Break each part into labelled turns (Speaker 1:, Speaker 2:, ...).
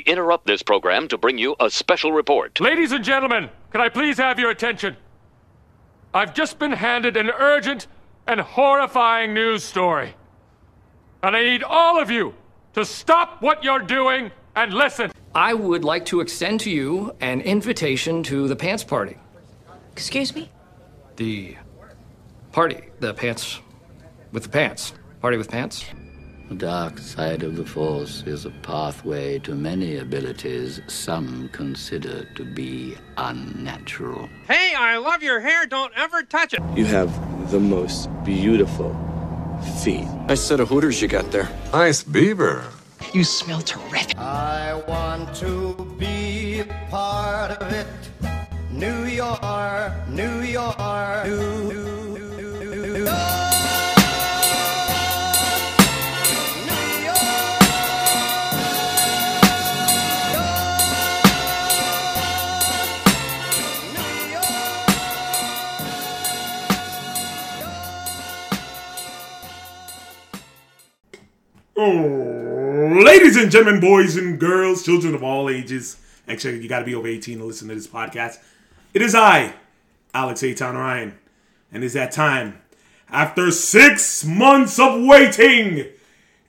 Speaker 1: interrupt this program to bring you a special report.
Speaker 2: Ladies and gentlemen, can I please have your attention? I've just been handed an urgent and horrifying news story. And I need all of you to stop what you're doing and listen.
Speaker 3: I would like to extend to you an invitation to the pants party.
Speaker 4: Excuse me?
Speaker 3: The party, the pants with the pants. Party with pants.
Speaker 5: The dark side of the Force is a pathway to many abilities some consider to be unnatural.
Speaker 6: Hey, I love your hair. Don't ever touch it.
Speaker 7: You have the most beautiful feet.
Speaker 8: Nice set of hooters you got there.
Speaker 9: Nice beaver.
Speaker 10: You smell terrific.
Speaker 11: I want to be part of it. New York, New York, New, New, New, New, New York.
Speaker 12: Oh, Ladies and gentlemen, boys and girls, children of all ages, actually, you got to be over 18 to listen to this podcast. It is I, Alex Aton Ryan, and it's that time. After six months of waiting,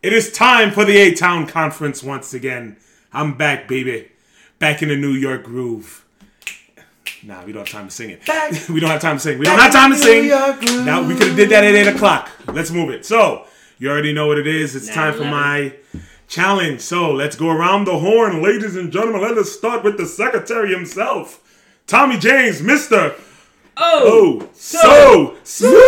Speaker 12: it is time for the A Town Conference once again. I'm back, baby. Back in the New York groove. Nah, we don't have time to sing it.
Speaker 7: Back.
Speaker 12: we don't have time to sing. We don't have time to
Speaker 7: New
Speaker 12: sing.
Speaker 7: York groove.
Speaker 12: Now we could have did that at eight o'clock. Let's move it. So you already know what it is. It's time for my challenge. So let's go around the horn, ladies and gentlemen. Let us start with the secretary himself, Tommy James, Mister. Oh, so, smooth.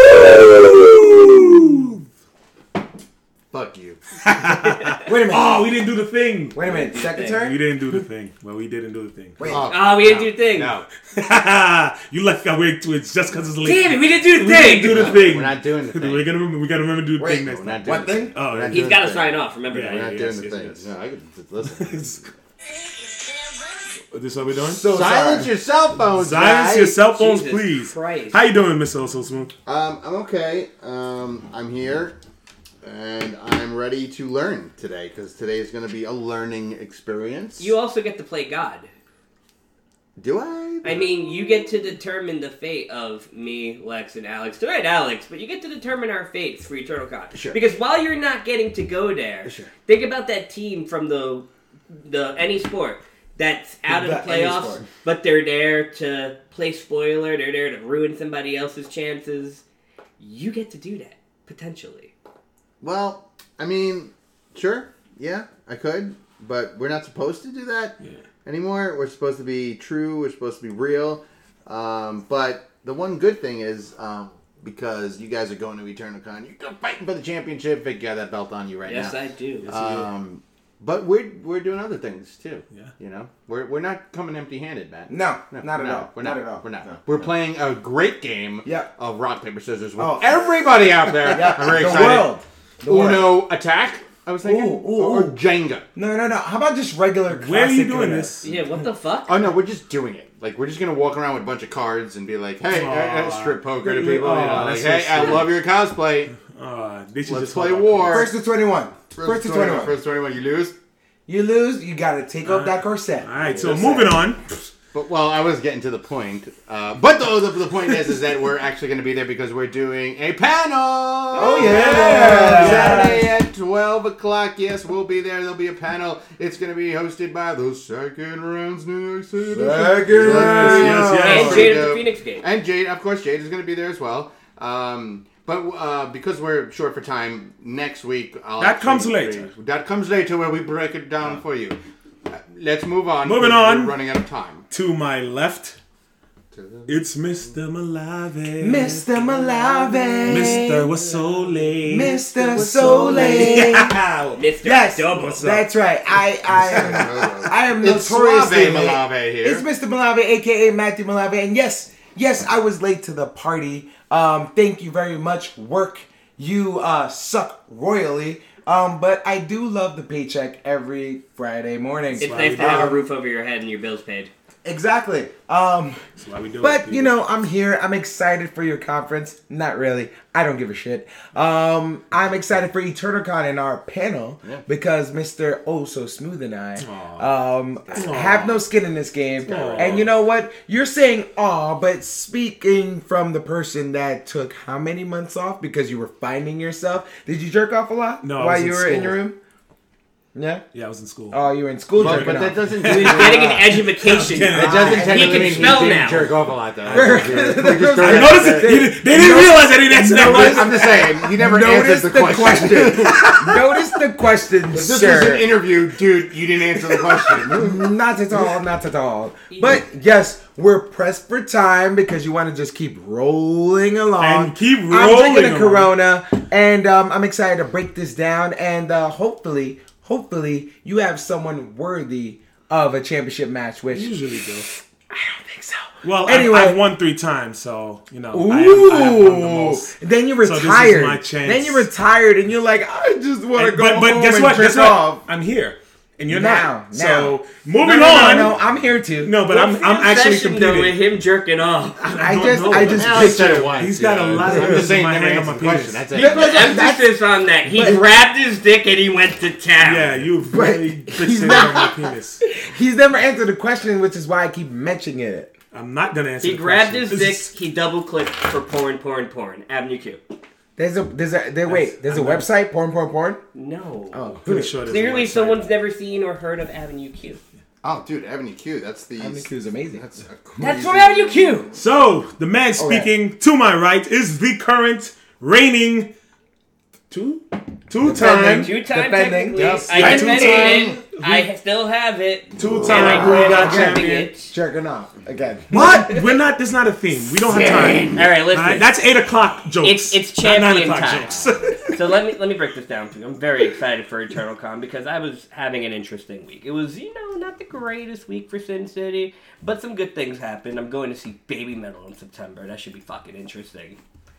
Speaker 13: Fuck you.
Speaker 12: Wait a minute. Oh, we didn't do the thing.
Speaker 13: Wait a minute, secretary?
Speaker 12: We didn't do the thing. Well, we didn't do the thing.
Speaker 13: Wait.
Speaker 14: Oh, we didn't do the thing.
Speaker 13: No.
Speaker 12: you left out way too. It's just because it's late.
Speaker 14: Damn it, we didn't do the
Speaker 12: We
Speaker 14: thing.
Speaker 12: didn't do the thing.
Speaker 13: We're not doing the thing.
Speaker 12: We're gonna remember. We gotta remember to do the
Speaker 13: Wait,
Speaker 12: thing next
Speaker 13: we're
Speaker 12: time.
Speaker 13: not doing What the thing? thing?
Speaker 12: Oh,
Speaker 13: We're
Speaker 12: yeah.
Speaker 13: not
Speaker 14: He's
Speaker 13: doing
Speaker 14: got
Speaker 13: the
Speaker 14: to
Speaker 13: thing.
Speaker 14: sign off. Remember
Speaker 12: Yeah,
Speaker 14: that.
Speaker 13: We're not
Speaker 12: yes,
Speaker 13: doing the
Speaker 12: yes,
Speaker 13: thing.
Speaker 12: yes.
Speaker 13: No, I can just listen.
Speaker 12: Is this what we're doing?
Speaker 13: So Silence your cell phones,
Speaker 12: Silence
Speaker 13: guys.
Speaker 12: your cell phones,
Speaker 14: Jesus
Speaker 12: please.
Speaker 14: Christ.
Speaker 12: How you doing, Miss Oh So Smooth?
Speaker 13: Um, I'm okay. Um, I'm here, and I'm ready to learn today because today is going to be a learning experience.
Speaker 14: You also get to play God.
Speaker 13: do I?
Speaker 14: I mean, you get to determine the fate of me, Lex, and Alex. All right, Alex, but you get to determine our fate for Eternal Con.
Speaker 13: Sure.
Speaker 14: Because while you're not getting to go there,
Speaker 13: Sure.
Speaker 14: think about that team from the the any sport that's out of
Speaker 13: The
Speaker 14: the
Speaker 13: any
Speaker 14: playoffs,
Speaker 13: sport.
Speaker 14: but they're there to play spoiler. They're there to ruin somebody else's chances. You get to do that potentially.
Speaker 13: Well, I mean, sure, yeah, I could, but we're not supposed to do that anymore. We're supposed to be true. We're supposed to be real. Um, but the one good thing is um, because you guys are going to Eternal Con, you're fighting for the championship. Vic got that belt on you right
Speaker 14: yes,
Speaker 13: now.
Speaker 14: I do.
Speaker 12: Uh,
Speaker 13: Um, but we're we're doing other things too.
Speaker 12: Yeah.
Speaker 13: You know, we're we're not coming empty-handed, Matt.
Speaker 8: No, not at all.
Speaker 13: We're
Speaker 8: Not
Speaker 13: not,
Speaker 8: at all.
Speaker 13: We're not.
Speaker 8: No,
Speaker 13: we're playing a great game.
Speaker 8: Yeah.
Speaker 13: Of rock paper scissors with
Speaker 8: Oh.
Speaker 13: everybody out there.
Speaker 8: Yeah,
Speaker 13: I'm very
Speaker 8: the
Speaker 13: excited.
Speaker 8: world. The world.
Speaker 13: Uno attack. I was thinking,
Speaker 8: Ooh, ooh,
Speaker 13: or
Speaker 8: ooh.
Speaker 13: Jenga.
Speaker 8: No, no, no. How about just regular classic
Speaker 12: Where are you doing
Speaker 8: Uno?
Speaker 12: this?
Speaker 14: yeah, what the fuck?
Speaker 13: Oh no, we're just doing it. Like we're just gonna walk around with a bunch of cards and be like, "Hey, I, I strip poker to people." you know,
Speaker 12: Aw,
Speaker 13: like,
Speaker 12: that's
Speaker 13: "Hey,
Speaker 12: so
Speaker 13: I
Speaker 12: sweet.
Speaker 13: love your cosplay."
Speaker 12: Uh, they should
Speaker 13: Let's
Speaker 12: just
Speaker 13: play
Speaker 12: hold on.
Speaker 13: war.
Speaker 8: First to 21. First, to 21.
Speaker 13: First twenty-one, you lose.
Speaker 8: You lose, you gotta take off that corset.
Speaker 12: All right, so moving on.
Speaker 13: But well, I was getting to the point. Uh, but the, the the point is, is that we're actually going to be there because we're doing a panel. Oh
Speaker 8: yeah.
Speaker 13: Saturday at twelve o'clock. Yes, we'll be there. There'll be a panel. It's going to be hosted by the Second Rounds New York City.
Speaker 8: Second
Speaker 12: Yes, yes,
Speaker 14: and
Speaker 12: yes.
Speaker 13: pretty
Speaker 14: Jade of the
Speaker 13: dope.
Speaker 14: Phoenix game.
Speaker 13: And Jade, of course, Jade is going to be there as well. Um, but uh, because we're short for time, next week I'll
Speaker 12: That comes
Speaker 13: actually-
Speaker 12: later.
Speaker 13: That comes later, where we break it down for you. Uh, Let's move on.
Speaker 12: Moving
Speaker 13: because we're
Speaker 12: on.
Speaker 13: running out of time.
Speaker 12: To my left, it's Mr. Malave.
Speaker 8: Mr. Malave.
Speaker 12: Mr. Was so late.
Speaker 8: Mr. Soleil.
Speaker 12: Ow.
Speaker 14: Mr.
Speaker 8: Yes,
Speaker 14: Double.
Speaker 8: that's right. I, I am, I am
Speaker 13: It's
Speaker 8: notoriously
Speaker 13: Suave
Speaker 8: late.
Speaker 13: Malave here.
Speaker 8: It's Mr. Malave, aka Matthew Malave, and yes, yes, I was late to the party. Um, thank you very much. Work, you uh, suck royally. Um, but I do love the paycheck every Friday morning.
Speaker 14: It's nice to have a roof over your head and your bills paid.
Speaker 8: Exactly. Um,
Speaker 12: That's why we do it.
Speaker 8: but you
Speaker 12: people.
Speaker 8: know, I'm here. I'm excited for your conference. Not really. I don't give a shit. Um, I'm excited for EternalCon in our panel because Mr. Oh So Smooth and I um, have no skin in this game.
Speaker 12: Aw.
Speaker 8: And you know what? You're saying "aw," but speaking from the person that took how many months off because you were finding yourself. Did you jerk off a lot
Speaker 12: No, I
Speaker 8: while
Speaker 12: was in
Speaker 8: you were in
Speaker 12: school.
Speaker 8: your room? Yeah.
Speaker 12: Yeah, I was in school.
Speaker 8: Oh, you were in school,
Speaker 12: But-
Speaker 8: jerking
Speaker 12: but that
Speaker 8: off.
Speaker 12: doesn't- He was getting an education. That doesn't technically mean he didn't jerk off a lot, though. I noticed it. They didn't- they didn't realize I didn't answer that question.
Speaker 13: I'm just saying, he never answered the, question.
Speaker 8: Notice the question,
Speaker 13: This is
Speaker 8: sir.
Speaker 13: an interview, dude. You didn't answer the question.
Speaker 8: not at all, not at all. But yes, we're pressed for time because you want to just keep rolling along.
Speaker 12: And keep
Speaker 8: I'm
Speaker 12: rolling
Speaker 8: drinking a
Speaker 12: along.
Speaker 8: Corona, and um, I'm excited to break this down. And uh, hopefully, hopefully, you have someone worthy of a championship match. Which
Speaker 12: usually do.
Speaker 8: Well,
Speaker 12: Well,
Speaker 8: anyway.
Speaker 12: anyway, I've won three times, so you know.
Speaker 8: Ooh!
Speaker 12: I have, I have won the most.
Speaker 8: then you
Speaker 12: So this
Speaker 8: retired.
Speaker 12: is my chance.
Speaker 8: Then you retired, and you're like, I just want to
Speaker 12: And-
Speaker 8: go
Speaker 12: but, but
Speaker 8: home
Speaker 12: guess
Speaker 8: and
Speaker 12: what?
Speaker 8: jerk
Speaker 12: Guess what?
Speaker 8: off.
Speaker 12: I'm here, and you're
Speaker 8: Now, now.
Speaker 12: not. So
Speaker 8: No,
Speaker 12: moving
Speaker 8: no, no,
Speaker 12: on.
Speaker 8: No, I'm here too.
Speaker 12: No, but I'm I'm actually competing.
Speaker 14: him jerking off.
Speaker 8: I just, I just picture.
Speaker 12: He's got a lot
Speaker 14: I'm
Speaker 12: of hairs
Speaker 14: just
Speaker 12: in
Speaker 14: saying
Speaker 12: my
Speaker 14: never
Speaker 12: hand on
Speaker 14: answer
Speaker 12: my
Speaker 14: the
Speaker 12: penis.
Speaker 14: That's emphasis on that. He grabbed his dick and he went to town.
Speaker 12: Yeah, you really bitched it on my penis.
Speaker 8: He's never answered the question, which is why I keep mentioning it.
Speaker 12: I'm not gonna answer.
Speaker 14: He
Speaker 12: the
Speaker 14: grabbed
Speaker 12: question.
Speaker 14: his
Speaker 12: This
Speaker 14: dick.
Speaker 12: is-
Speaker 14: He double clicked for porn, porn, porn. Avenue Q.
Speaker 8: There's a, there's a, there, wait, there's a website, porn, porn, porn.
Speaker 14: No.
Speaker 8: Oh,
Speaker 12: Pretty sure there's
Speaker 14: Clearly,
Speaker 12: one.
Speaker 14: someone's never seen or heard of Avenue Q.
Speaker 13: Oh, dude, Avenue Q. That's the Avenue
Speaker 8: Q is amazing.
Speaker 13: That's a
Speaker 14: That's
Speaker 13: crazy-
Speaker 14: from Avenue Q.
Speaker 12: So the man
Speaker 13: All right.
Speaker 12: speaking to my right is the current reigning two two time
Speaker 14: Two time
Speaker 8: Defending.
Speaker 14: technically.
Speaker 12: Yes.
Speaker 14: I
Speaker 12: Yeah,
Speaker 14: defended
Speaker 12: two-time.
Speaker 14: it. I still have it.
Speaker 12: Two-time
Speaker 14: And I
Speaker 12: Green
Speaker 14: plan
Speaker 12: Dot
Speaker 14: on having
Speaker 12: champion.
Speaker 14: it.
Speaker 8: Jerking off again.
Speaker 12: What? We're not. There's not a theme. We don't have time.
Speaker 14: All right, listen.
Speaker 12: that's eight o'clock jokes.
Speaker 14: It's it's
Speaker 12: not nine
Speaker 14: champion
Speaker 12: o'clock
Speaker 14: time.
Speaker 12: jokes.
Speaker 14: so let me let me break this down for you. I'm very excited for Eternal Con because I was having an interesting week. It was you know not the greatest week for Sin City, but some good things happened. I'm going to see Baby Metal in September. That should be fucking interesting.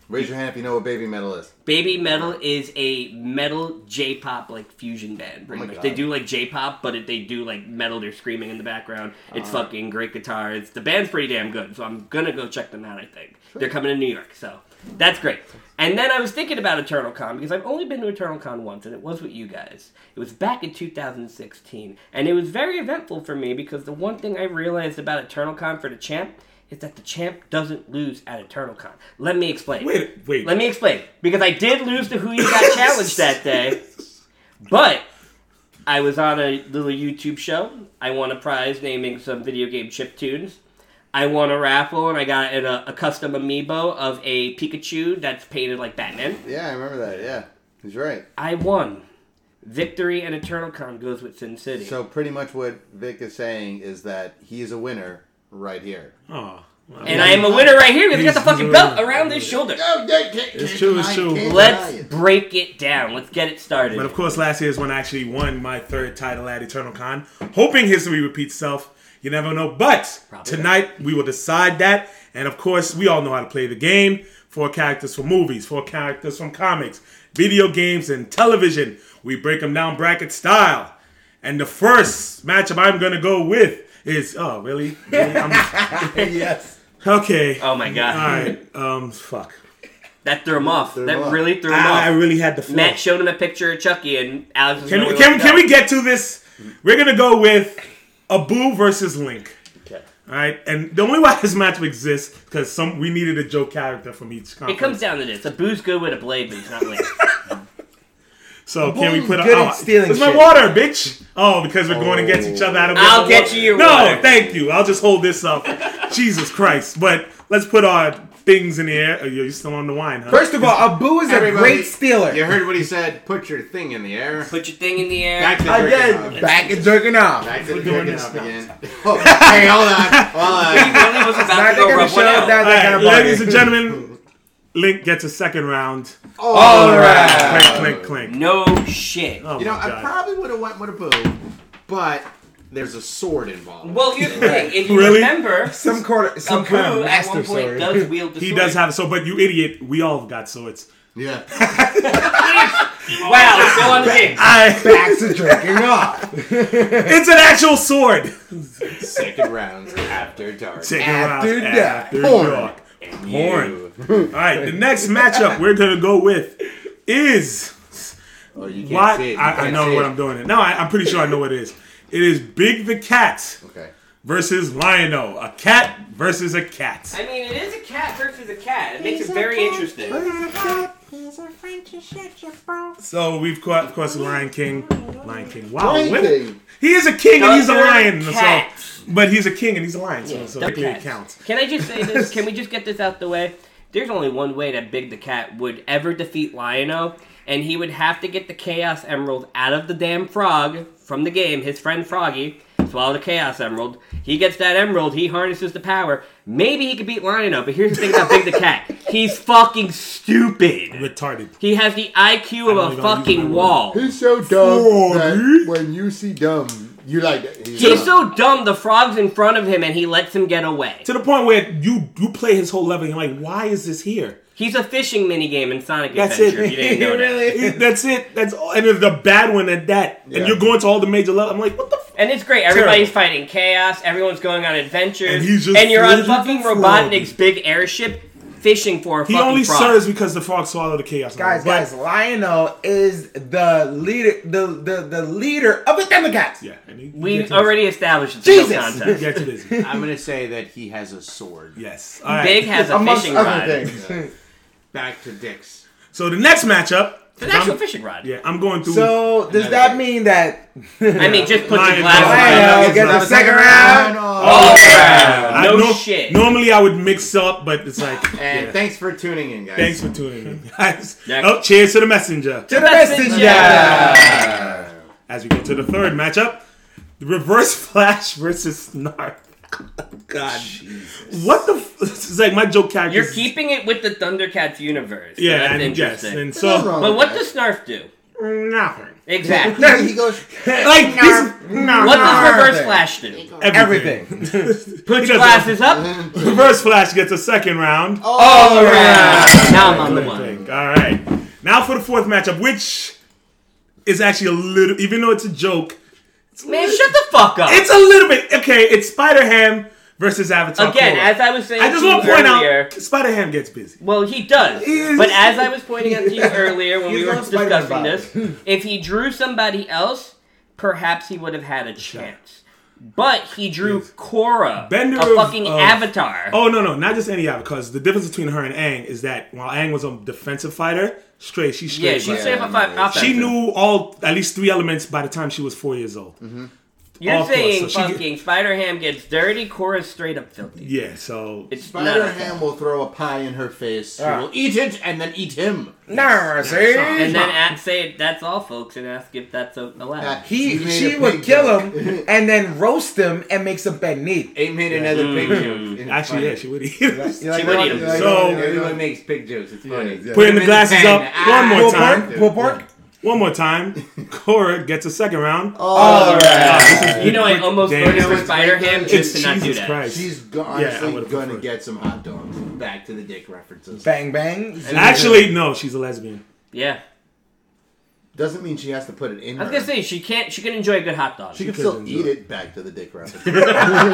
Speaker 13: Raise your hand if you know what baby metal is.
Speaker 14: Baby Metal is a metal J-pop like fusion band. Pretty
Speaker 13: Oh my
Speaker 14: much,
Speaker 13: God.
Speaker 14: they do like J-pop, but it, they do like metal. They're screaming in the background. It's
Speaker 13: Alright.
Speaker 14: fucking great guitars. The band's pretty damn good, so I'm gonna go check them out. I think they're coming to New York, so that's great. And then I was thinking about Eternal Con because I've only been to Eternal Con once, and it was with you guys. It was back in 2016, and it was very eventful for me because the one thing I realized about Eternal Con for the champ is that the champ doesn't lose at Eternal Con. Let me explain.
Speaker 12: Wait, wait.
Speaker 14: Let me explain. Because I did lose to Who You Got Challenge that day. But I was on a little YouTube show. I won a prize naming some video game chip tunes. I won a raffle and I got an, a, a custom amiibo of a Pikachu that's painted like Batman.
Speaker 13: Yeah, I remember that. Yeah, he's right.
Speaker 14: I won. Victory and Eternal Con goes with Sin City.
Speaker 13: So pretty much what Vic is saying is that he is a winner right here.
Speaker 12: Oh,
Speaker 14: and I am a winner right here because I got the fucking belt around his shoulder.
Speaker 12: It's true, it's true.
Speaker 14: Let's break it down. Let's get it started.
Speaker 12: But of course, last year's when I actually won my third title at Eternal Con, hoping history repeats itself. You never know. But tonight we will decide that. And of course, we all know how to play the game. Four characters from movies, four characters from comics, video games, and television. We break them down bracket style. And the first matchup I'm gonna go with is oh really? Really? I'm-
Speaker 13: yes.
Speaker 12: Okay.
Speaker 14: Oh my god.
Speaker 12: All right. Um. Fuck.
Speaker 14: That threw him off.
Speaker 12: Threw
Speaker 14: that
Speaker 12: him off.
Speaker 14: really threw him
Speaker 12: I-
Speaker 14: off.
Speaker 12: Ah, I really had the flow.
Speaker 14: Matt showed him a picture of Chucky, and Alex was
Speaker 12: Can
Speaker 14: really
Speaker 12: we, can,
Speaker 14: like,
Speaker 12: can
Speaker 14: "No."
Speaker 12: we get to this? We're gonna go with Abu versus Link.
Speaker 14: Okay.
Speaker 12: All right, and the only why this matchup exists because some we needed a joke character from each
Speaker 14: It
Speaker 12: conference.
Speaker 14: comes down to this: a boo's good with a blade, but he's not Link.
Speaker 12: so can we
Speaker 14: Abu's
Speaker 12: put a?
Speaker 14: good
Speaker 12: Oh,
Speaker 14: at stealing
Speaker 12: it's my
Speaker 14: shit.
Speaker 12: water, bitch. Oh, because we're going against each other. I don't
Speaker 14: I'll
Speaker 12: give a
Speaker 14: get
Speaker 12: fuck.
Speaker 14: you your
Speaker 12: No,
Speaker 14: water.
Speaker 12: thank you. I'll just hold this up. Jesus Christ! But let's put our things in the air. Oh, you're still on the wine, huh?
Speaker 8: First of all, Abu is a
Speaker 13: Everybody,
Speaker 8: great stealer.
Speaker 13: You heard what he said. Put your thing in the air.
Speaker 14: Put your thing in the air.
Speaker 13: Back to jerking off.
Speaker 8: Again, back and jerking off.
Speaker 13: Back to the jerking off again. Oh, hey, hold on, hold on.
Speaker 14: was about
Speaker 8: Not
Speaker 14: to go
Speaker 8: gonna
Speaker 14: rub
Speaker 8: show
Speaker 14: one
Speaker 8: up
Speaker 14: out.
Speaker 8: that-
Speaker 12: All right,
Speaker 8: kind of body.
Speaker 12: ladies and gentlemen, Link gets a second round.
Speaker 13: All right.
Speaker 12: Clink, clink, clink.
Speaker 14: No shit.
Speaker 12: Oh
Speaker 13: You know,
Speaker 12: my
Speaker 13: I
Speaker 12: God.
Speaker 13: probably would have went with a boo, but there's a sword involved.
Speaker 14: Well, here's the thing: if you
Speaker 12: Really?
Speaker 14: remember,
Speaker 8: Some quarter, some
Speaker 14: Abu
Speaker 8: kind of
Speaker 14: at one
Speaker 8: master
Speaker 14: point
Speaker 8: sword.
Speaker 14: does wield the
Speaker 12: He
Speaker 14: sword.
Speaker 12: does have so, but you idiot, we all got swords.
Speaker 13: Yeah.
Speaker 14: Wow, go
Speaker 12: Ah.
Speaker 14: on the game.
Speaker 12: I,
Speaker 8: Back to jerking off.
Speaker 12: it's an actual sword.
Speaker 4: Second rounds after dark.
Speaker 12: Second round after dark. Porn. All right, the next matchup we're gonna go with is.
Speaker 4: Oh, you can't
Speaker 12: What?
Speaker 4: see it. You
Speaker 12: I, I
Speaker 4: can't
Speaker 12: know
Speaker 4: see
Speaker 12: what
Speaker 4: it.
Speaker 12: I'm doing. It. No, I, I'm pretty sure I know what it is. It is Big the Cat
Speaker 4: Okay.
Speaker 12: versus Lionel. A cat versus a cat.
Speaker 14: I mean, it is a cat versus a cat. It makes
Speaker 9: He's
Speaker 14: it
Speaker 9: a
Speaker 14: very
Speaker 9: cat.
Speaker 14: interesting.
Speaker 9: He's a friend to shut your mouth.
Speaker 12: So we've caught, of course, Lion King. Lion King. Wow,
Speaker 9: Lion
Speaker 12: what-
Speaker 9: King.
Speaker 12: he is a king and he's a
Speaker 14: Those are
Speaker 12: lion.
Speaker 14: cats.
Speaker 12: So, but he's a king and he's a lion. So,
Speaker 14: Yeah,
Speaker 12: so
Speaker 14: they're
Speaker 12: technically it
Speaker 14: cats.
Speaker 12: counts.
Speaker 14: Can I just say this? Can we just get this out the way? There's only one way that Big the Cat would ever defeat Lion-O, and he would have to get the Chaos Emerald out of the damn frog from the game. His friend Froggy swallowed the Chaos Emerald. He gets that emerald. He harnesses the power. Maybe he could beat Lion-O, but here's the thing about Big the Cat. He's fucking stupid.
Speaker 12: Retarded.
Speaker 14: He has the IQ of a fucking wall.
Speaker 13: He's so dumb that when you see dumb, you like it. He's
Speaker 14: He's
Speaker 13: dumb.
Speaker 14: so dumb. The frog's in front of him, and he lets him get away.
Speaker 12: To the point where you you play his whole level. And you're like, why is this here?
Speaker 14: He's a fishing minigame in Sonic
Speaker 12: That's
Speaker 14: Adventure. If
Speaker 12: it.
Speaker 14: you didn't know that.
Speaker 12: That's it. That's all. And it's the bad one at that. And you're going to all the major levels. I'm like, what the? F-?
Speaker 14: And it's great.
Speaker 12: Terrible.
Speaker 14: Everybody's fighting chaos. Everyone's going on adventures.
Speaker 12: And
Speaker 14: And,
Speaker 12: he's just
Speaker 14: you're on
Speaker 12: fishing
Speaker 14: fucking
Speaker 12: for
Speaker 14: Robotnik's big airship fishing for a
Speaker 12: He
Speaker 14: fucking
Speaker 12: only
Speaker 14: frog.
Speaker 12: serves because the frog swallowed the chaos.
Speaker 8: Guys,
Speaker 12: But-
Speaker 8: guys, Lionel is the leader, the the, the leader of the Democrats.
Speaker 12: Yeah, and he,
Speaker 14: We already established it's a
Speaker 8: Jesus.
Speaker 14: no contest.
Speaker 12: Get to this.
Speaker 4: I'm gonna say that he has a sword.
Speaker 12: Yes.
Speaker 14: Big has a fishing rod.
Speaker 4: Back to Dick's.
Speaker 12: So the next matchup.
Speaker 14: It's an actual fishing rod.
Speaker 12: Yeah, I'm going through.
Speaker 8: So does that mean that?
Speaker 14: I mean, just put
Speaker 12: Lion
Speaker 14: your glass
Speaker 12: Lion
Speaker 14: on.
Speaker 8: Get the second round.
Speaker 14: Oh, yeah.
Speaker 12: I
Speaker 14: No
Speaker 12: nor-
Speaker 14: shit.
Speaker 12: uh, Normally I would mix up, but it's like.
Speaker 4: And
Speaker 12: yeah.
Speaker 4: thanks for tuning in, guys.
Speaker 12: Thanks for tuning in, guys. Oh, cheers to the messenger.
Speaker 8: To the messenger.
Speaker 12: As we go to the third matchup, the Reverse Flash versus Snarf. God, what the? F- it's like my joke character.
Speaker 14: You're keeping it with the Thundercats universe. so
Speaker 12: Yeah,
Speaker 14: that's
Speaker 12: and yes,
Speaker 14: interesting.
Speaker 12: and so- Nothing wrong
Speaker 14: Oh, but
Speaker 12: with
Speaker 14: what does Snarf do?
Speaker 12: Nothing.
Speaker 14: Exactly.
Speaker 12: He goes, Like, he's- no,
Speaker 14: what
Speaker 12: no.
Speaker 14: does Reverse Flash do? Put your glasses up.
Speaker 12: Reverse Flash gets a second round.
Speaker 14: All right. Now I'm on the
Speaker 12: one. All right. Now for the fourth matchup, which is actually a little, even though it's a joke. It's a
Speaker 14: Man,
Speaker 12: little-
Speaker 14: shut the fuck up.
Speaker 12: It's a little bit okay. It's Spider Ham versus Avatar.
Speaker 14: Again,
Speaker 12: Korra.
Speaker 14: as I was saying
Speaker 12: I just
Speaker 14: to
Speaker 12: want
Speaker 14: you
Speaker 12: to point
Speaker 14: earlier-
Speaker 12: out Spider Ham gets busy.
Speaker 14: Well, he does.
Speaker 12: is-
Speaker 14: But as I was pointing out to you earlier when
Speaker 12: He's
Speaker 14: we were
Speaker 12: on Spider-Man
Speaker 14: discussing this, if he drew somebody else, perhaps he would have had a chance. But he drew Korra,
Speaker 12: Bender
Speaker 14: a
Speaker 12: of-
Speaker 14: fucking
Speaker 12: of-
Speaker 14: avatar.
Speaker 12: Oh no, no, not just any avatar. Because the difference between her and Aang is that while Aang was a defensive fighter, straight she
Speaker 14: Yeah,
Speaker 12: straight.
Speaker 14: she's
Speaker 12: right.
Speaker 14: safe on five offensive.
Speaker 12: She knew all at least three elements by the time she was four years old.
Speaker 14: You're
Speaker 12: Of course,
Speaker 14: saying
Speaker 12: so she-
Speaker 14: fucking Spider Ham gets dirty, Korra's straight up filthy.
Speaker 12: Yeah, so
Speaker 14: It's
Speaker 4: Spider
Speaker 14: not
Speaker 4: Ham will throw a pie in her face.
Speaker 14: Ah.
Speaker 4: She will eat it and then eat him.
Speaker 8: Nah, see?
Speaker 14: And then at, say that's all, folks, and ask if that's a- allowed.
Speaker 8: He she would kill him and then roast him and make some bad meat.
Speaker 4: Eight made another pig joke.
Speaker 13: Mm.
Speaker 4: It's
Speaker 12: Actually,
Speaker 4: funny.
Speaker 12: yeah, she would eat. She would
Speaker 8: you like that one? You like
Speaker 12: So
Speaker 8: that one?
Speaker 4: everyone makes pig jokes. It's funny.
Speaker 12: Putting the glasses up
Speaker 14: Ah.
Speaker 12: one more time.
Speaker 8: Pork, pulled pork.
Speaker 12: One more time. Cora gets a second round.
Speaker 14: Oh.
Speaker 12: Oh,
Speaker 4: All right.
Speaker 14: You know, I almost
Speaker 12: Damn.
Speaker 14: voted for
Speaker 12: It's
Speaker 14: Spider Ham just to
Speaker 12: Jesus
Speaker 14: not do that.
Speaker 12: Christ.
Speaker 4: She's go-
Speaker 12: Yeah, I
Speaker 4: honestly
Speaker 12: would've
Speaker 4: gonna get some hot dogs. Back to the dick references.
Speaker 8: Bang bang.
Speaker 12: And actually, no, she's a lesbian.
Speaker 14: Yeah.
Speaker 4: Doesn't mean she has to put it in.
Speaker 14: I was
Speaker 4: her.
Speaker 14: gonna say she can't. She can enjoy a good hot dog.
Speaker 4: she, can still eat it. Back to the dick references.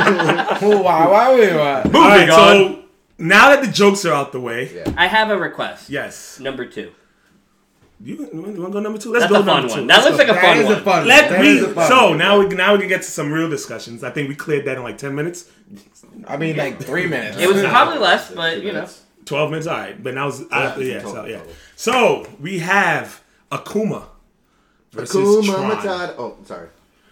Speaker 8: wow, wow, wow.
Speaker 12: All right, so now that the jokes are out the way,
Speaker 14: I have a request.
Speaker 12: Yes.
Speaker 14: Number two.
Speaker 12: you, you want to go number two? Let's
Speaker 14: That's
Speaker 12: go
Speaker 14: a fun
Speaker 12: number two.
Speaker 14: one. That
Speaker 12: Let's
Speaker 14: looks like
Speaker 12: go.
Speaker 14: a That fun is a one. fun one.
Speaker 12: Let
Speaker 14: That
Speaker 12: me.
Speaker 14: is a fun
Speaker 12: so
Speaker 14: one.
Speaker 12: now we now we can get to some real discussions. I think we cleared that in like ten minutes.
Speaker 8: I mean, like three minutes.
Speaker 14: It was probably less, but you know.
Speaker 12: 12 minutes, all right. But now, it's- I,
Speaker 4: Yeah,
Speaker 12: yeah,
Speaker 4: it's
Speaker 12: so,
Speaker 4: total,
Speaker 12: yeah. So we have Akuma versus Tron.
Speaker 4: Akuma Matata. Oh, sorry.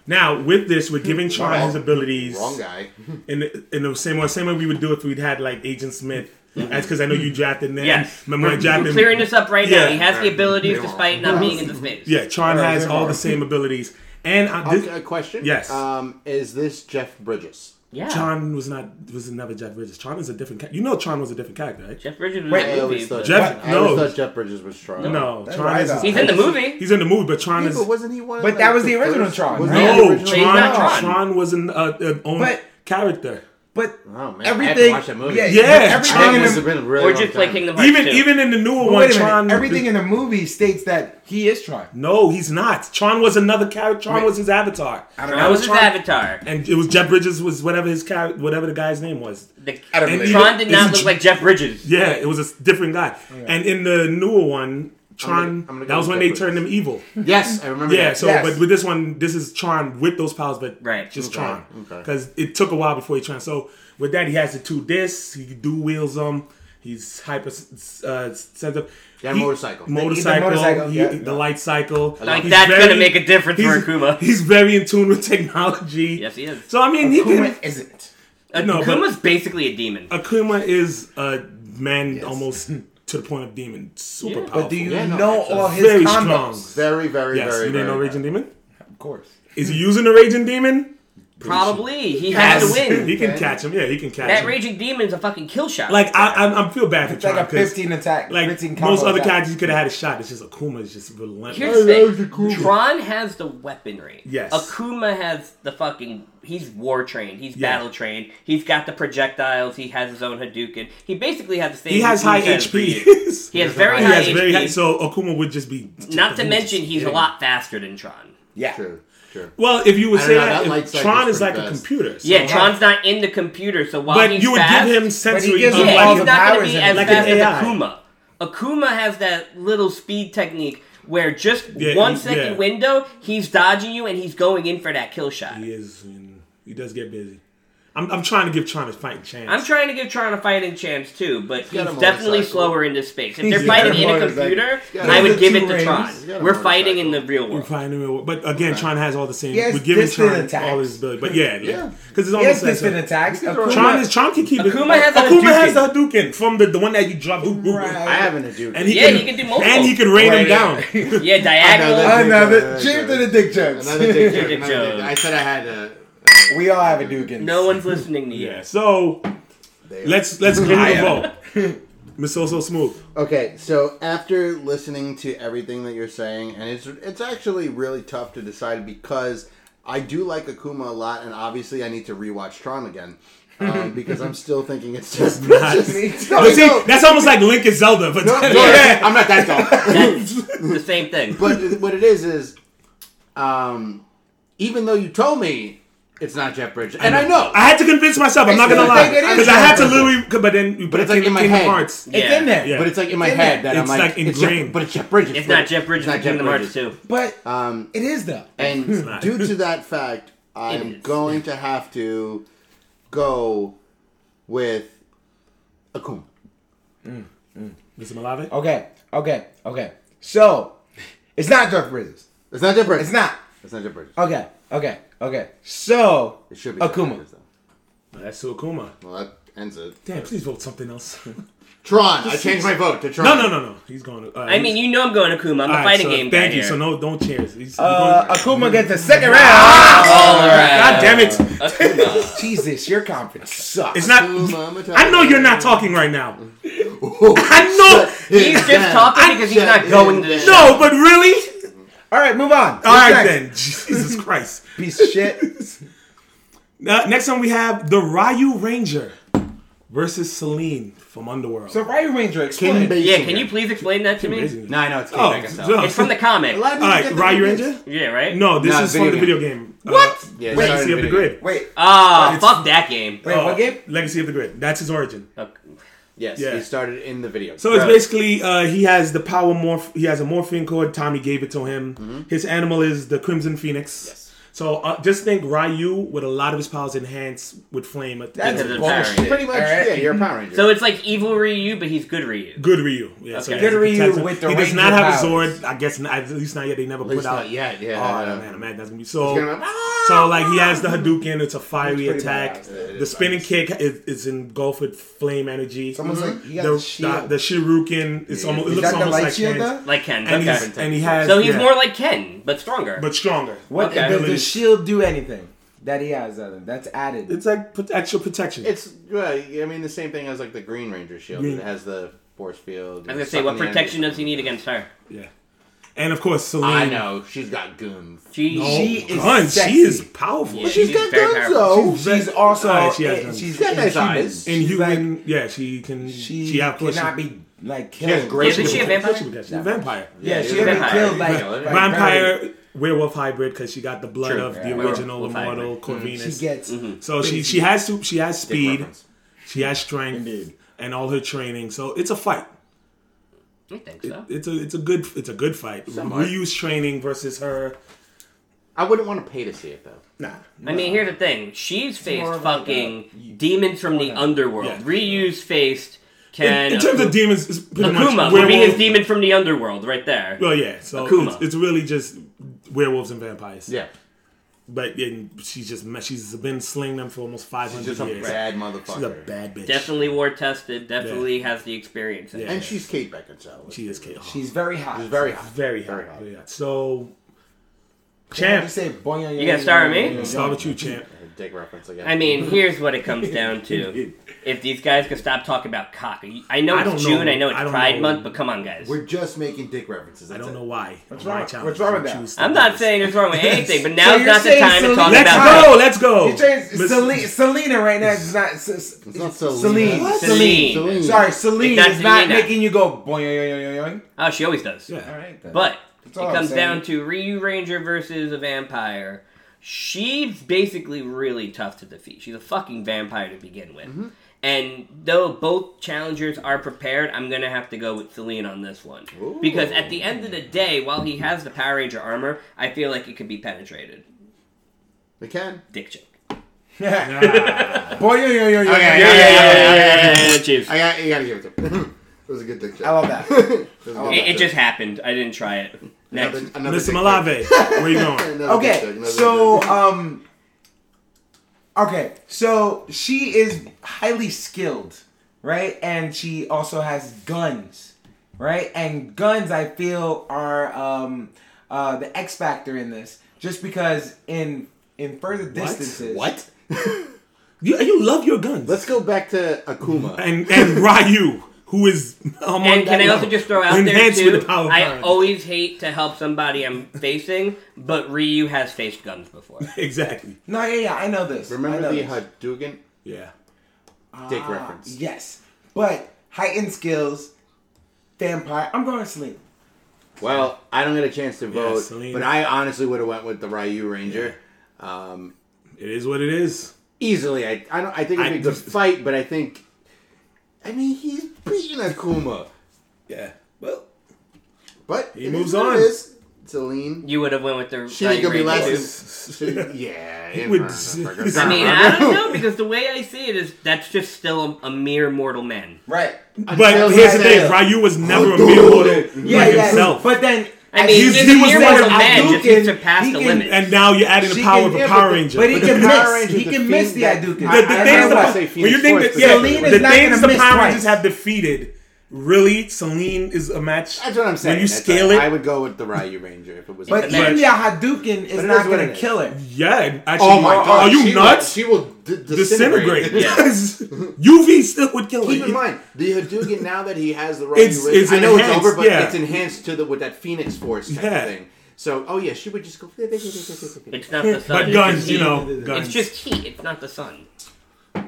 Speaker 12: Now, with this, we're giving Tron
Speaker 4: Wrong-
Speaker 12: his abilities.
Speaker 4: wrong guy.
Speaker 12: In the, in the same way, same way we would do if we'd had like Agent Smith. That's because I know you drafted him.
Speaker 14: Mm-hmm. Yes.
Speaker 12: remember I
Speaker 14: We're-
Speaker 12: drafted
Speaker 14: we're clearing this up right now.
Speaker 12: Yeah.
Speaker 14: He has the abilities despite not being in the space.
Speaker 12: Yeah, Tron has all the same abilities, and I, this,
Speaker 4: Okay, a question.
Speaker 12: Yes.
Speaker 4: Um, is this Jeff Bridges?
Speaker 14: Yeah.
Speaker 12: Tron was not was never Jeff Bridges. Tron is a different. Ca- you know, Tron was a different character, right?
Speaker 14: Jeff Bridges was
Speaker 4: Wait,
Speaker 14: in
Speaker 4: I
Speaker 14: the
Speaker 4: always
Speaker 14: movie.
Speaker 4: thought-
Speaker 14: but-
Speaker 12: Jeff,
Speaker 4: I
Speaker 12: no,
Speaker 4: always thought Jeff Bridges was Tron.
Speaker 12: No,
Speaker 4: That's what
Speaker 12: Tron
Speaker 4: I
Speaker 12: is.
Speaker 4: thought.
Speaker 14: He's in the movie.
Speaker 12: He's in the movie, but Tron
Speaker 4: Yeah,
Speaker 12: is.
Speaker 4: but wasn't he one of
Speaker 8: But
Speaker 4: the-
Speaker 8: that was
Speaker 4: the
Speaker 8: the original
Speaker 4: first-
Speaker 8: Tron,
Speaker 4: was
Speaker 8: right?
Speaker 4: he the
Speaker 12: No,
Speaker 4: original
Speaker 12: Tron,
Speaker 14: not
Speaker 12: Tron. was an uh, uh, own character.
Speaker 8: But
Speaker 4: oh, man.
Speaker 8: everything,
Speaker 4: I had to watch that movie.
Speaker 8: yeah,
Speaker 12: Yeah,
Speaker 8: but
Speaker 12: Tron
Speaker 8: everything in
Speaker 12: was
Speaker 8: the,
Speaker 12: a bit
Speaker 4: Been really long time.
Speaker 12: even even in the newer
Speaker 8: But
Speaker 12: one,
Speaker 8: wait a minute,
Speaker 12: Tron.
Speaker 8: everything in the movie states that he is Tron.
Speaker 12: no, he's not. Tron was another character. Tron
Speaker 8: Wait.
Speaker 12: was his avatar.
Speaker 8: I don't Tron know. was his
Speaker 14: avatar.
Speaker 12: and it was Jeff Bridges was whatever his character, whatever the guy's name was.
Speaker 14: I don't
Speaker 12: And
Speaker 14: believe Tron
Speaker 12: even-
Speaker 14: did not
Speaker 12: it's-
Speaker 14: look like Jeff Bridges.
Speaker 12: Yeah, it was a s- different guy.
Speaker 8: Oh,
Speaker 12: And in the newer one, Tron,
Speaker 14: I'm gonna- I'm gonna
Speaker 12: that
Speaker 14: go
Speaker 12: was
Speaker 14: with
Speaker 12: when
Speaker 14: Jeff
Speaker 12: they turned him evil.
Speaker 4: Yes, I remember
Speaker 12: Yeah,
Speaker 4: that.
Speaker 12: so
Speaker 4: Yes.
Speaker 12: but with this one, this is Tron with those powers, but
Speaker 14: right.
Speaker 12: just
Speaker 4: Okay,
Speaker 12: Tron.
Speaker 4: okay.
Speaker 12: Because it took a while before he trans. So with that, he has the two discs. He do wheels them. He's hyper uh, sensitive.
Speaker 4: Yeah,
Speaker 12: He-
Speaker 4: motorcycle.
Speaker 12: Motorcycle.
Speaker 4: The- the motorcycle,
Speaker 12: he-
Speaker 4: yeah,
Speaker 12: The light cycle.
Speaker 14: Like,
Speaker 12: He's
Speaker 14: that's gonna make a difference for
Speaker 12: he's-
Speaker 14: Akuma.
Speaker 12: He's very in tune with technology.
Speaker 14: Yes, he is.
Speaker 12: So I mean, he
Speaker 14: Akuma
Speaker 12: can,
Speaker 8: isn't.
Speaker 12: No, but-
Speaker 14: Akuma's basically a demon.
Speaker 12: Akuma is a man almost to the point of demon, super
Speaker 14: Yeah.
Speaker 12: powerful.
Speaker 14: But do you Yeah, no, know
Speaker 8: all his
Speaker 12: very
Speaker 8: combos?
Speaker 12: strong.
Speaker 4: Very, very,
Speaker 12: yes,
Speaker 4: very,
Speaker 12: You didn't
Speaker 4: very
Speaker 12: know Raging Demon?
Speaker 8: Of course.
Speaker 12: Is he using the Raging Demon?
Speaker 14: Probably. He has to
Speaker 12: Yes.
Speaker 14: win.
Speaker 12: he can catch him. Yeah, he can catch
Speaker 14: That
Speaker 12: him.
Speaker 14: raging demon's a fucking kill shot.
Speaker 12: like I, I, I feel bad for
Speaker 8: It's like
Speaker 12: Tron
Speaker 8: a
Speaker 12: 'cause,
Speaker 8: 15 attack,
Speaker 12: Like
Speaker 8: 15 combo
Speaker 12: most other
Speaker 8: attack.
Speaker 12: characters, you could have had a shot. It's just Akuma is just relentless.
Speaker 14: Here's the thing. Tron has the weaponry.
Speaker 12: Yes.
Speaker 14: Akuma has the fucking. He's war trained. He's
Speaker 12: Yeah.
Speaker 14: battle trained. He's got the projectiles. He has his own Hadouken. He basically has the same.
Speaker 12: He has
Speaker 14: Hadouken
Speaker 12: high
Speaker 14: as
Speaker 12: HP.
Speaker 14: Ryu. He has very high HP.
Speaker 12: so Akuma would just be.
Speaker 14: Not to mention, he's a lot faster than Tron.
Speaker 8: Yeah.
Speaker 4: True. True.
Speaker 12: Well, if you would
Speaker 4: I
Speaker 12: say
Speaker 4: don't know,
Speaker 12: that,
Speaker 4: that
Speaker 12: if
Speaker 4: light cycle's
Speaker 12: Tron is
Speaker 4: pretty
Speaker 12: like a
Speaker 4: fast.
Speaker 12: computer. so-
Speaker 14: yeah, Tron's not in the computer, so while
Speaker 12: But
Speaker 14: he's
Speaker 12: you would
Speaker 14: fast,
Speaker 12: give him sensory.
Speaker 14: yeah,
Speaker 12: of, like,
Speaker 14: he's not going to be as
Speaker 12: like an
Speaker 14: fast as
Speaker 12: AI.
Speaker 14: Akuma. Akuma has that little speed technique where just
Speaker 12: Yeah,
Speaker 14: one
Speaker 12: he-
Speaker 14: second
Speaker 12: yeah.
Speaker 14: window, he's dodging you and he's going in for that kill shot.
Speaker 12: He is. And he does get busy. I'm, I'm trying to give Tron a fighting chance.
Speaker 14: I'm trying to give Tron a fighting chance too, but he's,
Speaker 12: got a
Speaker 14: definitely
Speaker 12: motorcycle.
Speaker 14: slower in this space. If
Speaker 12: He's
Speaker 14: they're
Speaker 12: got
Speaker 14: fighting
Speaker 12: a
Speaker 14: in a
Speaker 12: motorcycle.
Speaker 14: computer,
Speaker 12: He's got a
Speaker 14: I would give it
Speaker 12: motorcycle.
Speaker 14: to Tron.
Speaker 12: He's got a
Speaker 14: We're fighting in the real
Speaker 12: We're
Speaker 14: world.
Speaker 12: fighting in the real- But again, Tron has all the same.
Speaker 14: Yes,
Speaker 12: We're giving
Speaker 14: distant
Speaker 12: Tron
Speaker 14: attacks.
Speaker 12: all his ability. But yeah, yeah. Because it's
Speaker 8: He
Speaker 12: almost
Speaker 8: has distant
Speaker 12: like-
Speaker 8: attacks.
Speaker 12: Tron,
Speaker 8: Akuma-
Speaker 12: is, Tron can keep it.
Speaker 8: Akuma has a
Speaker 12: Akuma has the
Speaker 8: Hadouken.
Speaker 12: Hadouken from the, the one that you dropped. I
Speaker 4: have an Hadouken.
Speaker 12: And he
Speaker 14: yeah,
Speaker 12: can,
Speaker 14: he can do multiple.
Speaker 12: And he can rain him
Speaker 14: Right.
Speaker 12: down.
Speaker 14: yeah, diagonal.
Speaker 8: Another cheer to the dick jokes.
Speaker 4: Another dick joke,
Speaker 14: Dick
Speaker 4: another dick-
Speaker 14: joke.
Speaker 4: I said I had a.
Speaker 8: We all have a Dugan.
Speaker 14: No one's listening to you.
Speaker 12: Yeah, so let's let's give it a vote. Miss So So Smooth.
Speaker 4: Okay, so after listening to everything that you're saying, and it's it's actually really tough to decide because I do like Akuma a lot, and obviously I need to rewatch Tron again um, because I'm still thinking it's just.
Speaker 12: Nice.
Speaker 4: it's just-
Speaker 12: But see, that's almost like Link and Zelda. But
Speaker 4: No, no, I'm not that dumb.
Speaker 14: the same thing.
Speaker 4: But what it is is, um, even though you told me it's not Jeff Bridges, and I know,
Speaker 12: I had to convince myself. I'm
Speaker 4: I
Speaker 12: not gonna
Speaker 4: still
Speaker 12: lie
Speaker 4: think it is
Speaker 12: because I had to
Speaker 4: Zelda.
Speaker 12: literally. But then,
Speaker 4: but it's like in my
Speaker 12: Kingdom
Speaker 4: head.
Speaker 12: Hearts. Yeah.
Speaker 4: But it's like in my
Speaker 8: It's in
Speaker 4: head
Speaker 8: there.
Speaker 4: that I'm
Speaker 12: It's
Speaker 4: like,
Speaker 12: like
Speaker 4: it's Jeff-
Speaker 12: ingrained.
Speaker 4: but it's Jeff Bridges.
Speaker 14: It's
Speaker 4: but
Speaker 14: not Jeff Bridges.
Speaker 4: It's not
Speaker 14: in
Speaker 4: Jeff
Speaker 14: Kingdom
Speaker 4: Bridges.
Speaker 14: Hearts too.
Speaker 8: But
Speaker 4: Um,
Speaker 8: it is though.
Speaker 12: It's
Speaker 4: and
Speaker 12: not.
Speaker 4: due to that fact, I'm going to have to go with Akuma.
Speaker 12: Mr. Malave.
Speaker 8: Okay, okay, okay. So it's not Jeff Bridges.
Speaker 4: It's not Jeff Bridges.
Speaker 8: It's not.
Speaker 4: It's not Jeff Bridges.
Speaker 8: Okay, okay, okay. So
Speaker 4: It should be Jeff
Speaker 8: Akuma.
Speaker 4: Bridges, though.
Speaker 12: Uh, That's to Akuma.
Speaker 4: Well, that ends it.
Speaker 12: Damn, please vote something else.
Speaker 4: Tron. I changed my vote to Tron.
Speaker 12: No, no, no, no. He's going. to- Uh,
Speaker 14: I mean, you know I'm going to Kuma. I'm a fighting game guy.
Speaker 12: Thank you.
Speaker 14: here.
Speaker 12: So no, don't cheers. He's, Mm-hmm.
Speaker 8: Uh,
Speaker 12: he's
Speaker 8: Akuma gets the second round.
Speaker 14: Ah,
Speaker 12: God damn it!
Speaker 8: Jesus, your conference sucks.
Speaker 12: It's not. I know you're not talking right now. I know.
Speaker 14: He's just talking because he's not going to the show.
Speaker 12: No, but really.
Speaker 8: All right, move on.
Speaker 12: All
Speaker 8: What's
Speaker 12: right
Speaker 8: next?
Speaker 12: then. Jesus Christ.
Speaker 8: Piece of shit.
Speaker 12: Now, next one we have the Ryu Ranger versus Celine from Underworld.
Speaker 8: So Ryu Ranger, explain.
Speaker 14: Yeah, can you please explain that to me?
Speaker 4: No, I know it's Kate
Speaker 12: Oh,
Speaker 4: Beckinsale.
Speaker 12: no.
Speaker 14: It's from the comic.
Speaker 4: A lot of
Speaker 12: All
Speaker 4: people get
Speaker 12: right,
Speaker 4: the
Speaker 12: Ryu
Speaker 4: movies.
Speaker 12: Ranger.
Speaker 14: Yeah, right?
Speaker 12: No, this
Speaker 4: No,
Speaker 12: is
Speaker 4: video
Speaker 12: from the
Speaker 4: game.
Speaker 12: video game.
Speaker 14: What?
Speaker 4: Yeah,
Speaker 12: Uh,
Speaker 4: it's not
Speaker 12: Legacy
Speaker 4: in
Speaker 12: of
Speaker 4: video
Speaker 12: the Grid. Uh,
Speaker 8: Wait,
Speaker 14: Ah, fuck that game.
Speaker 8: wait, what game?
Speaker 12: Legacy of the Grid. That's his origin.
Speaker 4: Yes,
Speaker 12: Yeah.
Speaker 4: he started in the video.
Speaker 12: So it's
Speaker 4: Right.
Speaker 12: basically uh, he has the power morph. He has a morphine cord. Tommy gave it to him.
Speaker 4: Mm-hmm.
Speaker 12: His animal is the Crimson Phoenix. Yes. So uh, just think Ryu with a lot of his powers enhanced with flame.
Speaker 8: That's
Speaker 14: Because it's
Speaker 8: bullshit.
Speaker 14: Power Ranger.
Speaker 4: pretty much
Speaker 8: Alright.
Speaker 4: yeah, you're a Power Ranger.
Speaker 14: So it's like evil Ryu, but he's good Ryu.
Speaker 12: Good Ryu, yeah. So
Speaker 14: Okay.
Speaker 12: he has
Speaker 8: Good
Speaker 12: a
Speaker 8: Ryu
Speaker 12: protection.
Speaker 8: with the
Speaker 12: he does
Speaker 8: Ranger
Speaker 12: not have a
Speaker 8: powers.
Speaker 12: sword. I guess not, at least not yet. They never
Speaker 4: least
Speaker 12: put out
Speaker 4: not yet, yeah,
Speaker 12: Oh
Speaker 4: yeah.
Speaker 12: man, imagine that's gonna be so.
Speaker 4: It's gonna be like,
Speaker 12: so like he has the Hadouken. It's a fiery
Speaker 8: It's Ah! pretty
Speaker 12: attack.
Speaker 8: badass.
Speaker 12: The spinning kick is, is engulfed with flame energy. Mm-hmm.
Speaker 8: Someone's like, he got
Speaker 12: the,
Speaker 8: a shield.
Speaker 12: the, the Shiruken. It's almost it
Speaker 8: Is
Speaker 12: looks
Speaker 8: that the
Speaker 12: almost
Speaker 8: light
Speaker 12: like
Speaker 8: shield
Speaker 12: Ken's.
Speaker 8: though?
Speaker 14: Like Ken.
Speaker 12: And
Speaker 14: okay.
Speaker 12: he's and he has
Speaker 14: so he's
Speaker 12: yeah,
Speaker 14: more like Ken, but stronger.
Speaker 12: but stronger.
Speaker 8: What
Speaker 14: Okay.
Speaker 8: does the
Speaker 12: Abilities.
Speaker 8: shield do anything that he has other? That's added.
Speaker 12: It's like put extra protection.
Speaker 4: It's well, I mean the same thing as like the Green Ranger shield.
Speaker 12: Green-
Speaker 4: It has the force field.
Speaker 14: I was gonna say, what protection does he need against her?
Speaker 12: yeah. And of course, Celine.
Speaker 4: I know she's got goons.
Speaker 14: She,
Speaker 12: No,
Speaker 8: she is
Speaker 12: guns.
Speaker 8: sexy.
Speaker 12: She is powerful.
Speaker 4: But she's
Speaker 8: she's
Speaker 4: got
Speaker 8: very
Speaker 4: guns
Speaker 8: powerful.
Speaker 4: though.
Speaker 8: Oh, She's- she's also-
Speaker 12: Alright, she has
Speaker 8: and
Speaker 12: guns.
Speaker 8: she's-
Speaker 4: She's got nice
Speaker 8: and she-
Speaker 4: eyes.
Speaker 12: And
Speaker 8: She's
Speaker 12: human, yeah, she can. She,
Speaker 8: She,
Speaker 12: have plus-
Speaker 8: cannot be like
Speaker 12: she
Speaker 8: killed.
Speaker 12: has great.
Speaker 14: Isn't she a vampire?
Speaker 12: She's a vampire.
Speaker 8: Yeah, she
Speaker 14: Yeah,
Speaker 8: had been
Speaker 14: vampire.
Speaker 8: killed like
Speaker 12: Right.
Speaker 8: like,
Speaker 12: vampire werewolf hybrid because she got the blood
Speaker 14: True.
Speaker 12: of the
Speaker 14: Yeah.
Speaker 12: original
Speaker 14: Werewolf
Speaker 12: immortal
Speaker 14: hybrid. Mm-hmm.
Speaker 12: Corvinus.
Speaker 8: She gets
Speaker 12: so she she has to she has speed,
Speaker 4: reference.
Speaker 12: she has strength,
Speaker 8: Indeed.
Speaker 12: and all her training. So it's a fight.
Speaker 14: I think
Speaker 12: It-
Speaker 14: so.
Speaker 12: it's a it's a good it's a good fight.
Speaker 4: Somewhat.
Speaker 12: Ryu's training versus her.
Speaker 4: I wouldn't want to pay to see it though.
Speaker 12: Nah,
Speaker 14: I mean, here's the thing. She's faced
Speaker 8: more of like
Speaker 14: fucking demons from the underworld.
Speaker 12: uh, Yeah.
Speaker 14: Ryu's faced can
Speaker 12: in, in terms of demons, it's pretty
Speaker 14: uh, Akuma
Speaker 12: much
Speaker 14: would be
Speaker 12: werewolf-
Speaker 14: his demon from the underworld right there.
Speaker 12: Well, yeah. So
Speaker 14: Akuma.
Speaker 12: it's, it's really just werewolves and vampires.
Speaker 4: Yeah,
Speaker 12: But and she's just me- she's been slinging them for almost five
Speaker 4: she's
Speaker 12: hundred
Speaker 4: just a
Speaker 12: years.
Speaker 4: bad
Speaker 12: She's a
Speaker 4: motherfucker.
Speaker 12: bad bitch.
Speaker 14: definitely war tested. Definitely has the experience. in it.
Speaker 12: Yeah.
Speaker 4: and she's Kate Beckinsale.
Speaker 12: She is chaos.
Speaker 8: She's very hot.
Speaker 4: She's very hot.
Speaker 12: Very hot. Very hot. So,
Speaker 8: Why
Speaker 12: champ,
Speaker 8: You say boing,
Speaker 14: You gotta start with me?
Speaker 12: start with you, champ.
Speaker 4: Dick reference again.
Speaker 14: I mean, here's what it comes down to. If these guys can stop talking about cock, I know
Speaker 12: I
Speaker 14: it's
Speaker 12: don't
Speaker 14: June,
Speaker 12: know.
Speaker 14: I know it's
Speaker 12: I don't
Speaker 14: Pride
Speaker 12: know.
Speaker 14: Month, but come on, guys.
Speaker 4: we're just making dick references.
Speaker 12: I
Speaker 4: that's
Speaker 12: don't
Speaker 4: it.
Speaker 12: know why.
Speaker 8: What's
Speaker 12: why
Speaker 8: wrong-
Speaker 12: Champ
Speaker 8: what's wrong with
Speaker 12: choose
Speaker 8: that?
Speaker 12: to
Speaker 14: I'm
Speaker 12: do
Speaker 14: not
Speaker 12: this.
Speaker 14: saying there's wrong with anything, but
Speaker 8: So
Speaker 14: now's
Speaker 8: you're
Speaker 14: not the
Speaker 8: saying
Speaker 14: time to
Speaker 8: Celine-
Speaker 14: talk
Speaker 8: Let's
Speaker 14: about
Speaker 8: go!
Speaker 14: cock.
Speaker 12: No, let's go.
Speaker 8: You changed
Speaker 12: Miss-
Speaker 8: Selena, Selena right now is not. It's,
Speaker 4: It's not
Speaker 8: Celine.
Speaker 4: Celine.
Speaker 8: What?
Speaker 14: Celine.
Speaker 4: Celine.
Speaker 8: Sorry, Celine
Speaker 14: It's not
Speaker 8: is not
Speaker 14: Selena.
Speaker 8: making you go boing, yoing, yoing,
Speaker 14: Oh, she always does.
Speaker 12: Yeah.
Speaker 8: yoing. All right, then.
Speaker 14: But it
Speaker 8: That's all I'm
Speaker 14: comes
Speaker 8: saying.
Speaker 14: down to Ryu Ranger versus a vampire. She's basically really tough to defeat. She's a fucking vampire to begin with. And though both challengers are prepared, I'm gonna have to go with Celine on this one because at the end of the day, while he has the Power Ranger armor, I feel like it could be penetrated.
Speaker 4: They can.
Speaker 14: Dick joke.
Speaker 8: boing, yoing, yoing, yoing.
Speaker 14: Yeah,
Speaker 4: Okay,
Speaker 14: yeah, yeah, yeah, yeah, yeah, yeah,
Speaker 4: I got, you gotta give it to him. it was a good dick joke.
Speaker 8: I love that.
Speaker 14: It, it just happened. I didn't try it. Next.
Speaker 4: Another- another
Speaker 12: Mr.
Speaker 4: dick joke.
Speaker 12: Malave, where you going?
Speaker 4: Another dick joke,
Speaker 8: Okay,
Speaker 4: another
Speaker 8: so
Speaker 4: dick joke.
Speaker 8: um, okay, so she is highly skilled, right? And she also has guns, right? And guns, I feel, are um, uh, the X factor in this, just because in in further distances,
Speaker 4: what?
Speaker 12: You, you love your guns.
Speaker 4: Let's go back to Akuma.
Speaker 12: and and Ryu, who is um,
Speaker 14: And can I also just throw out there
Speaker 12: enhanced
Speaker 14: too?
Speaker 12: with the power of
Speaker 14: I
Speaker 12: guns.
Speaker 14: always hate to help somebody I'm facing, but Ryu has faced guns before.
Speaker 12: exactly.
Speaker 8: No, yeah, yeah, I know this. I
Speaker 4: Remember
Speaker 8: know
Speaker 4: the
Speaker 8: this.
Speaker 4: Hadouken
Speaker 12: Yeah.
Speaker 4: dick reference?
Speaker 8: yes, but heightened skills, vampire. I'm going to sleep.
Speaker 4: Well, I don't get a chance to vote,
Speaker 12: Selena.
Speaker 4: but I honestly would have went with the Ryu Ranger. Um,
Speaker 12: It is what it is.
Speaker 4: easily, I I, don't, I think it'd
Speaker 12: I
Speaker 4: be a good
Speaker 12: just-
Speaker 4: fight, but I think, I mean, he's beating Akuma,
Speaker 12: Yeah. Well,
Speaker 4: but
Speaker 12: He
Speaker 4: it is
Speaker 12: moves
Speaker 4: what
Speaker 12: on.
Speaker 4: It is. Celine,
Speaker 14: You would have went with the
Speaker 4: she ain't gonna be
Speaker 14: Ryu
Speaker 4: last.
Speaker 14: too.
Speaker 4: to- yeah, in
Speaker 12: would-
Speaker 4: her, motherfucker.
Speaker 14: I mean, I don't know because the way I see it is that's just still a, a mere mortal man.
Speaker 8: Right.
Speaker 12: but here's the thing: Ryu was never a mid
Speaker 8: Yeah,
Speaker 12: by
Speaker 8: yeah.
Speaker 12: himself.
Speaker 8: But then
Speaker 14: I mean,
Speaker 12: He's-
Speaker 14: he's,
Speaker 12: he
Speaker 14: a
Speaker 12: was
Speaker 14: mere
Speaker 12: like
Speaker 14: mortal
Speaker 12: a
Speaker 14: man just
Speaker 8: Hadouken.
Speaker 14: gets to pass
Speaker 8: He
Speaker 14: the
Speaker 8: can-
Speaker 14: limit.
Speaker 12: and now you're adding the
Speaker 8: She
Speaker 12: power
Speaker 8: can-
Speaker 12: of a
Speaker 8: yeah,
Speaker 12: Power
Speaker 8: but-
Speaker 12: Ranger.
Speaker 8: But he
Speaker 4: But
Speaker 8: can
Speaker 4: the Power
Speaker 8: miss. He
Speaker 4: Ranger
Speaker 8: can miss
Speaker 4: defeats
Speaker 8: the
Speaker 4: that-
Speaker 8: Hadouken.
Speaker 4: The-
Speaker 12: the, the
Speaker 8: I- I
Speaker 12: things
Speaker 8: know
Speaker 12: the,
Speaker 8: why.
Speaker 4: I say
Speaker 12: when you
Speaker 4: Phoenix
Speaker 12: think
Speaker 4: Force,
Speaker 12: that
Speaker 4: but
Speaker 12: yeah,
Speaker 8: Celine
Speaker 12: the
Speaker 8: is not
Speaker 12: things
Speaker 8: gonna
Speaker 12: the
Speaker 8: miss
Speaker 12: Power
Speaker 8: twice.
Speaker 12: Rangers have defeated. Really, Celine is a match.
Speaker 4: That's what I'm saying.
Speaker 12: When you
Speaker 4: That's
Speaker 12: scale
Speaker 4: why
Speaker 12: it,
Speaker 4: I would go with the Ryu Ranger if it was.
Speaker 8: But
Speaker 14: Yeah.
Speaker 8: even the Hadouken is
Speaker 4: But it
Speaker 8: not
Speaker 4: is what
Speaker 8: going to
Speaker 4: it is.
Speaker 8: kill her.
Speaker 12: yeah, it actually,
Speaker 4: oh my god,
Speaker 12: are you
Speaker 4: she
Speaker 12: nuts?
Speaker 4: Will, she will d-
Speaker 12: Disintegrate.
Speaker 4: disintegrate.
Speaker 12: UV still would kill
Speaker 4: Keep
Speaker 12: her.
Speaker 4: in mind, the Hadouken now that he has the right,
Speaker 12: It's- it's
Speaker 4: I know it's
Speaker 12: enhanced,
Speaker 4: over, but
Speaker 12: yeah.
Speaker 4: it's enhanced to the with that Phoenix Force type
Speaker 12: Yeah.
Speaker 4: of thing. So, oh yeah, she would just go.
Speaker 14: It's not the sun.
Speaker 12: But
Speaker 14: it's
Speaker 12: guns,
Speaker 14: just
Speaker 12: you
Speaker 14: heat.
Speaker 12: know,
Speaker 14: It's
Speaker 12: guns.
Speaker 14: just heat. It's not the sun.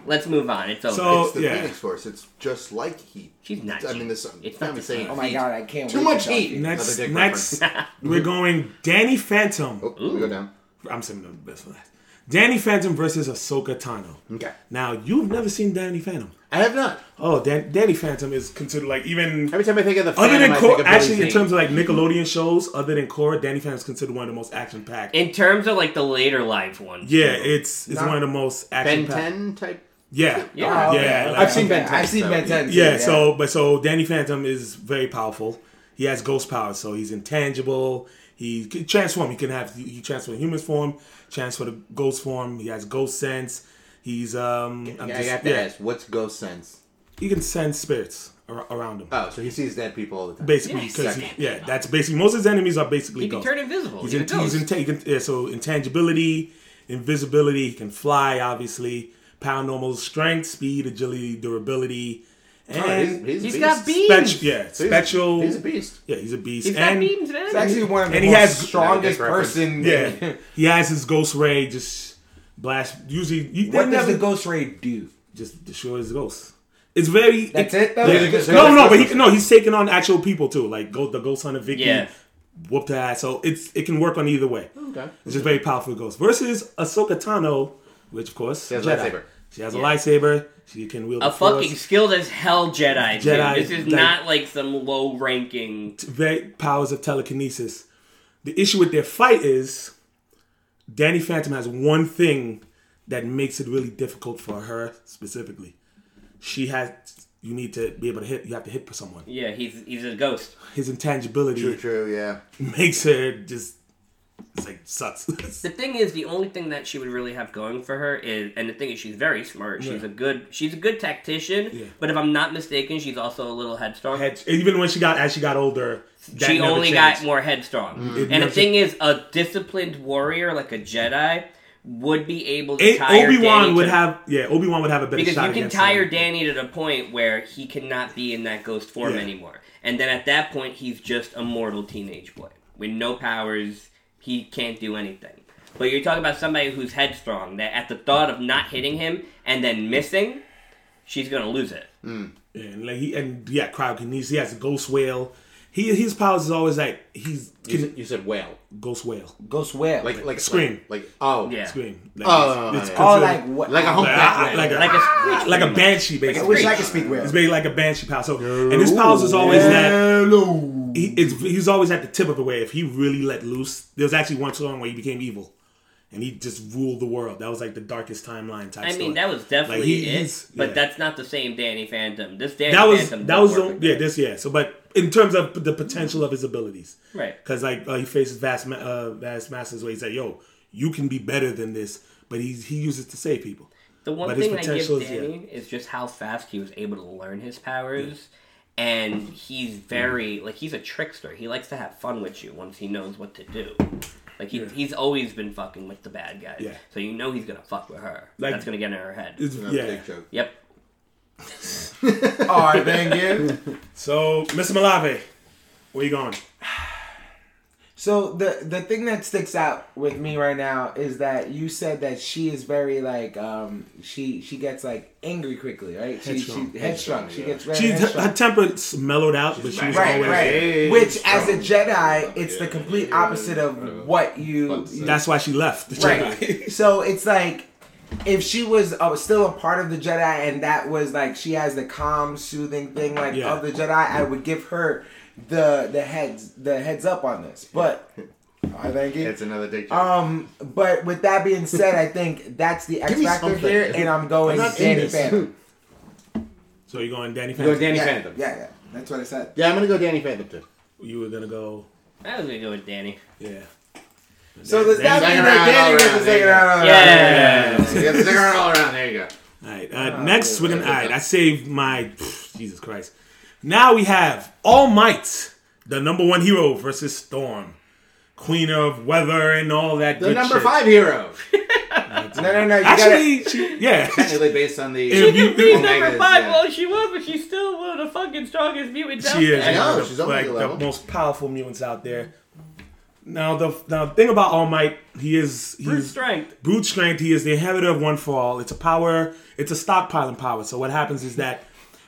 Speaker 14: Let's move on. It's over.
Speaker 12: So-
Speaker 4: It's the
Speaker 12: Oh, Yeah.
Speaker 4: Phoenix Force. It's just like heat.
Speaker 14: She's not
Speaker 4: I
Speaker 14: heat.
Speaker 4: mean, the sun.
Speaker 14: It's
Speaker 4: I'm
Speaker 14: not the
Speaker 4: saying
Speaker 14: sun.
Speaker 8: Oh my
Speaker 4: heat.
Speaker 8: god, I can't.
Speaker 4: Too
Speaker 8: wait
Speaker 4: much
Speaker 8: to talk
Speaker 4: heat.
Speaker 8: to you.
Speaker 12: Next,
Speaker 4: Another dick
Speaker 12: next, we're going Danny Phantom.
Speaker 4: Oh, we go down.
Speaker 12: I'm saving the best for last. Danny Phantom versus Ahsoka Tano.
Speaker 4: Okay,
Speaker 12: Now you've never seen Danny Phantom.
Speaker 4: I have not.
Speaker 12: Oh, Dan- Danny Phantom is considered like even
Speaker 4: Every time I think of the
Speaker 12: other
Speaker 4: Phantom,
Speaker 12: than
Speaker 4: I
Speaker 12: Cor-
Speaker 4: think of Billy
Speaker 12: actually in
Speaker 4: Zane.
Speaker 12: terms of like Nickelodeon shows, other than Cora, Danny Phantom is considered one of the most action packed.
Speaker 14: In terms of like the later live ones.
Speaker 12: Yeah, it's it's
Speaker 8: Not-
Speaker 12: one of the most
Speaker 4: Ben
Speaker 12: action packed.
Speaker 4: Ten type.
Speaker 12: Yeah,
Speaker 14: Yeah.
Speaker 8: Oh,
Speaker 12: yeah.
Speaker 8: okay.
Speaker 12: like-
Speaker 4: I've seen Ben
Speaker 8: Okay,
Speaker 4: 10,
Speaker 8: I've seen
Speaker 4: so-
Speaker 8: Ben 10. too,
Speaker 12: yeah, So, but so Danny Phantom is very powerful. He has ghost powers, so he's intangible. He can transform. He can have he transform human form, transfer to ghost form. He has ghost sense. He's um. I'm
Speaker 4: Yeah, I
Speaker 12: just-
Speaker 4: have to
Speaker 12: yeah.
Speaker 4: ask, what's ghost sense?
Speaker 12: He can sense spirits ar- around him.
Speaker 4: Oh, so he sees dead people all the time.
Speaker 12: basically,
Speaker 14: Yeah,
Speaker 12: because
Speaker 14: suck
Speaker 12: yeah,
Speaker 14: it.
Speaker 12: that's basically most of his enemies are basically
Speaker 14: He can
Speaker 12: ghosts.
Speaker 14: turn invisible.
Speaker 12: He's,
Speaker 14: He's a
Speaker 12: in, he's
Speaker 14: ghost.
Speaker 12: in, he can- yeah, so intangibility, invisibility. He can fly, obviously. Paranormal strength, speed, agility, durability,
Speaker 14: Oh,
Speaker 12: And
Speaker 14: he's- he's a He's got beast. beams.
Speaker 12: Spec- yeah,
Speaker 14: He's-
Speaker 12: special.
Speaker 14: he's a beast.
Speaker 12: Yeah, he's a beast.
Speaker 14: He's got
Speaker 12: and
Speaker 14: beams, man. He's actually one of the
Speaker 12: and he
Speaker 14: most
Speaker 12: has
Speaker 8: strongest person.
Speaker 12: Yeah, he has his ghost ray just blast. Usually, you,
Speaker 8: What
Speaker 12: they
Speaker 8: does
Speaker 12: never-
Speaker 8: the ghost ray do?
Speaker 12: Just destroy his ghost. It's very.
Speaker 8: That's it, though?
Speaker 12: yeah.
Speaker 8: He's a good-
Speaker 12: no, no, but he, no, he's taking on actual people too. Like go, the ghost hunter Vicky
Speaker 14: Yeah.
Speaker 12: whooped her ass. So it's it can work on either way.
Speaker 14: Okay.
Speaker 12: It's just very powerful ghost versus Ahsoka Tano, which of course
Speaker 14: She has a
Speaker 12: Jedi.
Speaker 14: lightsaber.
Speaker 12: She has a
Speaker 14: Yeah.
Speaker 12: lightsaber. She can wield
Speaker 14: A
Speaker 12: the Force.
Speaker 14: fucking skilled as hell Jedi. too.
Speaker 12: Jedi,
Speaker 14: This is
Speaker 12: like-
Speaker 14: not like some low ranking.
Speaker 12: very powers of telekinesis. The issue with their fight is Danny Phantom has one thing that makes it really difficult for her specifically. She has you need to be able to hit. You have to hit for someone.
Speaker 14: Yeah, he's he's a ghost.
Speaker 12: His intangibility.
Speaker 4: True, true, yeah.
Speaker 12: Makes her just. It's like sucks.
Speaker 14: The thing is, the only thing that she would really have going for her is, and the thing is, she's very smart. She's
Speaker 12: Yeah.
Speaker 14: a good, she's a good tactician.
Speaker 12: Yeah.
Speaker 14: But if I'm not mistaken, she's also a little headstrong.
Speaker 12: Head- Even when she got as she got older, that
Speaker 14: she
Speaker 12: never
Speaker 14: only
Speaker 12: changed.
Speaker 14: got more headstrong.
Speaker 12: Mm. It
Speaker 14: And
Speaker 12: never
Speaker 14: the thing is, a disciplined warrior like a Jedi would be able to
Speaker 12: It-
Speaker 14: tire
Speaker 12: Obi-Wan
Speaker 14: Danny
Speaker 12: would
Speaker 14: to-
Speaker 12: have yeah Obi Wan would have a better
Speaker 14: because
Speaker 12: shot
Speaker 14: you can
Speaker 12: against
Speaker 14: tire
Speaker 12: him.
Speaker 14: Danny to the point where he cannot be in that ghost form
Speaker 12: Yeah.
Speaker 14: anymore. And then at that point, he's just a mortal teenage boy with no powers. He can't do anything. But you're talking about somebody who's headstrong. That at the thought of not hitting him and then missing, she's gonna lose it.
Speaker 12: Yeah, and like he and yeah, cryokinesis. He has a ghost whale. He his powers is always like he's.
Speaker 15: You said, you said whale.
Speaker 12: Ghost whale.
Speaker 8: Ghost whale.
Speaker 15: Like like
Speaker 12: Scream.
Speaker 15: Like, like oh
Speaker 12: Yeah. Scream. Like,
Speaker 15: oh,
Speaker 12: it's- it's
Speaker 15: oh,
Speaker 12: considered-
Speaker 15: like what? Like a humpback
Speaker 12: like, a,
Speaker 15: whale.
Speaker 12: like a
Speaker 15: Like a
Speaker 12: banshee
Speaker 15: screech. Like a
Speaker 12: basically.
Speaker 15: screech. I can speak whale.
Speaker 12: It's basically like a banshee power. So and his powers is always that he, it's, he's always at the tip of the wave. If he really let loose, there was actually one song where he became evil. And he just ruled the world. That was like the darkest timeline type.
Speaker 14: I
Speaker 12: story.
Speaker 14: mean, that was
Speaker 12: Like,
Speaker 14: definitely
Speaker 12: he-
Speaker 14: it.
Speaker 12: he's-
Speaker 14: But
Speaker 12: yeah
Speaker 14: that's not the same Danny Phantom. This Danny
Speaker 12: that was
Speaker 14: Phantom
Speaker 12: that
Speaker 14: don't
Speaker 12: was
Speaker 14: work
Speaker 12: the, yeah this yeah so but in terms of the potential of his abilities
Speaker 14: Right.
Speaker 12: because like uh, he faces vast ma- uh, vast masters where he's like yo you can be better than this but he's he uses it to save people
Speaker 14: The one
Speaker 12: but
Speaker 14: thing I give
Speaker 12: yeah.
Speaker 14: Danny is just how fast he was able to learn his powers. And he's very like he's a trickster. He likes to have fun with you once he knows what to do. Like he,
Speaker 12: Yeah.
Speaker 14: he's always been fucking with the bad guys.
Speaker 12: Yeah.
Speaker 14: So you know he's gonna fuck with her.
Speaker 12: Like-
Speaker 14: That's gonna get in her head.
Speaker 12: It's- Another yeah. dick joke.
Speaker 14: Yep.
Speaker 12: All right, thank you. So, Mr. Malave, where you going?
Speaker 8: So the the thing that sticks out with me right now is that you said that she is very like um she she gets like angry quickly, right? She
Speaker 12: Headstrong.
Speaker 8: she headstrong. She gets very
Speaker 12: She's
Speaker 8: headstrong.
Speaker 12: her temper's mellowed out, but she was
Speaker 8: right,
Speaker 12: always
Speaker 8: right. Which, as a Jedi, it's the complete opposite of what you.
Speaker 12: That's why she left the
Speaker 8: Right. so it's like if she was uh, still a part of the Jedi, and that was like she has the calm, soothing thing like
Speaker 12: Yeah.
Speaker 8: of the Jedi, I would give her the the heads the heads up on this. But I thank you.
Speaker 4: It's another dick joke.
Speaker 8: Um, but with that being said, I think that's the X
Speaker 4: Give me
Speaker 8: factor
Speaker 4: something.
Speaker 8: here, and I'm
Speaker 12: Oh,
Speaker 8: going
Speaker 4: I'm not in
Speaker 8: Danny
Speaker 4: this.
Speaker 8: Phantom.
Speaker 12: so you're going Danny
Speaker 15: You go
Speaker 12: Phantom?
Speaker 15: Danny
Speaker 8: yeah,
Speaker 15: Phantom.
Speaker 8: Yeah, yeah, that's what I said.
Speaker 15: Yeah, I'm gonna go Danny Phantom too.
Speaker 12: You were gonna go.
Speaker 14: I was gonna go with Danny.
Speaker 12: Yeah.
Speaker 8: So does that
Speaker 15: Second
Speaker 8: mean
Speaker 15: round,
Speaker 8: that Danny
Speaker 15: all
Speaker 8: gets
Speaker 15: around, there you
Speaker 8: the
Speaker 15: go. Yeah. You
Speaker 8: second round? all around?
Speaker 12: Uh,
Speaker 15: get the second round all around. There you go.
Speaker 12: All right. Uh, next, we're gonna. All right. I saved my. pff, Jesus Christ. Now we have All Might, the number one hero versus Storm, Queen of Weather and all that.
Speaker 15: The
Speaker 12: good
Speaker 15: number
Speaker 12: shit.
Speaker 15: five hero.
Speaker 8: No, no, no. You
Speaker 12: Actually, she, yeah.
Speaker 15: Technically based on the.
Speaker 12: If you-
Speaker 14: She's
Speaker 12: Omega
Speaker 14: number
Speaker 15: is,
Speaker 14: five.
Speaker 15: yeah.
Speaker 14: Well, she was, but she's still one of the fucking strongest mutants out
Speaker 12: She is
Speaker 14: there.
Speaker 12: one of the, like the most powerful mutants out there. Now the now the thing about All Might, he is he's
Speaker 14: Brute strength.
Speaker 12: Brute strength. He is the inheritor of One For All. It's a power. It's a stockpiling power. So what happens is that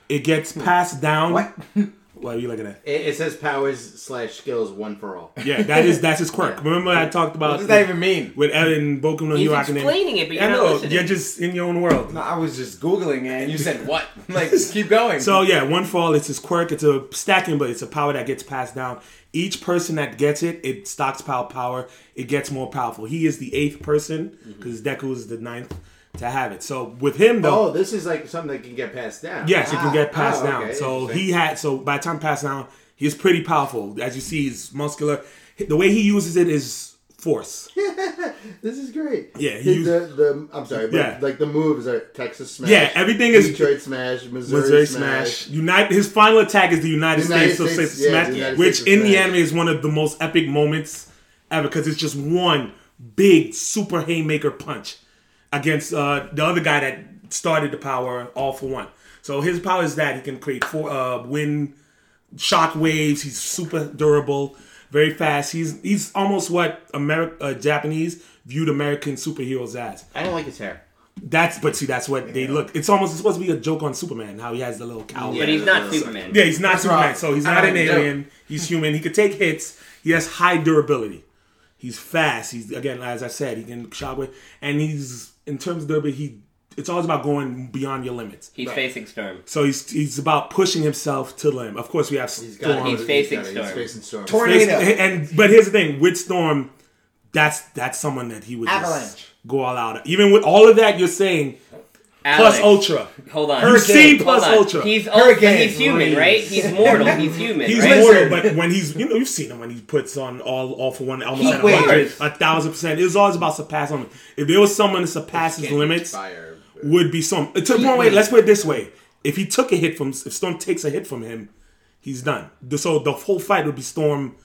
Speaker 12: it gets passed down. What? What are you looking at?
Speaker 15: It, it says powers slash skills one for all.
Speaker 12: Yeah, that is that's his quirk. Remember I talked about
Speaker 8: What does that even mean?
Speaker 12: With Evan Boku no
Speaker 8: He's
Speaker 12: Hero Academy.
Speaker 8: explaining it, but you're
Speaker 12: I
Speaker 8: not
Speaker 12: know,
Speaker 8: listening.
Speaker 12: You're just in your own world.
Speaker 8: No, I was just googling it, and you said what? like, keep going.
Speaker 12: So yeah, one fall. It's his quirk. It's a stacking, but it's a power that gets passed down. Each person that gets it, it stockpile power. It gets more powerful. He is the eighth person because Deku is the ninth to have it. So with him
Speaker 15: Oh,
Speaker 12: though,
Speaker 15: this is like something that can get passed down.
Speaker 12: yes, it can get
Speaker 15: Ah,
Speaker 12: passed
Speaker 15: oh,
Speaker 12: down.
Speaker 15: okay,
Speaker 12: So
Speaker 15: interesting.
Speaker 12: he had. So by the time passed down, he's pretty powerful. As you see, he's muscular. The way he uses it is force.
Speaker 4: this is great.
Speaker 12: Yeah,
Speaker 4: he
Speaker 12: he
Speaker 4: the, the I'm sorry, but
Speaker 12: Yeah.
Speaker 4: like the moves are Texas Smash.
Speaker 12: Yeah, everything is-
Speaker 4: Detroit Smash, Missouri,
Speaker 12: Missouri
Speaker 4: Smash.
Speaker 12: Smash. Unite. His final attack is the United,
Speaker 4: United
Speaker 12: States, of
Speaker 4: States-
Speaker 12: States
Speaker 4: yeah,
Speaker 12: Smash,
Speaker 4: the United
Speaker 12: which
Speaker 4: States of
Speaker 12: in the
Speaker 4: Smash.
Speaker 12: anime is one of the most epic moments ever because it's just one big super haymaker punch against uh, the other guy that started the power all for one. So his power is that he can create four, uh, wind shock waves. He's super durable, very fast. He's he's almost what Ameri- uh, Japanese viewed American superheroes as.
Speaker 15: I don't like his hair.
Speaker 12: That's but see that's what they look. It's almost it's supposed to be a joke on Superman how he has the little cowl.
Speaker 14: Yeah, but he's not Superman.
Speaker 12: Yeah, he's not
Speaker 14: That's
Speaker 12: Superman.
Speaker 14: right.
Speaker 12: So he's
Speaker 14: I
Speaker 12: not an
Speaker 14: don't know.
Speaker 12: alien. He's human. He could take hits. He has high durability. He's fast. He's again as I said he can shockwave and he's in terms of durability he it's always about going beyond your limits.
Speaker 14: He's facing Storm.
Speaker 12: So he's he's about pushing himself to the limit. Of course, we have he's
Speaker 14: got it. He's facing He's got it. He's Storm. facing Storm. Tornado.
Speaker 12: and but here's the thing with Storm, that's that's someone that he would just
Speaker 14: Avalanche.
Speaker 12: go all out. Even with all of that you're saying,
Speaker 14: Alex,
Speaker 12: plus Ultra.
Speaker 14: Hold on.
Speaker 12: You've seen
Speaker 14: Hold
Speaker 12: plus
Speaker 14: on.
Speaker 12: Ultra.
Speaker 14: He's Hurricane. But he's human, right? He's mortal. He's human.
Speaker 12: He's
Speaker 14: right?
Speaker 12: mortal, but when he's you know you've seen him when he puts on all all for one almost
Speaker 14: He
Speaker 12: at a hundred,
Speaker 14: works.
Speaker 12: a thousand percent. It's always about surpassing. him. If there was someone that surpasses limits, would be Storm. It took one way. Let's put it this way: if he took a hit from, if Storm takes a hit from him, he's done. The- So the whole fight would be Storm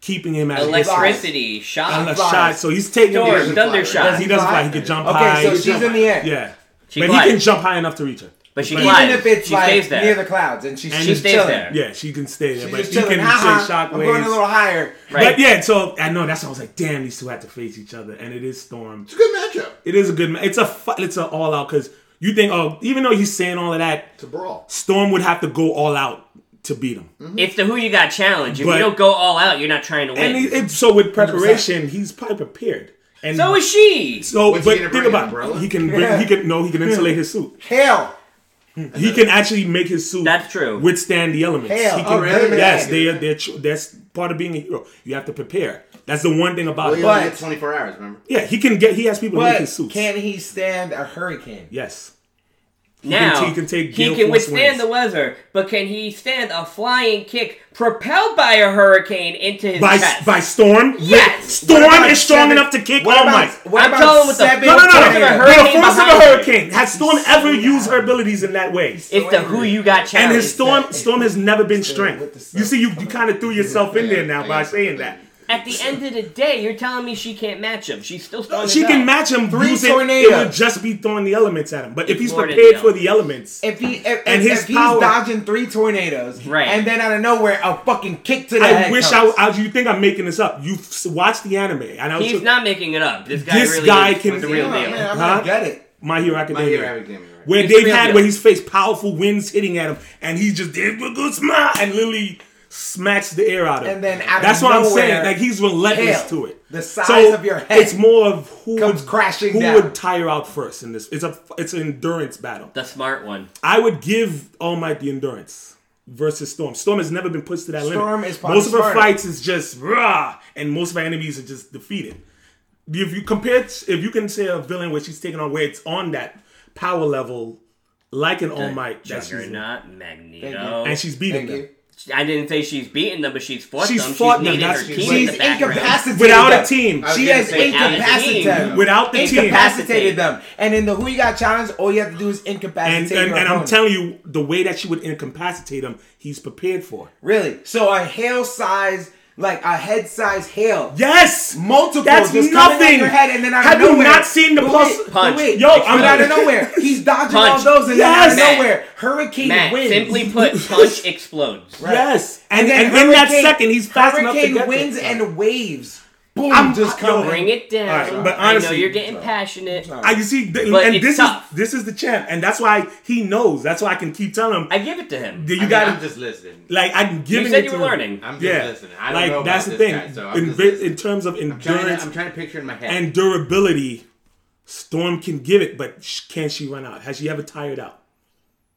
Speaker 12: keeping him at a distance.
Speaker 14: Electricity, shot.
Speaker 12: Unless shot. So he's taking
Speaker 14: Storm,
Speaker 12: He doesn't
Speaker 14: thunder
Speaker 12: fly,
Speaker 14: shot.
Speaker 12: right? He doesn't fly. He can jump
Speaker 8: Okay,
Speaker 12: high.
Speaker 8: so she's in the air.
Speaker 12: Yeah,
Speaker 8: She
Speaker 12: but
Speaker 8: flies.
Speaker 12: he can jump high enough to reach her.
Speaker 14: But she
Speaker 8: Even if it's like near the clouds and she's
Speaker 12: And
Speaker 8: just chilling.
Speaker 12: Yeah, she can stay there,
Speaker 8: She's
Speaker 12: but
Speaker 8: just
Speaker 12: she can
Speaker 8: chilling. Haha,
Speaker 12: say shockwaves.
Speaker 8: I'm going a little higher. Right.
Speaker 12: But yeah, so I know that's why I was like, damn, these two have to face each other, and it is Storm. It's a
Speaker 4: good matchup.
Speaker 12: It is a good. Ma- it's a fu- it's an all out because you think oh, even though he's saying all of that,
Speaker 4: it's a brawl.
Speaker 12: Storm would have to go all out to beat him.
Speaker 8: Mm-hmm.
Speaker 14: It's the who you got challenge. If
Speaker 12: But-
Speaker 14: you don't go all out, you're not trying to win.
Speaker 12: And he, it, so with preparation, he's probably prepared. And
Speaker 14: so is she.
Speaker 12: So, but think about it. he can bring, he can no he can insulate his suit.
Speaker 8: Hell,
Speaker 12: he can actually make his suit that's
Speaker 14: true
Speaker 12: withstand the elements.
Speaker 8: Hell,
Speaker 12: he can,
Speaker 8: oh, really?
Speaker 12: Yes, they are. They're, tr- that's part of being a hero. You have to prepare. That's the one thing about
Speaker 15: Well,
Speaker 12: it.
Speaker 15: you only get 24 hours, remember?
Speaker 12: yeah, he can get. He has people to make
Speaker 8: but
Speaker 12: his suit.
Speaker 8: can he stand a hurricane?
Speaker 12: Yes. He can
Speaker 14: Now
Speaker 12: t- he can take
Speaker 14: he
Speaker 12: gale
Speaker 14: can
Speaker 12: force
Speaker 14: withstand
Speaker 12: winds.
Speaker 14: the weather, but can he stand a flying kick propelled by a hurricane into his
Speaker 12: by
Speaker 14: chest?
Speaker 12: by storm.
Speaker 14: Yes!
Speaker 12: storm
Speaker 14: What about
Speaker 12: is strong
Speaker 14: seven-
Speaker 12: enough to kick
Speaker 14: what
Speaker 12: All
Speaker 14: about-
Speaker 12: Might.
Speaker 14: what I'm about telling with the seven
Speaker 12: no no no
Speaker 14: force of a
Speaker 12: no. With the
Speaker 14: hurricane
Speaker 12: force of a
Speaker 14: behind it.
Speaker 12: hurricane. Has Storm ever used her abilities in that way? It's
Speaker 14: the who you got
Speaker 12: And
Speaker 14: challenge.
Speaker 12: his Storm Storm has never been strength. You see, you, you kind of threw yourself in there now by saying that.
Speaker 14: At the end of the day, you're telling me she can't match him. She's still strong.
Speaker 12: She
Speaker 14: as hell.
Speaker 12: can match him.
Speaker 14: Three
Speaker 12: using- It
Speaker 14: tornadoes.
Speaker 12: would just be throwing the elements at him. But if
Speaker 14: It's
Speaker 12: he's
Speaker 14: more than
Speaker 12: prepared
Speaker 14: the
Speaker 12: for the elements,
Speaker 8: If he if,
Speaker 12: And
Speaker 8: if,
Speaker 12: his
Speaker 8: if he's
Speaker 12: power-
Speaker 8: dodging three tornadoes,
Speaker 12: Right.
Speaker 8: and then out of nowhere a fucking kick to the
Speaker 12: I
Speaker 8: head
Speaker 12: wish I,
Speaker 8: comes.
Speaker 12: I. You think I'm making this up? You have watched the anime, and I was
Speaker 14: He's
Speaker 12: just-
Speaker 14: not making it up. This guy
Speaker 12: this
Speaker 14: really
Speaker 12: guy
Speaker 14: is,
Speaker 12: can
Speaker 14: was the real deal.
Speaker 12: Huh? My Hero Academia. Where
Speaker 14: It's
Speaker 12: they've
Speaker 14: real
Speaker 12: had
Speaker 14: deal.
Speaker 12: where he's faced powerful winds hitting at him, and he just did a good smile and literally smacks the air out of him.
Speaker 8: And then out of
Speaker 12: that's what I'm
Speaker 8: nowhere,
Speaker 12: saying. Like he's relentless
Speaker 8: hail.
Speaker 12: to it.
Speaker 8: The size
Speaker 12: So
Speaker 8: of your head
Speaker 12: It's more of who comes would,
Speaker 8: crashing
Speaker 12: Who
Speaker 8: down.
Speaker 12: would tire out first in this? It's a it's an endurance battle.
Speaker 14: The smart one.
Speaker 12: I would give All Might the endurance versus Storm. Storm has never been pushed to that
Speaker 8: Storm
Speaker 12: limit.
Speaker 8: is probably
Speaker 12: most of her
Speaker 8: smarter.
Speaker 12: fights is just rah, and most of her enemies are just defeated. If you compare, t- if you can say a villain where she's taking on where it's on that power level, like an All Might, that she's
Speaker 14: Juggernaut,
Speaker 12: Thank you.
Speaker 14: Magneto,
Speaker 12: and she's beating them.
Speaker 14: I didn't say she's beaten them, but she's fought
Speaker 12: She's
Speaker 14: them.
Speaker 12: fought
Speaker 14: she's
Speaker 12: them.
Speaker 14: needed
Speaker 12: That's-
Speaker 14: her team
Speaker 12: she's
Speaker 14: in the background.
Speaker 8: incapacitated
Speaker 12: Without a
Speaker 8: them.
Speaker 12: team. I was
Speaker 8: She
Speaker 12: gonna
Speaker 8: has
Speaker 12: say, without a
Speaker 8: incapacitated
Speaker 12: team.
Speaker 8: them.
Speaker 12: Without the team.
Speaker 8: incapacitated them. And in the Who You Got challenge, all you have to do is
Speaker 12: And,
Speaker 8: incapacitate
Speaker 12: and,
Speaker 8: your
Speaker 12: and I'm
Speaker 8: opponent.
Speaker 12: telling you, the way that she would incapacitate him, he's prepared for.
Speaker 8: really, so a hail size, like a head size hail.
Speaker 12: Yes,
Speaker 8: multiple.
Speaker 12: That's
Speaker 8: just coming
Speaker 12: nothing.
Speaker 8: At your head, and then out
Speaker 12: Have
Speaker 8: of
Speaker 12: you
Speaker 8: nowhere,
Speaker 12: not seen the
Speaker 8: But
Speaker 12: plus-
Speaker 8: wait, but
Speaker 12: Punch.
Speaker 8: Wait,
Speaker 12: Yo, I'm
Speaker 8: but out of
Speaker 12: not-
Speaker 8: nowhere, he's dodging
Speaker 12: Punch.
Speaker 8: all those, and then out
Speaker 12: Yes. Matt.
Speaker 8: of nowhere, hurricane
Speaker 14: Matt,
Speaker 8: wins.
Speaker 14: simply put, punch explodes.
Speaker 12: Yes, and, and, in that second, he's fast enough to
Speaker 8: hurricane
Speaker 12: get
Speaker 8: winds
Speaker 12: there.
Speaker 8: and waves. Boom, just
Speaker 12: yo,
Speaker 8: coming.
Speaker 14: Bring it down.
Speaker 12: All right, but
Speaker 14: I know
Speaker 12: honestly-
Speaker 14: you're getting passionate.
Speaker 12: I you see, th-
Speaker 14: But
Speaker 12: and
Speaker 14: it's
Speaker 12: this
Speaker 14: tough.
Speaker 12: is this is the champ, and that's why he knows. That's why I can keep telling him. I
Speaker 14: give it to him.
Speaker 12: You
Speaker 15: I mean,
Speaker 12: got
Speaker 15: I'm just listening.
Speaker 12: Like I'm giving.
Speaker 15: said
Speaker 12: it
Speaker 15: you
Speaker 12: to
Speaker 15: were
Speaker 12: him.
Speaker 15: learning. I'm just listening. I don't
Speaker 12: like
Speaker 15: know about
Speaker 12: that's the
Speaker 15: this
Speaker 12: thing.
Speaker 15: guy, so I'm
Speaker 12: in,
Speaker 15: just
Speaker 12: vi- in terms of endurance,
Speaker 15: trying to- I'm trying to picture in my head.
Speaker 12: and durability. Storm can give it, but sh- can she run out? Has she ever tired out?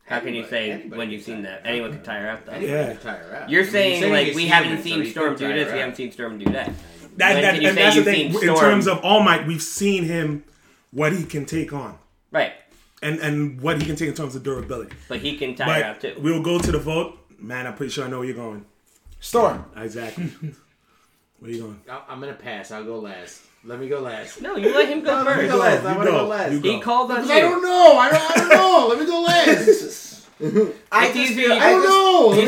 Speaker 14: How can you say when you've seen that? Anyone can tire out, though.
Speaker 12: Anyone Yeah. can tire out.
Speaker 14: You're
Speaker 12: I mean,
Speaker 14: saying,
Speaker 12: you're saying
Speaker 14: like,
Speaker 12: he's
Speaker 14: we
Speaker 12: human,
Speaker 14: haven't
Speaker 12: so
Speaker 14: seen
Speaker 12: he
Speaker 14: Storm
Speaker 12: can
Speaker 14: do
Speaker 12: tire
Speaker 14: this,
Speaker 12: out.
Speaker 14: we haven't seen Storm do that.
Speaker 12: That,
Speaker 14: When
Speaker 12: that-
Speaker 14: can you
Speaker 12: and
Speaker 14: say
Speaker 12: that's the
Speaker 14: you've
Speaker 12: thing.
Speaker 14: seen
Speaker 12: In
Speaker 14: Storm-
Speaker 12: terms of All Might, we've seen him what he can take on,
Speaker 14: Right.
Speaker 12: and and what he can take in terms of durability.
Speaker 14: But he can tire
Speaker 12: But
Speaker 14: out, too.
Speaker 12: We'll go to the vote, man. I'm pretty sure I know where you're going.
Speaker 8: Storm.
Speaker 12: Exactly. where you going?
Speaker 15: I- I'm gonna pass. I'll go last. Let me go last.
Speaker 14: No, you let him go
Speaker 15: Let me
Speaker 14: first.
Speaker 15: go last. I
Speaker 12: You
Speaker 15: wanna
Speaker 12: go.
Speaker 15: go last.
Speaker 12: You go. He
Speaker 14: called
Speaker 15: Because
Speaker 14: us
Speaker 15: I
Speaker 14: here.
Speaker 15: don't know. I don't. I don't know. Let me go last.
Speaker 16: I
Speaker 14: It's
Speaker 16: just
Speaker 14: easy.
Speaker 16: feel-
Speaker 14: I
Speaker 16: just-
Speaker 14: know.
Speaker 16: I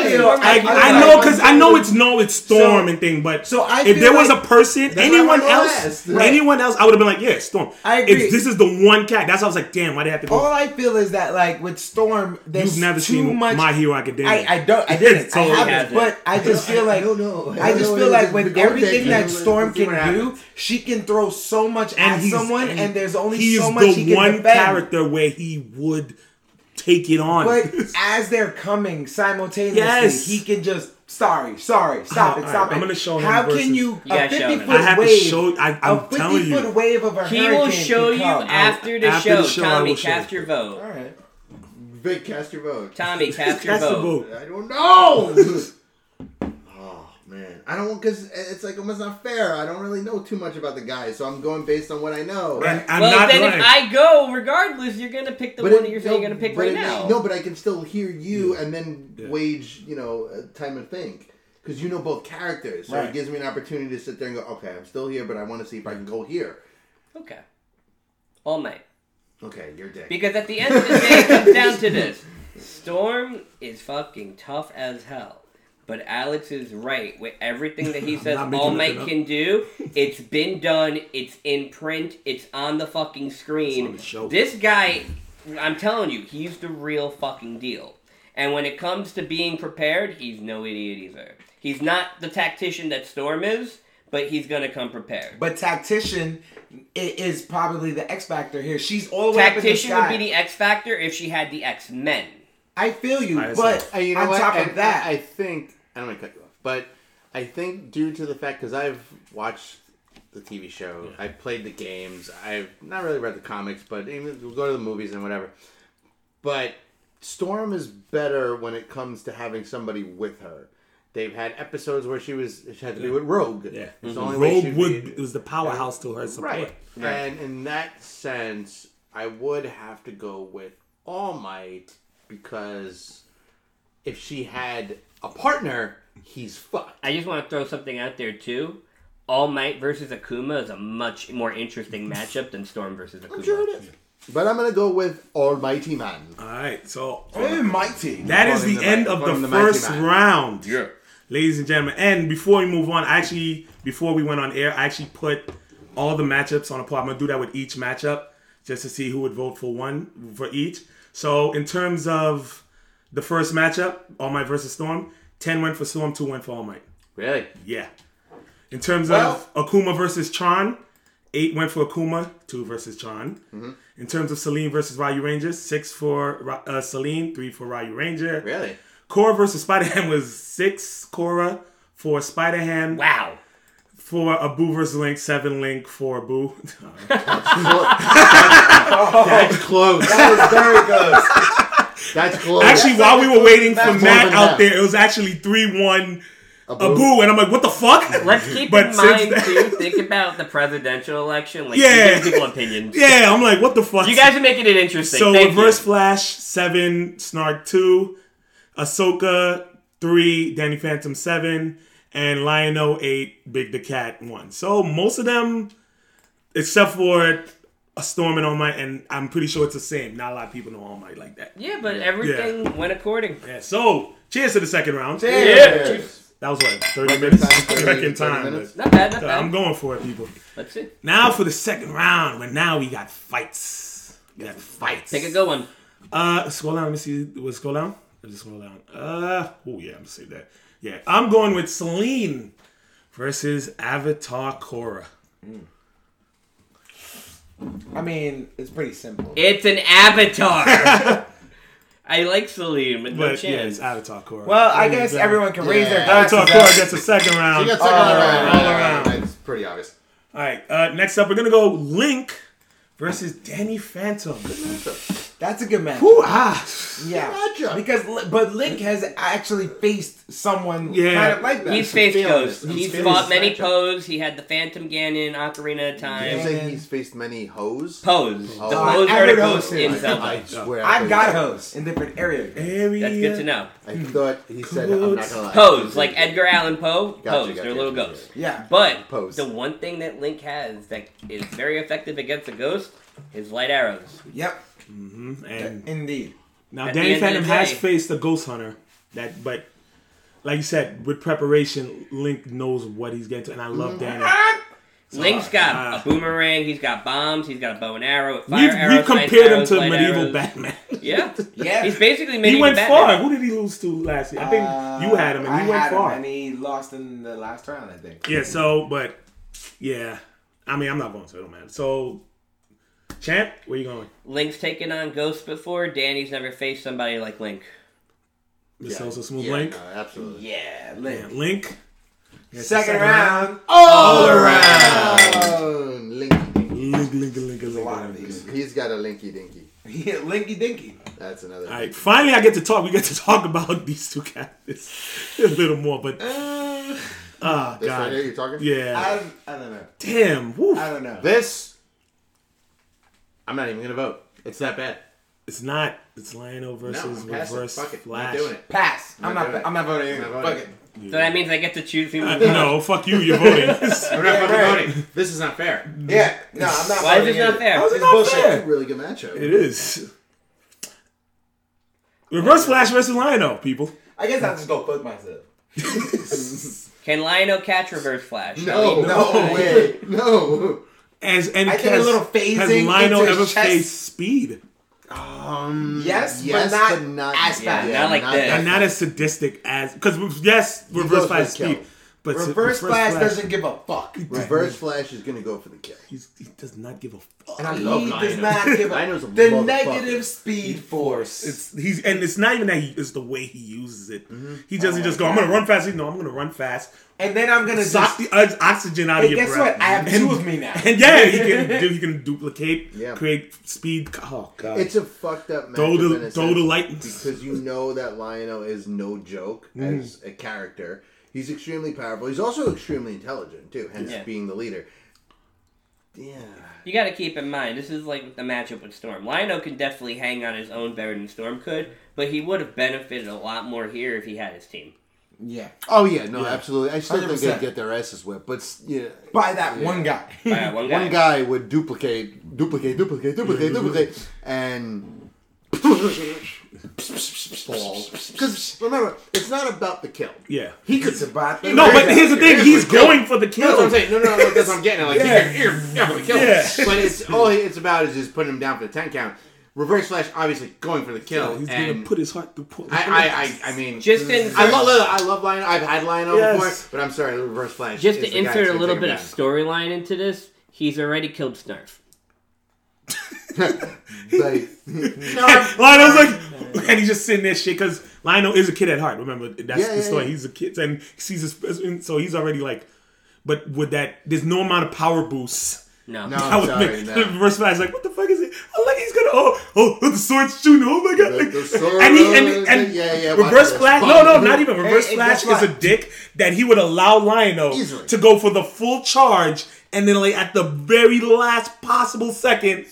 Speaker 14: I
Speaker 16: feel-
Speaker 14: know.
Speaker 12: I, I know because I know it's no, it's Storm and thing. But
Speaker 16: I
Speaker 12: if
Speaker 16: feel
Speaker 12: there was
Speaker 16: like-
Speaker 12: a person,
Speaker 16: That's why I
Speaker 12: anyone
Speaker 16: wanna
Speaker 12: else,
Speaker 16: ask. Right.
Speaker 12: anyone else, I would have been like, yeah, Storm.
Speaker 16: I
Speaker 12: If
Speaker 16: agree.
Speaker 12: this is the one cat. That's why I was like, damn, why did I have to go?
Speaker 16: All I feel is that like with Storm, there's
Speaker 12: You've never
Speaker 16: too
Speaker 12: seen
Speaker 16: much.
Speaker 12: My Hero Academia.
Speaker 16: I, I don't. I didn't.
Speaker 12: Totally
Speaker 16: I haven't.
Speaker 12: haven't.
Speaker 16: But I just feel like I,
Speaker 4: don't
Speaker 16: just
Speaker 4: know
Speaker 16: feel
Speaker 4: what it
Speaker 16: like
Speaker 4: is.
Speaker 16: with
Speaker 4: Go with
Speaker 16: everything
Speaker 4: that.
Speaker 16: that
Speaker 4: Let's
Speaker 16: Storm
Speaker 4: see
Speaker 16: can
Speaker 4: what
Speaker 16: do, she can throw so much at
Speaker 12: he's-
Speaker 16: someone, and there's only
Speaker 12: he is
Speaker 16: so much
Speaker 12: the
Speaker 16: he can
Speaker 12: one
Speaker 16: defend.
Speaker 12: character where he would take it on.
Speaker 16: But as they're coming simultaneously,
Speaker 12: Yes.
Speaker 16: he can just sorry, sorry, stop
Speaker 12: Oh,
Speaker 16: it,
Speaker 12: all
Speaker 16: stop
Speaker 12: right,
Speaker 16: it.
Speaker 12: I'm gonna show him
Speaker 16: How
Speaker 12: versus-
Speaker 16: can you
Speaker 12: You
Speaker 16: a
Speaker 12: gotta show him.
Speaker 16: fifty
Speaker 12: I have
Speaker 16: foot
Speaker 12: to
Speaker 16: wave?
Speaker 12: show- I- I'm
Speaker 16: a
Speaker 12: telling
Speaker 16: fifty
Speaker 12: you.
Speaker 16: foot wave of a
Speaker 14: He
Speaker 16: hurricane.
Speaker 14: will show
Speaker 16: can
Speaker 14: you
Speaker 16: come.
Speaker 14: after the
Speaker 12: After
Speaker 14: show.
Speaker 12: the show, I
Speaker 14: Tommy,
Speaker 12: will show
Speaker 14: cast
Speaker 12: you.
Speaker 14: your vote.
Speaker 16: All right.
Speaker 4: Vic, cast your vote.
Speaker 14: Tommy, cast your
Speaker 12: Cast the
Speaker 14: vote.
Speaker 12: vote.
Speaker 4: I don't know. oh man, I don't because it's like almost not fair. I don't really know too much about the guy, so I'm going based on what I know.
Speaker 12: And I'm
Speaker 14: well,
Speaker 12: not
Speaker 14: then
Speaker 12: lying.
Speaker 14: if I go, regardless, you're gonna pick the one that
Speaker 4: it-
Speaker 14: you're saying
Speaker 4: no,
Speaker 14: you're gonna pick
Speaker 4: but
Speaker 14: right
Speaker 4: it-
Speaker 14: now.
Speaker 4: No, but I can still hear you and then wage, you know, uh, time and think. Because you know both characters. So
Speaker 16: Right.
Speaker 4: it gives me an opportunity to sit there and go, okay, I'm still here, but I want to see if I can go here.
Speaker 14: Okay. All night.
Speaker 4: Okay, you're dead.
Speaker 14: Because at the end of the day, it comes down to this: Storm is fucking tough as hell. But Alex is right with everything that he says.
Speaker 12: not making
Speaker 14: All
Speaker 12: that
Speaker 14: Might
Speaker 12: up.
Speaker 14: can do. It's been done. It's in print. It's on the fucking
Speaker 12: It's on
Speaker 14: screen.
Speaker 12: the show.
Speaker 14: This guy, I'm telling you, he's the real fucking deal. And when it comes to being prepared, he's no idiot either. He's not the tactician that Storm is, but he's gonna come prepared.
Speaker 16: But tactician i- is probably the X factor here. She's all the way up in the
Speaker 14: Tactician
Speaker 16: sky.
Speaker 14: would be the X Factor if she had the X Men.
Speaker 16: I feel you,
Speaker 12: I
Speaker 16: but
Speaker 4: And Uh, you know
Speaker 16: on
Speaker 4: what?
Speaker 16: top
Speaker 4: And
Speaker 16: of that,
Speaker 4: I, I think I don't want to cut you off, but I think due to the fact because I've watched the TV show, I've played the games, I've not really read the comics, but even we'll go to the movies and whatever. But Storm is better when it comes to having somebody with her. They've had episodes where she was she had to be with Rogue.
Speaker 12: yeah,
Speaker 4: It's the only way
Speaker 12: Rogue
Speaker 4: she'd
Speaker 12: would
Speaker 4: be-
Speaker 12: it was the powerhouse to her support.
Speaker 4: Right. And in that sense, I would have to go with All Might because if she had a partner, he's fucked.
Speaker 14: I just want to throw something out there too. All Might versus Akuma is a much more interesting matchup than Storm versus Akuma.
Speaker 4: But I'm gonna go with Almighty Man.
Speaker 12: All right, so
Speaker 16: Oh, mighty.
Speaker 12: that is
Speaker 4: Call him
Speaker 12: the
Speaker 4: the
Speaker 12: end
Speaker 4: Ma-
Speaker 12: of
Speaker 4: call him
Speaker 12: the
Speaker 4: the Mighty
Speaker 12: first
Speaker 4: Man.
Speaker 12: round.
Speaker 4: Yeah.
Speaker 12: ladies and gentlemen. And before we move on, I actually before we went on air, I actually put all the matchups on a poll. I'm gonna do that with each matchup just to see who would vote for one for each. So in terms of the first matchup, All Might versus Storm, ten went for Storm, two went for All Might.
Speaker 4: Really?
Speaker 12: Yeah. In terms
Speaker 4: Well-
Speaker 12: of Akuma versus Tron, eight went for Akuma, two versus Tron.
Speaker 4: Mm-hmm.
Speaker 12: In terms of Celine versus Ryu Ranger, six for Ra- uh, Celine, three for Ryu Ranger.
Speaker 4: Really?
Speaker 12: Cora versus Spider Ham was six. Cora for Spider Ham.
Speaker 14: Wow.
Speaker 12: For Abu versus Link, seven Link for Abu. Oh.
Speaker 4: That's close.
Speaker 16: that was very close.
Speaker 4: That's close.
Speaker 12: actually, while we were waiting for
Speaker 4: That's more
Speaker 12: Matt
Speaker 4: than
Speaker 12: out
Speaker 4: that.
Speaker 12: there, it was actually three one Abu, and I'm like, what the fuck?
Speaker 14: Let's keep
Speaker 12: But
Speaker 14: in
Speaker 12: since
Speaker 14: mind
Speaker 12: then-
Speaker 14: too. Think about the presidential election. Like,
Speaker 12: Yeah.
Speaker 14: yeah, people opinions.
Speaker 12: yeah, I'm like, what the fuck?
Speaker 14: You guys are making it interesting.
Speaker 12: So
Speaker 14: Thank
Speaker 12: Reverse
Speaker 14: you.
Speaker 12: Flash seven, Snark two, Ahsoka three, Danny Phantom seven, and Lion-O eight, Big the Cat one. So most of them, except for a Storm and All Might, and I'm pretty sure it's the same. Not a lot of people know All Might like that.
Speaker 14: Yeah, but everything went according.
Speaker 12: Yeah. So cheers to the second round.
Speaker 14: Yeah.
Speaker 12: That was what thirty minutes. Record time.
Speaker 14: Not bad. Not
Speaker 12: So
Speaker 14: bad.
Speaker 12: I'm going for it, people.
Speaker 14: Let's see.
Speaker 12: Now for the second round, but now we got fights. We got fights.
Speaker 14: Pick a good one.
Speaker 12: Uh, scroll down. Let me see. What scroll down? Let me scroll down. Uh, oh yeah, I'm gonna say that. Yeah, I'm going with Celine versus Avatar Korra.
Speaker 16: I mean, it's pretty simple.
Speaker 14: It's an avatar. I like Salim, but no
Speaker 12: But yeah,
Speaker 14: chance.
Speaker 12: it's Avatar Korra.
Speaker 16: Well, I
Speaker 12: Yeah,
Speaker 16: guess
Speaker 12: exactly.
Speaker 16: everyone can raise their glasses.
Speaker 12: Avatar
Speaker 16: up.
Speaker 12: Korra gets a second round.
Speaker 4: She got
Speaker 12: all
Speaker 4: second all
Speaker 12: around.
Speaker 4: around.
Speaker 12: All around.
Speaker 4: It's pretty obvious.
Speaker 12: All right. Uh, next up, we're gonna go Link versus Danny Phantom.
Speaker 16: That's a good match.
Speaker 12: Ooh, ah.
Speaker 16: Yeah,
Speaker 4: Good matchup.
Speaker 16: because Li- but Link has actually faced someone
Speaker 12: Yeah.
Speaker 16: kind of like that.
Speaker 14: He's faced
Speaker 4: feeling
Speaker 14: Ghost.
Speaker 4: this. He's
Speaker 14: He's
Speaker 4: feeling
Speaker 14: fought
Speaker 4: this
Speaker 14: many
Speaker 4: matchup.
Speaker 14: Poes. He had the Phantom Ganon, Ocarina of
Speaker 4: Did you
Speaker 14: Time.
Speaker 4: say he's faced many hoes?
Speaker 14: Pose.
Speaker 4: Oh.
Speaker 14: The
Speaker 4: I-
Speaker 14: pose
Speaker 16: I heard
Speaker 14: articles
Speaker 16: hose
Speaker 14: in
Speaker 16: too.
Speaker 4: I
Speaker 14: Zelda.
Speaker 4: swear.
Speaker 16: I've
Speaker 4: think-
Speaker 16: got hoes in different areas.
Speaker 12: Area.
Speaker 14: That's good to know.
Speaker 4: I thought he said, I'm not gonna lie.
Speaker 14: Pose, like Edgar Allan Poe. Pose,
Speaker 4: Gotcha,
Speaker 14: they're
Speaker 4: gotcha,
Speaker 14: little
Speaker 4: gotcha.
Speaker 14: ghosts.
Speaker 16: Yeah,
Speaker 14: But
Speaker 4: Pose.
Speaker 14: the one thing that Link has that is very effective against a ghost is light arrows.
Speaker 16: yep,
Speaker 12: Mhm, And
Speaker 16: indeed.
Speaker 12: Now,
Speaker 14: At the
Speaker 12: Danny
Speaker 14: end of the
Speaker 12: Phantom has
Speaker 14: day-
Speaker 12: faced a ghost hunter that, but like you said, with preparation, Link knows what he's getting to, and I
Speaker 14: Mm-hmm.
Speaker 12: love Danny.
Speaker 14: Ah,
Speaker 12: So,
Speaker 14: Link's got
Speaker 12: uh,
Speaker 14: a boomerang. He's got bombs. He's got a bow and arrow. Fire
Speaker 12: We've,
Speaker 14: arrows,
Speaker 12: we've
Speaker 14: ice
Speaker 12: compared him
Speaker 14: arrows,
Speaker 12: to
Speaker 14: light
Speaker 12: medieval
Speaker 14: arrows.
Speaker 12: Batman.
Speaker 14: Yeah, yeah. He's basically medieval
Speaker 12: he went
Speaker 14: Batman. Uh,
Speaker 12: far. Who did he lose to last year? I think you had him, and
Speaker 8: I
Speaker 12: he went
Speaker 8: had him
Speaker 12: far.
Speaker 8: and he lost in the last round, I think.
Speaker 12: Yeah, so but yeah. I mean I'm not going to it don't matter. So Champ, where you going?
Speaker 14: Link's taken on ghosts before. Danny's never faced somebody like Link.
Speaker 12: This yeah. also smooth link.
Speaker 4: Uh,
Speaker 14: absolutely.
Speaker 15: Yeah,
Speaker 12: Yeah, Link. Yes,
Speaker 8: Second
Speaker 12: the
Speaker 8: round,
Speaker 12: all
Speaker 4: around. Linky dinky.
Speaker 12: Link, link, link, link.
Speaker 4: He's got a linky dinky.
Speaker 8: linky dinky.
Speaker 4: That's another.
Speaker 12: Alright, finally I get to talk. We get to talk about these two cats a little more, but
Speaker 4: Uh,
Speaker 12: Ah,
Speaker 4: this
Speaker 12: God.
Speaker 4: right here you're talking?
Speaker 12: Yeah.
Speaker 15: I, I don't know.
Speaker 12: Damn. Woof.
Speaker 15: I don't know. This, I'm not even gonna vote. It's that bad.
Speaker 12: It's not. It's Lionel versus
Speaker 15: I'm passing.
Speaker 12: reverse
Speaker 15: Fuck it. I'm not
Speaker 12: Flash.
Speaker 15: doing it. Pass. I'm not- I'm not voting either. Fuck it.
Speaker 14: So that means I get to choose who.
Speaker 12: Uh, no, fuck you. You're voting.
Speaker 15: I'm not fucking voting. This is not fair.
Speaker 4: Yeah, no, I'm not
Speaker 14: Why is
Speaker 4: voting
Speaker 14: this not
Speaker 4: either.
Speaker 14: fair?
Speaker 12: How's it
Speaker 4: It's
Speaker 12: not
Speaker 4: bullshit.
Speaker 12: fair?
Speaker 4: It's a really good matchup.
Speaker 12: It is. Reverse Flash versus Lionel, people.
Speaker 8: I guess I'll just go fuck myself.
Speaker 14: Can Lionel catch Reverse Flash?
Speaker 4: No, Oh, no way. No.
Speaker 12: As and
Speaker 8: I did a little phasing
Speaker 12: Has Lionel
Speaker 8: into
Speaker 12: ever
Speaker 8: chest-
Speaker 12: faced speed?
Speaker 4: Um,
Speaker 8: Yes, but not as fast. Not like
Speaker 4: that.
Speaker 8: this.
Speaker 12: And not as sadistic as because yes, reverse
Speaker 4: goes
Speaker 12: Flash
Speaker 4: for the kill.
Speaker 12: speed, but s-
Speaker 8: Reverse Flash doesn't give a fuck.
Speaker 4: Reverse Flash is gonna go for the kill.
Speaker 12: He's, he does not give a fuck.
Speaker 8: And I
Speaker 4: He
Speaker 8: love
Speaker 4: does
Speaker 8: Lionel.
Speaker 4: not give a-
Speaker 8: Lionel's a
Speaker 4: the
Speaker 8: motherfucker.
Speaker 4: negative
Speaker 8: speed force.
Speaker 12: It's he's and it's not even that he, it's the way he uses it. He doesn't just go. I'm gonna run fast. He- No, I'm gonna run fast.
Speaker 8: And then I'm gonna
Speaker 12: suck the ox- oxygen out
Speaker 8: Hey,
Speaker 12: of your
Speaker 8: guess
Speaker 12: breath.
Speaker 8: what? I have
Speaker 12: And-
Speaker 8: two of me now.
Speaker 12: And yeah, he can do- he can duplicate,
Speaker 4: Yeah.
Speaker 12: create speed. Oh god,
Speaker 4: It's a fucked up matchup.
Speaker 12: Throw the-
Speaker 4: in a
Speaker 12: throw the
Speaker 4: sense,
Speaker 12: light-
Speaker 4: because you know that Lionel is no joke
Speaker 12: Mm.
Speaker 4: as a character. He's extremely powerful. He's also extremely intelligent too, hence
Speaker 14: Yeah.
Speaker 4: being the leader. Yeah.
Speaker 14: You got to keep in mind this is like the matchup with Storm. Lionel can definitely hang on his own better than Storm could, but he would have benefited a lot more here if he had his team.
Speaker 8: Yeah.
Speaker 4: Oh yeah, no,
Speaker 8: Yeah.
Speaker 4: absolutely. I still think they'd
Speaker 8: 100%.
Speaker 4: get their asses whipped, but s- yeah,
Speaker 8: By that
Speaker 4: Yeah.
Speaker 8: one guy.
Speaker 14: By one guy.
Speaker 4: one guy would duplicate, duplicate, duplicate, duplicate, duplicate, and because remember, it's not about the kill.
Speaker 12: yeah.
Speaker 4: He could survive. the
Speaker 12: No, but
Speaker 4: breakup.
Speaker 12: here's the thing. He's going for the kill.
Speaker 15: No, that's what I'm saying. No, no, no, that's what I'm getting at. Like,
Speaker 12: Yeah.
Speaker 15: you're, you're definitely killing
Speaker 12: Yeah.
Speaker 15: him. But it's all it's about is just putting him down for the 10 count. Reverse Flash, obviously, going for the kill.
Speaker 12: he's gonna
Speaker 15: and
Speaker 12: put his heart through. Port-
Speaker 15: I, I, I, I mean,
Speaker 14: Just in-
Speaker 15: I love, look, I love Lionel. I've had Lionel
Speaker 12: Yes.
Speaker 15: before, but I'm sorry, Reverse Flash.
Speaker 14: Just
Speaker 15: is the
Speaker 14: to
Speaker 15: guy that's
Speaker 14: insert a
Speaker 15: gonna
Speaker 14: little
Speaker 15: take
Speaker 14: bit
Speaker 15: him
Speaker 14: of
Speaker 15: down.
Speaker 14: storyline into this, he's already killed Snarf.
Speaker 4: Like,
Speaker 12: Lionel's like, and he's just sitting there shit because Lionel is a kid at heart. Remember, that's
Speaker 4: Yeah,
Speaker 12: the
Speaker 4: yeah,
Speaker 12: story.
Speaker 4: yeah.
Speaker 12: He's a kid, and he sees his, and so he's already like, but with that, there's no amount of power boosts.
Speaker 14: No.
Speaker 4: No,
Speaker 12: I
Speaker 4: I'm
Speaker 12: would
Speaker 4: sorry.
Speaker 12: make-
Speaker 4: no.
Speaker 12: the reverse flash like, what the fuck is it? Oh, like he's gonna, oh, oh, the sword's shooting. Oh my god!
Speaker 4: The-
Speaker 12: like-
Speaker 4: the sword-
Speaker 12: and he and, and
Speaker 4: yeah, yeah, watch
Speaker 12: reverse
Speaker 4: this.
Speaker 12: flash.
Speaker 4: Fuck.
Speaker 12: No, no, not even reverse
Speaker 8: Hey, hey,
Speaker 12: flash
Speaker 8: guess what?
Speaker 12: is a dick that he would allow Lionel
Speaker 4: Easily.
Speaker 12: to go for the full charge, and then like at the very last possible second.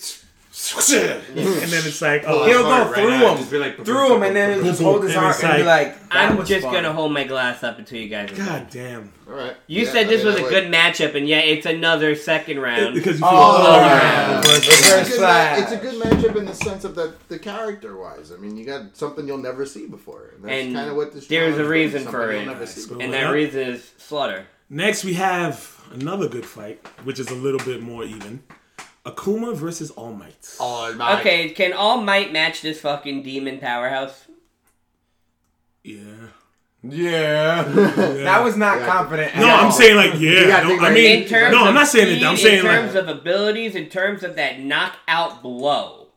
Speaker 12: And then it's like, oh,
Speaker 8: He'll
Speaker 15: Hard
Speaker 8: go
Speaker 15: right
Speaker 8: through
Speaker 15: now,
Speaker 8: him.
Speaker 15: just be like-
Speaker 8: through him and then just hold his
Speaker 12: And
Speaker 8: heart
Speaker 12: it's
Speaker 8: and be
Speaker 12: like-
Speaker 8: like, that
Speaker 14: I'm
Speaker 8: was
Speaker 14: just
Speaker 8: fun.
Speaker 14: gonna hold my glass up until you guys. Are done.
Speaker 12: God damn.
Speaker 4: All right.
Speaker 14: You
Speaker 4: Yeah,
Speaker 14: said
Speaker 4: I
Speaker 14: this
Speaker 4: mean,
Speaker 14: was
Speaker 4: I
Speaker 14: a
Speaker 4: would-
Speaker 14: good matchup, and yet it's another second round.
Speaker 12: Because you feel
Speaker 8: All
Speaker 12: all
Speaker 8: around.
Speaker 12: around.
Speaker 4: It's a,
Speaker 8: Oh, Reverse
Speaker 4: good ma-
Speaker 8: flash.
Speaker 4: it's a good matchup in the sense of that the character wise. I mean, you got something you'll never see before. And that's
Speaker 14: and
Speaker 4: kind of what this
Speaker 14: there's
Speaker 4: challenge
Speaker 14: a
Speaker 4: brings,
Speaker 14: reason
Speaker 4: something
Speaker 14: for
Speaker 4: you'll
Speaker 14: it,
Speaker 4: never see before.
Speaker 14: and that
Speaker 12: Yep.
Speaker 14: reason is slaughter.
Speaker 12: Next, we have another good fight, which is a little bit more even. Akuma versus All Might.
Speaker 4: All right.
Speaker 14: Okay, can All Might match this fucking demon powerhouse?
Speaker 12: Yeah.
Speaker 8: Yeah. that was not confident.
Speaker 12: No, I'm saying like yeah.
Speaker 4: gotta
Speaker 12: no,
Speaker 4: think
Speaker 12: I
Speaker 4: about
Speaker 12: mean,
Speaker 14: In terms
Speaker 12: no, I'm
Speaker 14: of
Speaker 12: not saying
Speaker 14: speed,
Speaker 12: it. I'm
Speaker 14: in
Speaker 12: saying
Speaker 14: terms
Speaker 12: like
Speaker 14: of abilities, in terms of that knockout blow.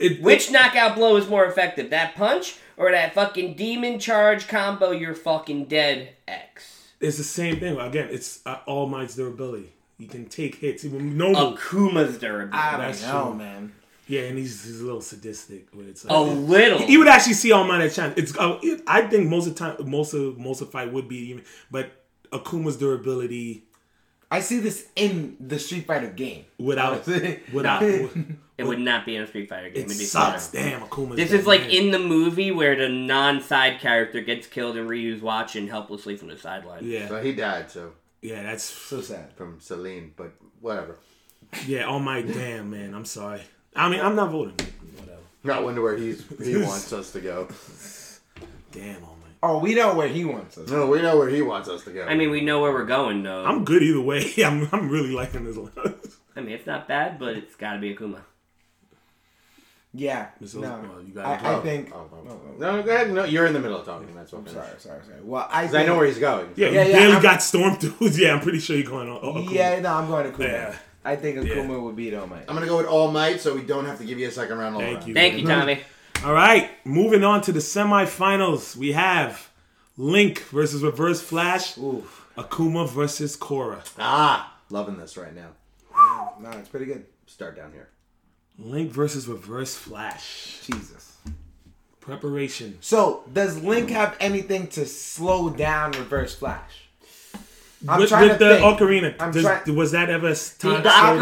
Speaker 12: it,
Speaker 14: Which knockout blow is more effective, that punch or that fucking demon charge combo? You're fucking dead. X.
Speaker 12: it's the same thing. Again, it's uh, All Might's durability. He can take hits. Even Noble.
Speaker 14: Akuma's durability.
Speaker 8: I
Speaker 12: That's
Speaker 8: don't know,
Speaker 12: true.
Speaker 8: man.
Speaker 12: yeah, and he's, he's a little sadistic when it's.
Speaker 14: A little.
Speaker 12: You would actually see All Might at chance. It's uh, it, I think most of the time most of most of the fight would be even, but Akuma's durability
Speaker 8: I see this in the Street Fighter game.
Speaker 12: without without
Speaker 14: It would not be in a Street Fighter game.
Speaker 12: it
Speaker 14: It'd be
Speaker 12: sucks.
Speaker 14: Smash.
Speaker 12: Damn, Akuma.
Speaker 14: This is like in the movie where the non-side character gets killed and Ryu's watching helplessly from the sideline.
Speaker 12: yeah.
Speaker 4: So he died, so
Speaker 12: Yeah, that's
Speaker 8: So sad.
Speaker 4: from Celine, but whatever.
Speaker 12: yeah. All my damn man. I'm sorry. I mean, I'm not voting. Whatever.
Speaker 4: I wonder where he's he wants us to go.
Speaker 12: Damn.
Speaker 8: Oh, we know where he wants us.
Speaker 4: No, we know where he wants us to go.
Speaker 14: I mean, we know where we're going, though.
Speaker 12: I'm good either way. I'm, I'm really liking this one.
Speaker 14: I mean, it's not bad, but it's got to be Akuma.
Speaker 8: Yeah.
Speaker 4: Missile-
Speaker 8: No.
Speaker 4: well, you gotta
Speaker 8: I, I
Speaker 4: talk.
Speaker 8: think.
Speaker 4: Oh, oh,
Speaker 8: no, no.
Speaker 4: No, go ahead. No, you're in the middle of talking. That's what I'm
Speaker 8: sorry, sorry, sorry. Well, I
Speaker 4: Because I know
Speaker 8: think-
Speaker 4: where he's going.
Speaker 12: Yeah,
Speaker 8: Yeah,
Speaker 12: you
Speaker 8: yeah,
Speaker 12: barely
Speaker 8: I'm-
Speaker 12: got storm dudes. Yeah, I'm pretty sure you're going on. Oh, Akuma.
Speaker 8: Yeah, no, I'm going to Akuma.
Speaker 12: Yeah.
Speaker 8: I think Akuma
Speaker 12: Yeah.
Speaker 8: would beat All Might.
Speaker 4: I'm gonna go with All Might, so we don't have to give you a second round. All
Speaker 12: Thank
Speaker 4: around.
Speaker 12: you. Thank you, Tommy. All right, moving on to the semifinals. We have Link versus Reverse Flash. Akuma versus Korra.
Speaker 4: Ah, loving this right now.
Speaker 8: No, it's pretty good.
Speaker 4: Start down here.
Speaker 12: Link versus Reverse Flash.
Speaker 8: Jesus.
Speaker 12: Preparation.
Speaker 8: So, does Link have anything to slow down Reverse Flash? I'm
Speaker 12: with
Speaker 8: trying
Speaker 12: with
Speaker 8: to
Speaker 12: the
Speaker 8: think.
Speaker 12: ocarina,
Speaker 8: I'm
Speaker 12: does-
Speaker 8: trying-
Speaker 12: was that ever s-
Speaker 14: The
Speaker 12: time slowed down?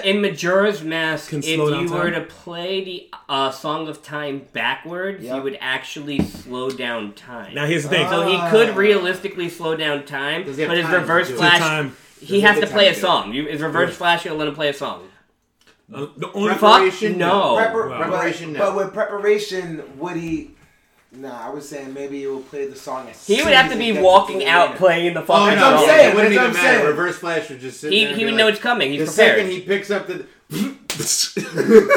Speaker 14: ocarina in Majora's Mask,
Speaker 12: Can
Speaker 14: if
Speaker 12: slow down
Speaker 14: you were to
Speaker 12: time?
Speaker 14: play the uh, Song of Time backwards, you would actually slow down time.
Speaker 12: Now, here's the thing.
Speaker 14: So he could realistically slow down time, but
Speaker 12: he have
Speaker 14: his
Speaker 12: time to
Speaker 14: reverse
Speaker 12: do it?
Speaker 14: flash,
Speaker 12: To time.
Speaker 14: he
Speaker 12: Does he
Speaker 14: has
Speaker 12: have
Speaker 14: to
Speaker 12: time
Speaker 14: play
Speaker 12: to
Speaker 14: a
Speaker 12: do it?
Speaker 14: song. You, is reverse
Speaker 12: Yeah.
Speaker 14: flash going to let him play a song?
Speaker 12: Uh, the only
Speaker 14: Fuck no.
Speaker 8: Prepar-
Speaker 12: Wow.
Speaker 8: but-
Speaker 12: Preparation,
Speaker 8: but,
Speaker 12: no.
Speaker 8: with preparation, would he? Nah, I was saying maybe he would play the song. As
Speaker 14: He
Speaker 8: soon
Speaker 14: would have
Speaker 8: as
Speaker 14: to
Speaker 8: he
Speaker 14: be
Speaker 8: gets
Speaker 14: walking
Speaker 8: to
Speaker 14: out
Speaker 12: Oh,
Speaker 8: later.
Speaker 14: playing the
Speaker 4: Oh,
Speaker 14: fucking
Speaker 8: That's what I'm
Speaker 14: song.
Speaker 8: saying.
Speaker 14: It
Speaker 8: That's
Speaker 14: wouldn't
Speaker 8: what
Speaker 14: even
Speaker 8: I'm
Speaker 14: matter.
Speaker 8: saying.
Speaker 4: Reverse Flash would just sit
Speaker 14: He-
Speaker 4: there and
Speaker 14: he
Speaker 4: be
Speaker 14: would know
Speaker 4: like-
Speaker 14: it's coming. He's
Speaker 4: the
Speaker 14: prepared.
Speaker 4: second he picks up the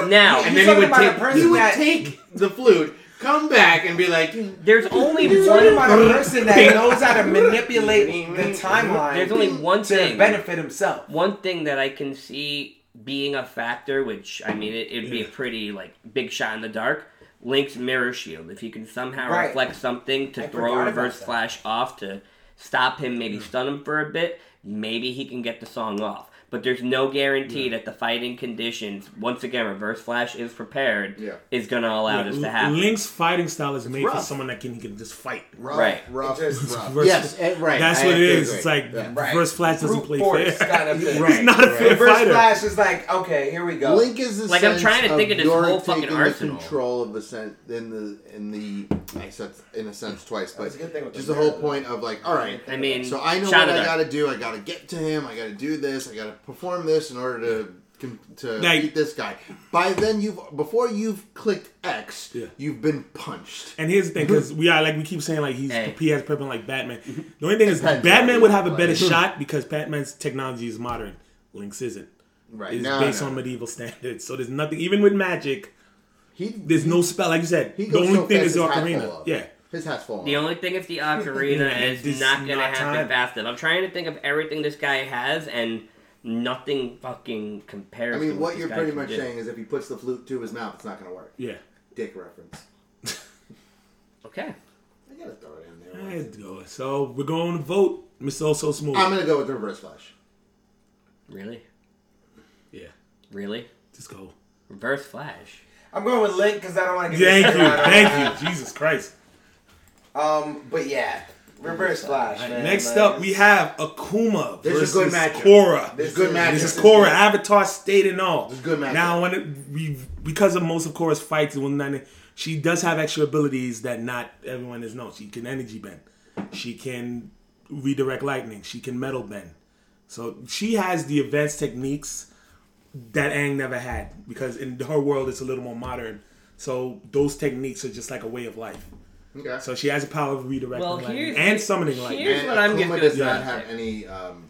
Speaker 14: Now,
Speaker 4: and then he would take he would take the flute, come back and be like,
Speaker 14: There's only
Speaker 8: You're
Speaker 14: one
Speaker 8: talking about a person that knows how to manipulate the timeline.
Speaker 14: There's only one
Speaker 8: to
Speaker 14: thing
Speaker 8: benefit himself.
Speaker 14: One thing that I can see being a factor, which I mean, it, it'd be a pretty like big shot in the dark. Link's mirror shield. If you can somehow
Speaker 8: Right.
Speaker 14: reflect something to
Speaker 8: I
Speaker 14: throw
Speaker 8: forgot about
Speaker 14: Reverse
Speaker 8: that.
Speaker 14: Flash off to stop him, maybe stun him for a bit, maybe he can get the song off. But there's no guarantee that the fighting conditions, once again, Reverse Flash is prepared, is going to allow this to happen.
Speaker 12: Link's fighting style is made for
Speaker 14: rough.
Speaker 12: someone that can, he can just fight.
Speaker 14: Right.
Speaker 4: rough,
Speaker 12: It's
Speaker 4: rough.
Speaker 12: reverse-
Speaker 4: Yes, eh, right.
Speaker 12: That's
Speaker 4: I
Speaker 12: what it
Speaker 4: have to
Speaker 12: is.
Speaker 4: agree.
Speaker 12: It's like
Speaker 4: Yeah.
Speaker 12: Reverse Flash doesn't
Speaker 8: Brute
Speaker 12: play
Speaker 8: force
Speaker 12: fair.
Speaker 8: kind of thing.
Speaker 12: He's not a fair
Speaker 8: Reverse
Speaker 12: fighter.
Speaker 8: Flash is like, okay, here we go.
Speaker 4: Link is the
Speaker 14: Like, I'm
Speaker 4: sense
Speaker 14: trying to think of this
Speaker 4: you're
Speaker 14: whole fucking
Speaker 4: taking the
Speaker 14: arsenal.
Speaker 4: Control of the sen- in the in the I said in a sense twice, but
Speaker 8: That's a good thing with
Speaker 4: just
Speaker 8: the
Speaker 4: the whole
Speaker 8: mirror,
Speaker 4: point of like, all right.
Speaker 14: I mean,
Speaker 4: so I know
Speaker 14: shout
Speaker 4: what
Speaker 14: it
Speaker 4: I
Speaker 14: out.
Speaker 4: got to do. I got to get to him. I got to do this. I got to perform this in order to com- to
Speaker 12: Like-
Speaker 4: beat this guy. By then, you've before you've clicked X,
Speaker 12: Yeah.
Speaker 4: you've been punched.
Speaker 12: And here's the
Speaker 4: Mm-hmm.
Speaker 12: thing, because we are like we keep saying like he's
Speaker 4: Hey. Mm-hmm.
Speaker 12: he has prepping like Batman. The only thing is
Speaker 4: Depends
Speaker 12: Batman
Speaker 4: on
Speaker 12: would
Speaker 4: who
Speaker 12: have a
Speaker 4: you
Speaker 12: better
Speaker 4: play.
Speaker 12: shot because Batman's technology is modern. Link's isn't.
Speaker 4: Right.
Speaker 12: It's
Speaker 4: No,
Speaker 12: based
Speaker 4: no.
Speaker 12: on medieval standards. So there's nothing even with magic.
Speaker 4: He
Speaker 12: there's no spell like you said.
Speaker 4: He
Speaker 12: the
Speaker 4: goes
Speaker 12: only
Speaker 4: so
Speaker 12: thing
Speaker 4: fast
Speaker 12: is the
Speaker 4: his hat fall
Speaker 12: ocarina.
Speaker 4: off.
Speaker 12: Yeah.
Speaker 4: His hat's falling.
Speaker 14: The only thing if the ocarina is
Speaker 12: This is
Speaker 14: not gonna
Speaker 12: not
Speaker 14: happen
Speaker 12: time.
Speaker 14: fast enough. I'm trying to think of everything this guy has, and nothing fucking compares.
Speaker 4: I
Speaker 14: to
Speaker 4: mean, what
Speaker 14: this
Speaker 4: you're
Speaker 14: guy
Speaker 4: pretty
Speaker 14: can
Speaker 4: much
Speaker 14: do.
Speaker 4: saying is if he puts the flute to his mouth, it's not going to work.
Speaker 12: Yeah.
Speaker 4: Dick reference.
Speaker 14: Okay.
Speaker 4: I gotta throw it in there.
Speaker 12: Let's go. So we're going to vote. Mr. Oh So Smooth.
Speaker 4: I'm gonna go with the reverse flash.
Speaker 14: Really?
Speaker 12: Yeah.
Speaker 14: Really?
Speaker 12: Just go.
Speaker 14: Reverse Flash.
Speaker 8: I'm going with Link because I don't want to.
Speaker 12: Thank you. Thank you. Jesus Christ.
Speaker 8: you. Um, but yeah, Reverse Flash. man,
Speaker 12: Next
Speaker 8: like-
Speaker 12: up, we have Akuma
Speaker 8: This is
Speaker 12: versus
Speaker 8: a good matchup.
Speaker 12: Korra.
Speaker 8: This is good matchup.
Speaker 12: This
Speaker 8: This
Speaker 12: is
Speaker 8: is
Speaker 12: Korra.
Speaker 8: good.
Speaker 12: Avatar stayed and all. This is
Speaker 4: good matchup.
Speaker 12: Now, when it, we because of most of Korra's fights, it will not- she does have extra abilities that not everyone is known. She can energy bend. She can redirect lightning. She can metal bend. So she has the advanced techniques that Aang never had because in her world it's a little more modern. So those techniques are just like a way of life.
Speaker 4: Okay.
Speaker 12: So she has the power of redirecting
Speaker 14: Well,
Speaker 12: lightning
Speaker 14: here's-
Speaker 12: and summoning lightning.
Speaker 14: Here's what I'm
Speaker 4: Akuma
Speaker 14: just
Speaker 4: does
Speaker 14: gonna
Speaker 4: not
Speaker 14: say.
Speaker 4: have any um,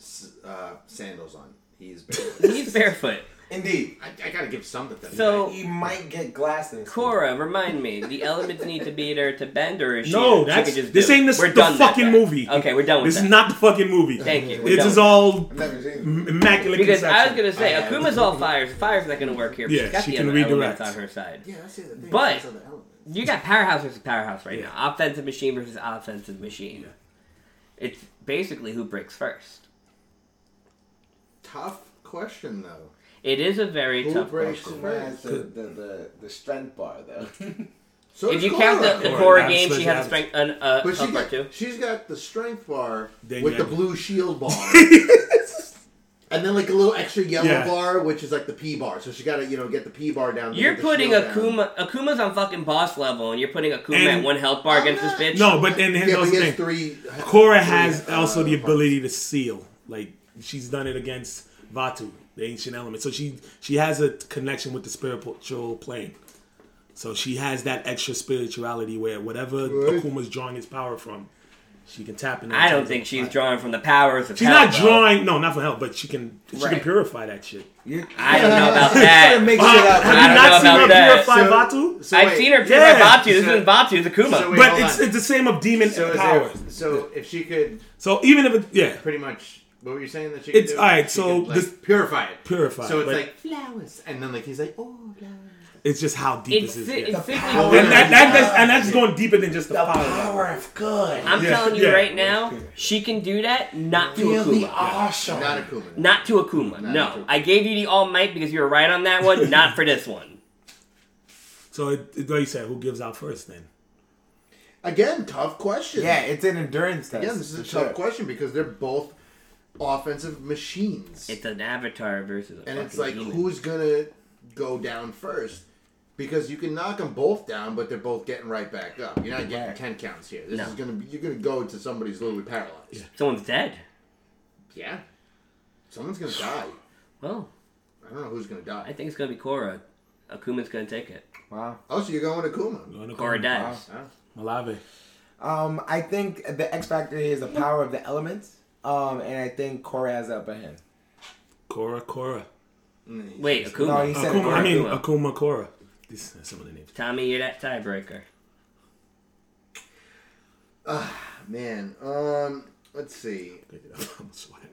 Speaker 4: s- uh, sandals on. He's barefoot.
Speaker 14: He's barefoot.
Speaker 8: Indeed.
Speaker 4: I, I gotta give something to
Speaker 14: So-
Speaker 8: he might get glasses.
Speaker 14: Korra, remind me, the elements need to be there to bend, or is she,
Speaker 12: No,
Speaker 14: she
Speaker 12: that's
Speaker 14: could just
Speaker 12: this
Speaker 14: do it?
Speaker 12: ain't the,
Speaker 14: We're
Speaker 12: the
Speaker 14: done that
Speaker 12: fucking
Speaker 14: then.
Speaker 12: movie.
Speaker 14: Okay, we're done with
Speaker 12: this
Speaker 14: that.
Speaker 12: is not the fucking movie.
Speaker 14: Thank you. We're
Speaker 12: This
Speaker 14: done
Speaker 12: is
Speaker 14: with
Speaker 12: all
Speaker 8: never seen it.
Speaker 12: m- immaculate
Speaker 14: Because
Speaker 12: conception.
Speaker 14: I was gonna say Akuma's all fires. Fire's not gonna work here. But
Speaker 12: Yeah,
Speaker 14: she's got
Speaker 12: she
Speaker 14: the
Speaker 12: can
Speaker 14: other elements
Speaker 12: redirect.
Speaker 14: on her side.
Speaker 4: Yeah, that's the other thing.
Speaker 14: But
Speaker 4: Those are the elements.
Speaker 14: you got powerhouse versus powerhouse right now. Offensive machine versus offensive machine. It's basically who breaks first.
Speaker 4: Tough question though.
Speaker 14: It is a very
Speaker 4: Who
Speaker 14: tough
Speaker 4: breaks uh,
Speaker 14: question.
Speaker 8: Who has the, the, the, the strength bar though?
Speaker 4: So
Speaker 14: if
Speaker 4: does
Speaker 14: you count
Speaker 4: Korra.
Speaker 14: the, the
Speaker 4: Korra,
Speaker 14: Korra
Speaker 4: not
Speaker 14: game, she had
Speaker 4: supposed to
Speaker 14: a
Speaker 4: have
Speaker 14: strength an, uh,
Speaker 4: but she
Speaker 14: up bar
Speaker 4: got,
Speaker 14: too.
Speaker 4: she's got the strength bar
Speaker 12: Then
Speaker 4: with
Speaker 12: you
Speaker 4: the
Speaker 12: had-
Speaker 4: blue shield bar. And then like a little extra yellow
Speaker 12: Yeah.
Speaker 4: bar, which is like the P bar. So she got to you know get the P bar down. to
Speaker 14: You're
Speaker 4: get the
Speaker 14: putting
Speaker 4: shield down.
Speaker 14: Akuma. Akuma's on fucking boss level, and you're putting Akuma
Speaker 12: And-
Speaker 14: at one health bar against this bitch.
Speaker 12: no, but then here's
Speaker 4: Yeah, but
Speaker 12: also
Speaker 4: he
Speaker 12: the
Speaker 4: has
Speaker 12: thing.
Speaker 4: three-
Speaker 12: Korra has
Speaker 4: three,
Speaker 12: also
Speaker 4: uh,
Speaker 12: the ability to seal. Like she's done it against Vatu, the ancient element. So she she has a connection with the spiritual plane. So she has that extra spirituality where whatever Akuma's drawing his power from, she can tap into.
Speaker 14: I don't think she's drawing from the powers of
Speaker 12: She's
Speaker 14: hell,
Speaker 12: not
Speaker 14: though.
Speaker 12: drawing. No, not from hell, but she can. She can
Speaker 14: Right.
Speaker 12: purify that shit.
Speaker 14: I don't know about that.
Speaker 12: Uh, Have you
Speaker 14: I don't
Speaker 12: not
Speaker 14: know
Speaker 12: seen her
Speaker 14: about that.
Speaker 12: purify Batu?
Speaker 14: I've seen her purify Batu. This is Batu, the Kuma.
Speaker 15: So wait,
Speaker 12: but
Speaker 15: hold
Speaker 12: it's,
Speaker 15: on.
Speaker 12: it's the same of demon
Speaker 15: So is there-
Speaker 12: powers.
Speaker 15: so if she could,
Speaker 12: so even if it, yeah,
Speaker 15: pretty much. What were you saying that she? Could
Speaker 12: It's
Speaker 15: do?
Speaker 12: all right.
Speaker 15: She
Speaker 12: So
Speaker 15: could, like,
Speaker 12: this
Speaker 15: purify it.
Speaker 12: Purify.
Speaker 15: So it's
Speaker 12: but
Speaker 15: like flowers, and then like he's like, oh, flowers.
Speaker 12: it's just how deep
Speaker 14: It's
Speaker 12: this is.
Speaker 14: si-
Speaker 12: yeah.
Speaker 14: it's simply
Speaker 12: and, that, that, that's, and that's going deeper than just the, power.
Speaker 8: of good.
Speaker 14: I'm
Speaker 12: Yeah.
Speaker 14: telling you
Speaker 12: Yeah.
Speaker 14: right now, she can do that. Not to
Speaker 8: Feel the
Speaker 14: Akuma.
Speaker 8: awesome.
Speaker 15: Not Akuma.
Speaker 14: Not to Akuma. no, I gave you the all might because you were right on that one. not for this one.
Speaker 12: So it, it- like you said, who gives out first then?
Speaker 4: Again, tough question.
Speaker 8: Yeah, it's an endurance test.
Speaker 4: Yeah, this is a
Speaker 8: for
Speaker 4: tough
Speaker 8: sure.
Speaker 4: question because they're both offensive machines.
Speaker 14: It's an avatar versus a
Speaker 4: and it's
Speaker 14: fucking
Speaker 4: like,
Speaker 14: demon.
Speaker 4: who's going to go down first? Because you can knock them both down, but they're both getting right back up. You're not getting 10 counts here. This
Speaker 14: No.
Speaker 4: is going to be, you're going to go to somebody's literally paralyzed. Yeah.
Speaker 14: Someone's dead.
Speaker 4: Someone's going to die.
Speaker 14: Well,
Speaker 4: I don't know who's going to die.
Speaker 14: I think it's gonna be Korra. Akuma's gonna take it.
Speaker 8: Wow.
Speaker 4: Oh, so you're going with Akuma.
Speaker 12: Going to
Speaker 14: Korra dies.
Speaker 12: Malave.
Speaker 8: Um, I think the X factor here is the power of the elements. Um, and I think Korra has up ahead.
Speaker 12: Korra, Korra.
Speaker 14: Wait, Akuma.
Speaker 8: No, he said
Speaker 12: Akuma, I mean
Speaker 14: Akuma.
Speaker 12: Akuma Korra. These are some of the names.
Speaker 14: Tommy, you're that tiebreaker.
Speaker 4: Man, um, let's see.
Speaker 12: I'm sweating.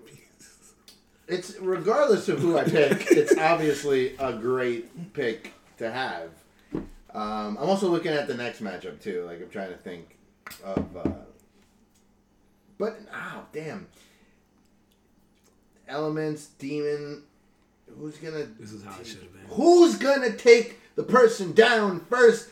Speaker 4: It's regardless of who I pick, it's obviously a great pick to have. Um, I'm also looking at the next matchup too. Like I'm trying to think of, uh, but oh damn, elements, demon. Who's gonna?
Speaker 12: This is how it should have been.
Speaker 4: Who's gonna take the person down first?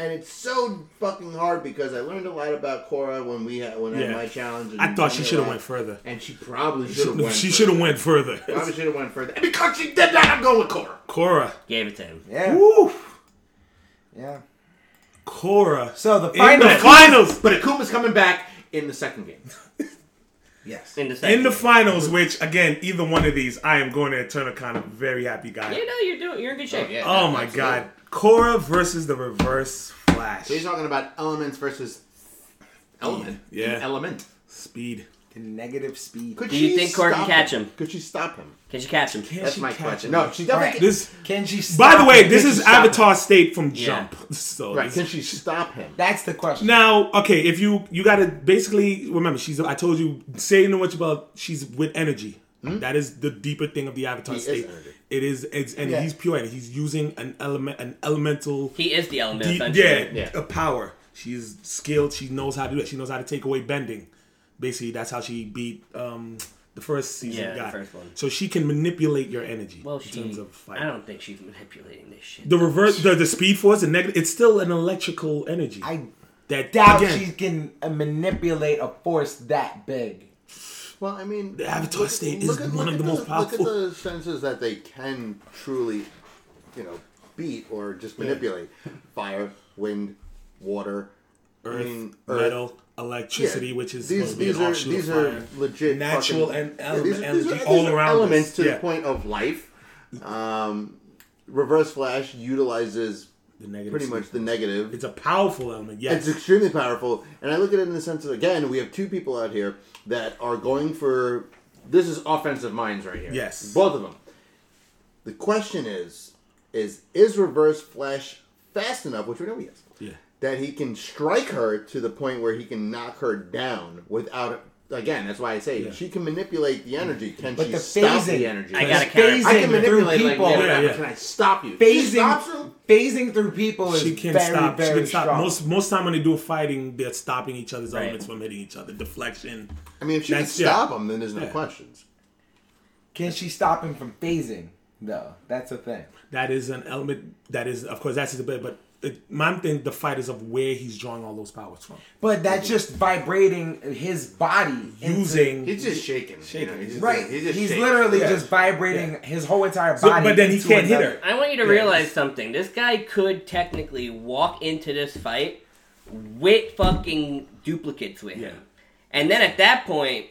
Speaker 4: And it's so fucking hard because I learned a lot about Cora when we had, when I had
Speaker 12: Yeah.
Speaker 4: my challenge. and
Speaker 12: I thought she
Speaker 4: Tony
Speaker 12: should have
Speaker 4: Rock,
Speaker 12: went further.
Speaker 4: And she probably should have went.
Speaker 12: She
Speaker 4: further.
Speaker 12: should have went further.
Speaker 4: Probably should have went further. And because she did that, I'm going with Cora.
Speaker 12: Korra.
Speaker 14: Gave it to him.
Speaker 8: Yeah.
Speaker 12: Woo.
Speaker 8: Yeah.
Speaker 12: Korra.
Speaker 8: So the
Speaker 12: In
Speaker 8: final
Speaker 12: the finals.
Speaker 15: But Akuma's coming back in the second game.
Speaker 8: Yes.
Speaker 14: In the second.
Speaker 12: In the finals, which again, either one of these, I am going to Eternocon a very happy guy.
Speaker 14: You know you're doing. You're in good shape.
Speaker 15: yeah.
Speaker 12: Oh my
Speaker 15: Absolutely.
Speaker 12: god. Korra versus the reverse flash.
Speaker 15: So you're talking about elements versus element.
Speaker 12: Yeah.
Speaker 15: An element.
Speaker 12: Speed.
Speaker 8: The negative speed.
Speaker 4: Could
Speaker 14: Do you
Speaker 4: she
Speaker 14: think Cora can
Speaker 4: stop
Speaker 14: catch him?
Speaker 4: Could she stop him?
Speaker 14: Can she catch him?
Speaker 15: That's
Speaker 12: she
Speaker 15: my
Speaker 12: catch
Speaker 15: question.
Speaker 12: him?
Speaker 15: No, she
Speaker 8: All
Speaker 15: definitely.
Speaker 8: right.
Speaker 12: This
Speaker 8: Can she stop
Speaker 12: by the way,
Speaker 8: it?
Speaker 12: this
Speaker 8: Can she
Speaker 12: is
Speaker 8: stop it?
Speaker 12: Avatar State from
Speaker 14: Yeah.
Speaker 12: Jump. So
Speaker 4: Right?
Speaker 12: this-
Speaker 4: Can she stop him?
Speaker 8: That's the question.
Speaker 12: Now, okay, if you you gotta basically remember, she's. I told you, say no much about. She's with energy. That is the deeper thing of the Avatar
Speaker 4: Hmm? He is
Speaker 12: state.
Speaker 4: energy.
Speaker 12: it is, it's, and
Speaker 8: Yeah.
Speaker 12: he's pure. energy. He's using an element, an elemental,
Speaker 14: He is the element.
Speaker 12: deep,
Speaker 14: essentially.
Speaker 12: yeah, a power. She's skilled. She knows how to do it. She knows how to take away bending. Basically, that's how she beat um the first season
Speaker 14: Yeah, the
Speaker 12: guy.
Speaker 14: first one.
Speaker 12: So she can manipulate your energy
Speaker 14: Well,
Speaker 12: in
Speaker 14: she.
Speaker 12: terms of fight.
Speaker 14: I don't think she's manipulating this shit.
Speaker 12: The reverse, the, the speed force, the negative. It's still an electrical energy.
Speaker 8: I
Speaker 12: that
Speaker 8: doubt
Speaker 12: again,
Speaker 8: she can uh, manipulate a force that big.
Speaker 4: Well, I mean,
Speaker 12: The Avatar State is
Speaker 4: at-
Speaker 12: one of
Speaker 4: at
Speaker 12: the most powerful.
Speaker 4: Look at the senses that they can truly, you know, beat or just manipulate: fire, wind, water, I
Speaker 12: earth,
Speaker 4: mean,
Speaker 12: metal, electricity, which is
Speaker 4: these
Speaker 12: supposed to be
Speaker 4: these
Speaker 12: an
Speaker 4: are
Speaker 12: offshoot
Speaker 4: these
Speaker 12: of
Speaker 4: are
Speaker 12: fire.
Speaker 4: legit
Speaker 12: Natural
Speaker 4: fucking-
Speaker 12: and
Speaker 4: Yeah,
Speaker 12: ele-
Speaker 4: these are- these
Speaker 12: energy
Speaker 4: are-
Speaker 12: all
Speaker 4: these are
Speaker 12: around us.
Speaker 4: elements to
Speaker 12: Yeah.
Speaker 4: the point of life. Um, Reverse Flash utilizes
Speaker 12: the negative.
Speaker 4: pretty much the negative
Speaker 12: It's a powerful element. Yes,
Speaker 4: It's extremely powerful, and I look at it in the sense of again, we have two people out here that are going for.
Speaker 15: This is offensive minds right here.
Speaker 12: Yes.
Speaker 15: Both of them.
Speaker 4: The question is, is is Reverse Flash fast enough? Which we know he is.
Speaker 12: Yeah.
Speaker 4: That he can strike her to the point where he can knock her down without. Again, that's why I say
Speaker 12: Yeah.
Speaker 4: she can manipulate the energy. Can
Speaker 8: But
Speaker 4: she
Speaker 8: the
Speaker 4: stop
Speaker 8: phasing-
Speaker 4: the energy?
Speaker 14: I got a
Speaker 8: phasing
Speaker 14: counter.
Speaker 15: I can
Speaker 8: through
Speaker 15: manipulate like
Speaker 8: people.
Speaker 15: never
Speaker 12: Yeah,
Speaker 15: ever.
Speaker 12: yeah.
Speaker 15: Can I stop you?
Speaker 4: She stops
Speaker 8: Phasing,
Speaker 4: him?
Speaker 8: phasing through people is
Speaker 12: she can
Speaker 8: Oh, very,
Speaker 12: stop.
Speaker 8: very
Speaker 12: she can stop.
Speaker 8: strong.
Speaker 12: Most most time when they do fighting, they're stopping each other's
Speaker 14: Right.
Speaker 12: elements from hitting each other. Deflection.
Speaker 4: I mean, if she can
Speaker 12: That's- yeah.
Speaker 4: stop him, then there's no
Speaker 12: Yeah.
Speaker 4: questions.
Speaker 8: Can she stop him from phasing? Though that's the thing.
Speaker 12: That is an element. That is, of course, that's the bit. But it, my thing, the fight is of where he's drawing all those powers from.
Speaker 8: But that's just vibrating his body. into-
Speaker 12: Using
Speaker 15: He's just shaking. You know, he's just,
Speaker 8: right.
Speaker 15: He's,
Speaker 8: He's,
Speaker 15: just shaking.
Speaker 8: literally
Speaker 12: Yeah.
Speaker 8: just vibrating his whole entire
Speaker 12: So-
Speaker 8: body.
Speaker 12: but then he
Speaker 8: into
Speaker 12: can't hit
Speaker 8: another-
Speaker 12: her.
Speaker 14: I want you to realize something. This guy could technically walk into this fight with fucking duplicates with him. And then at that point,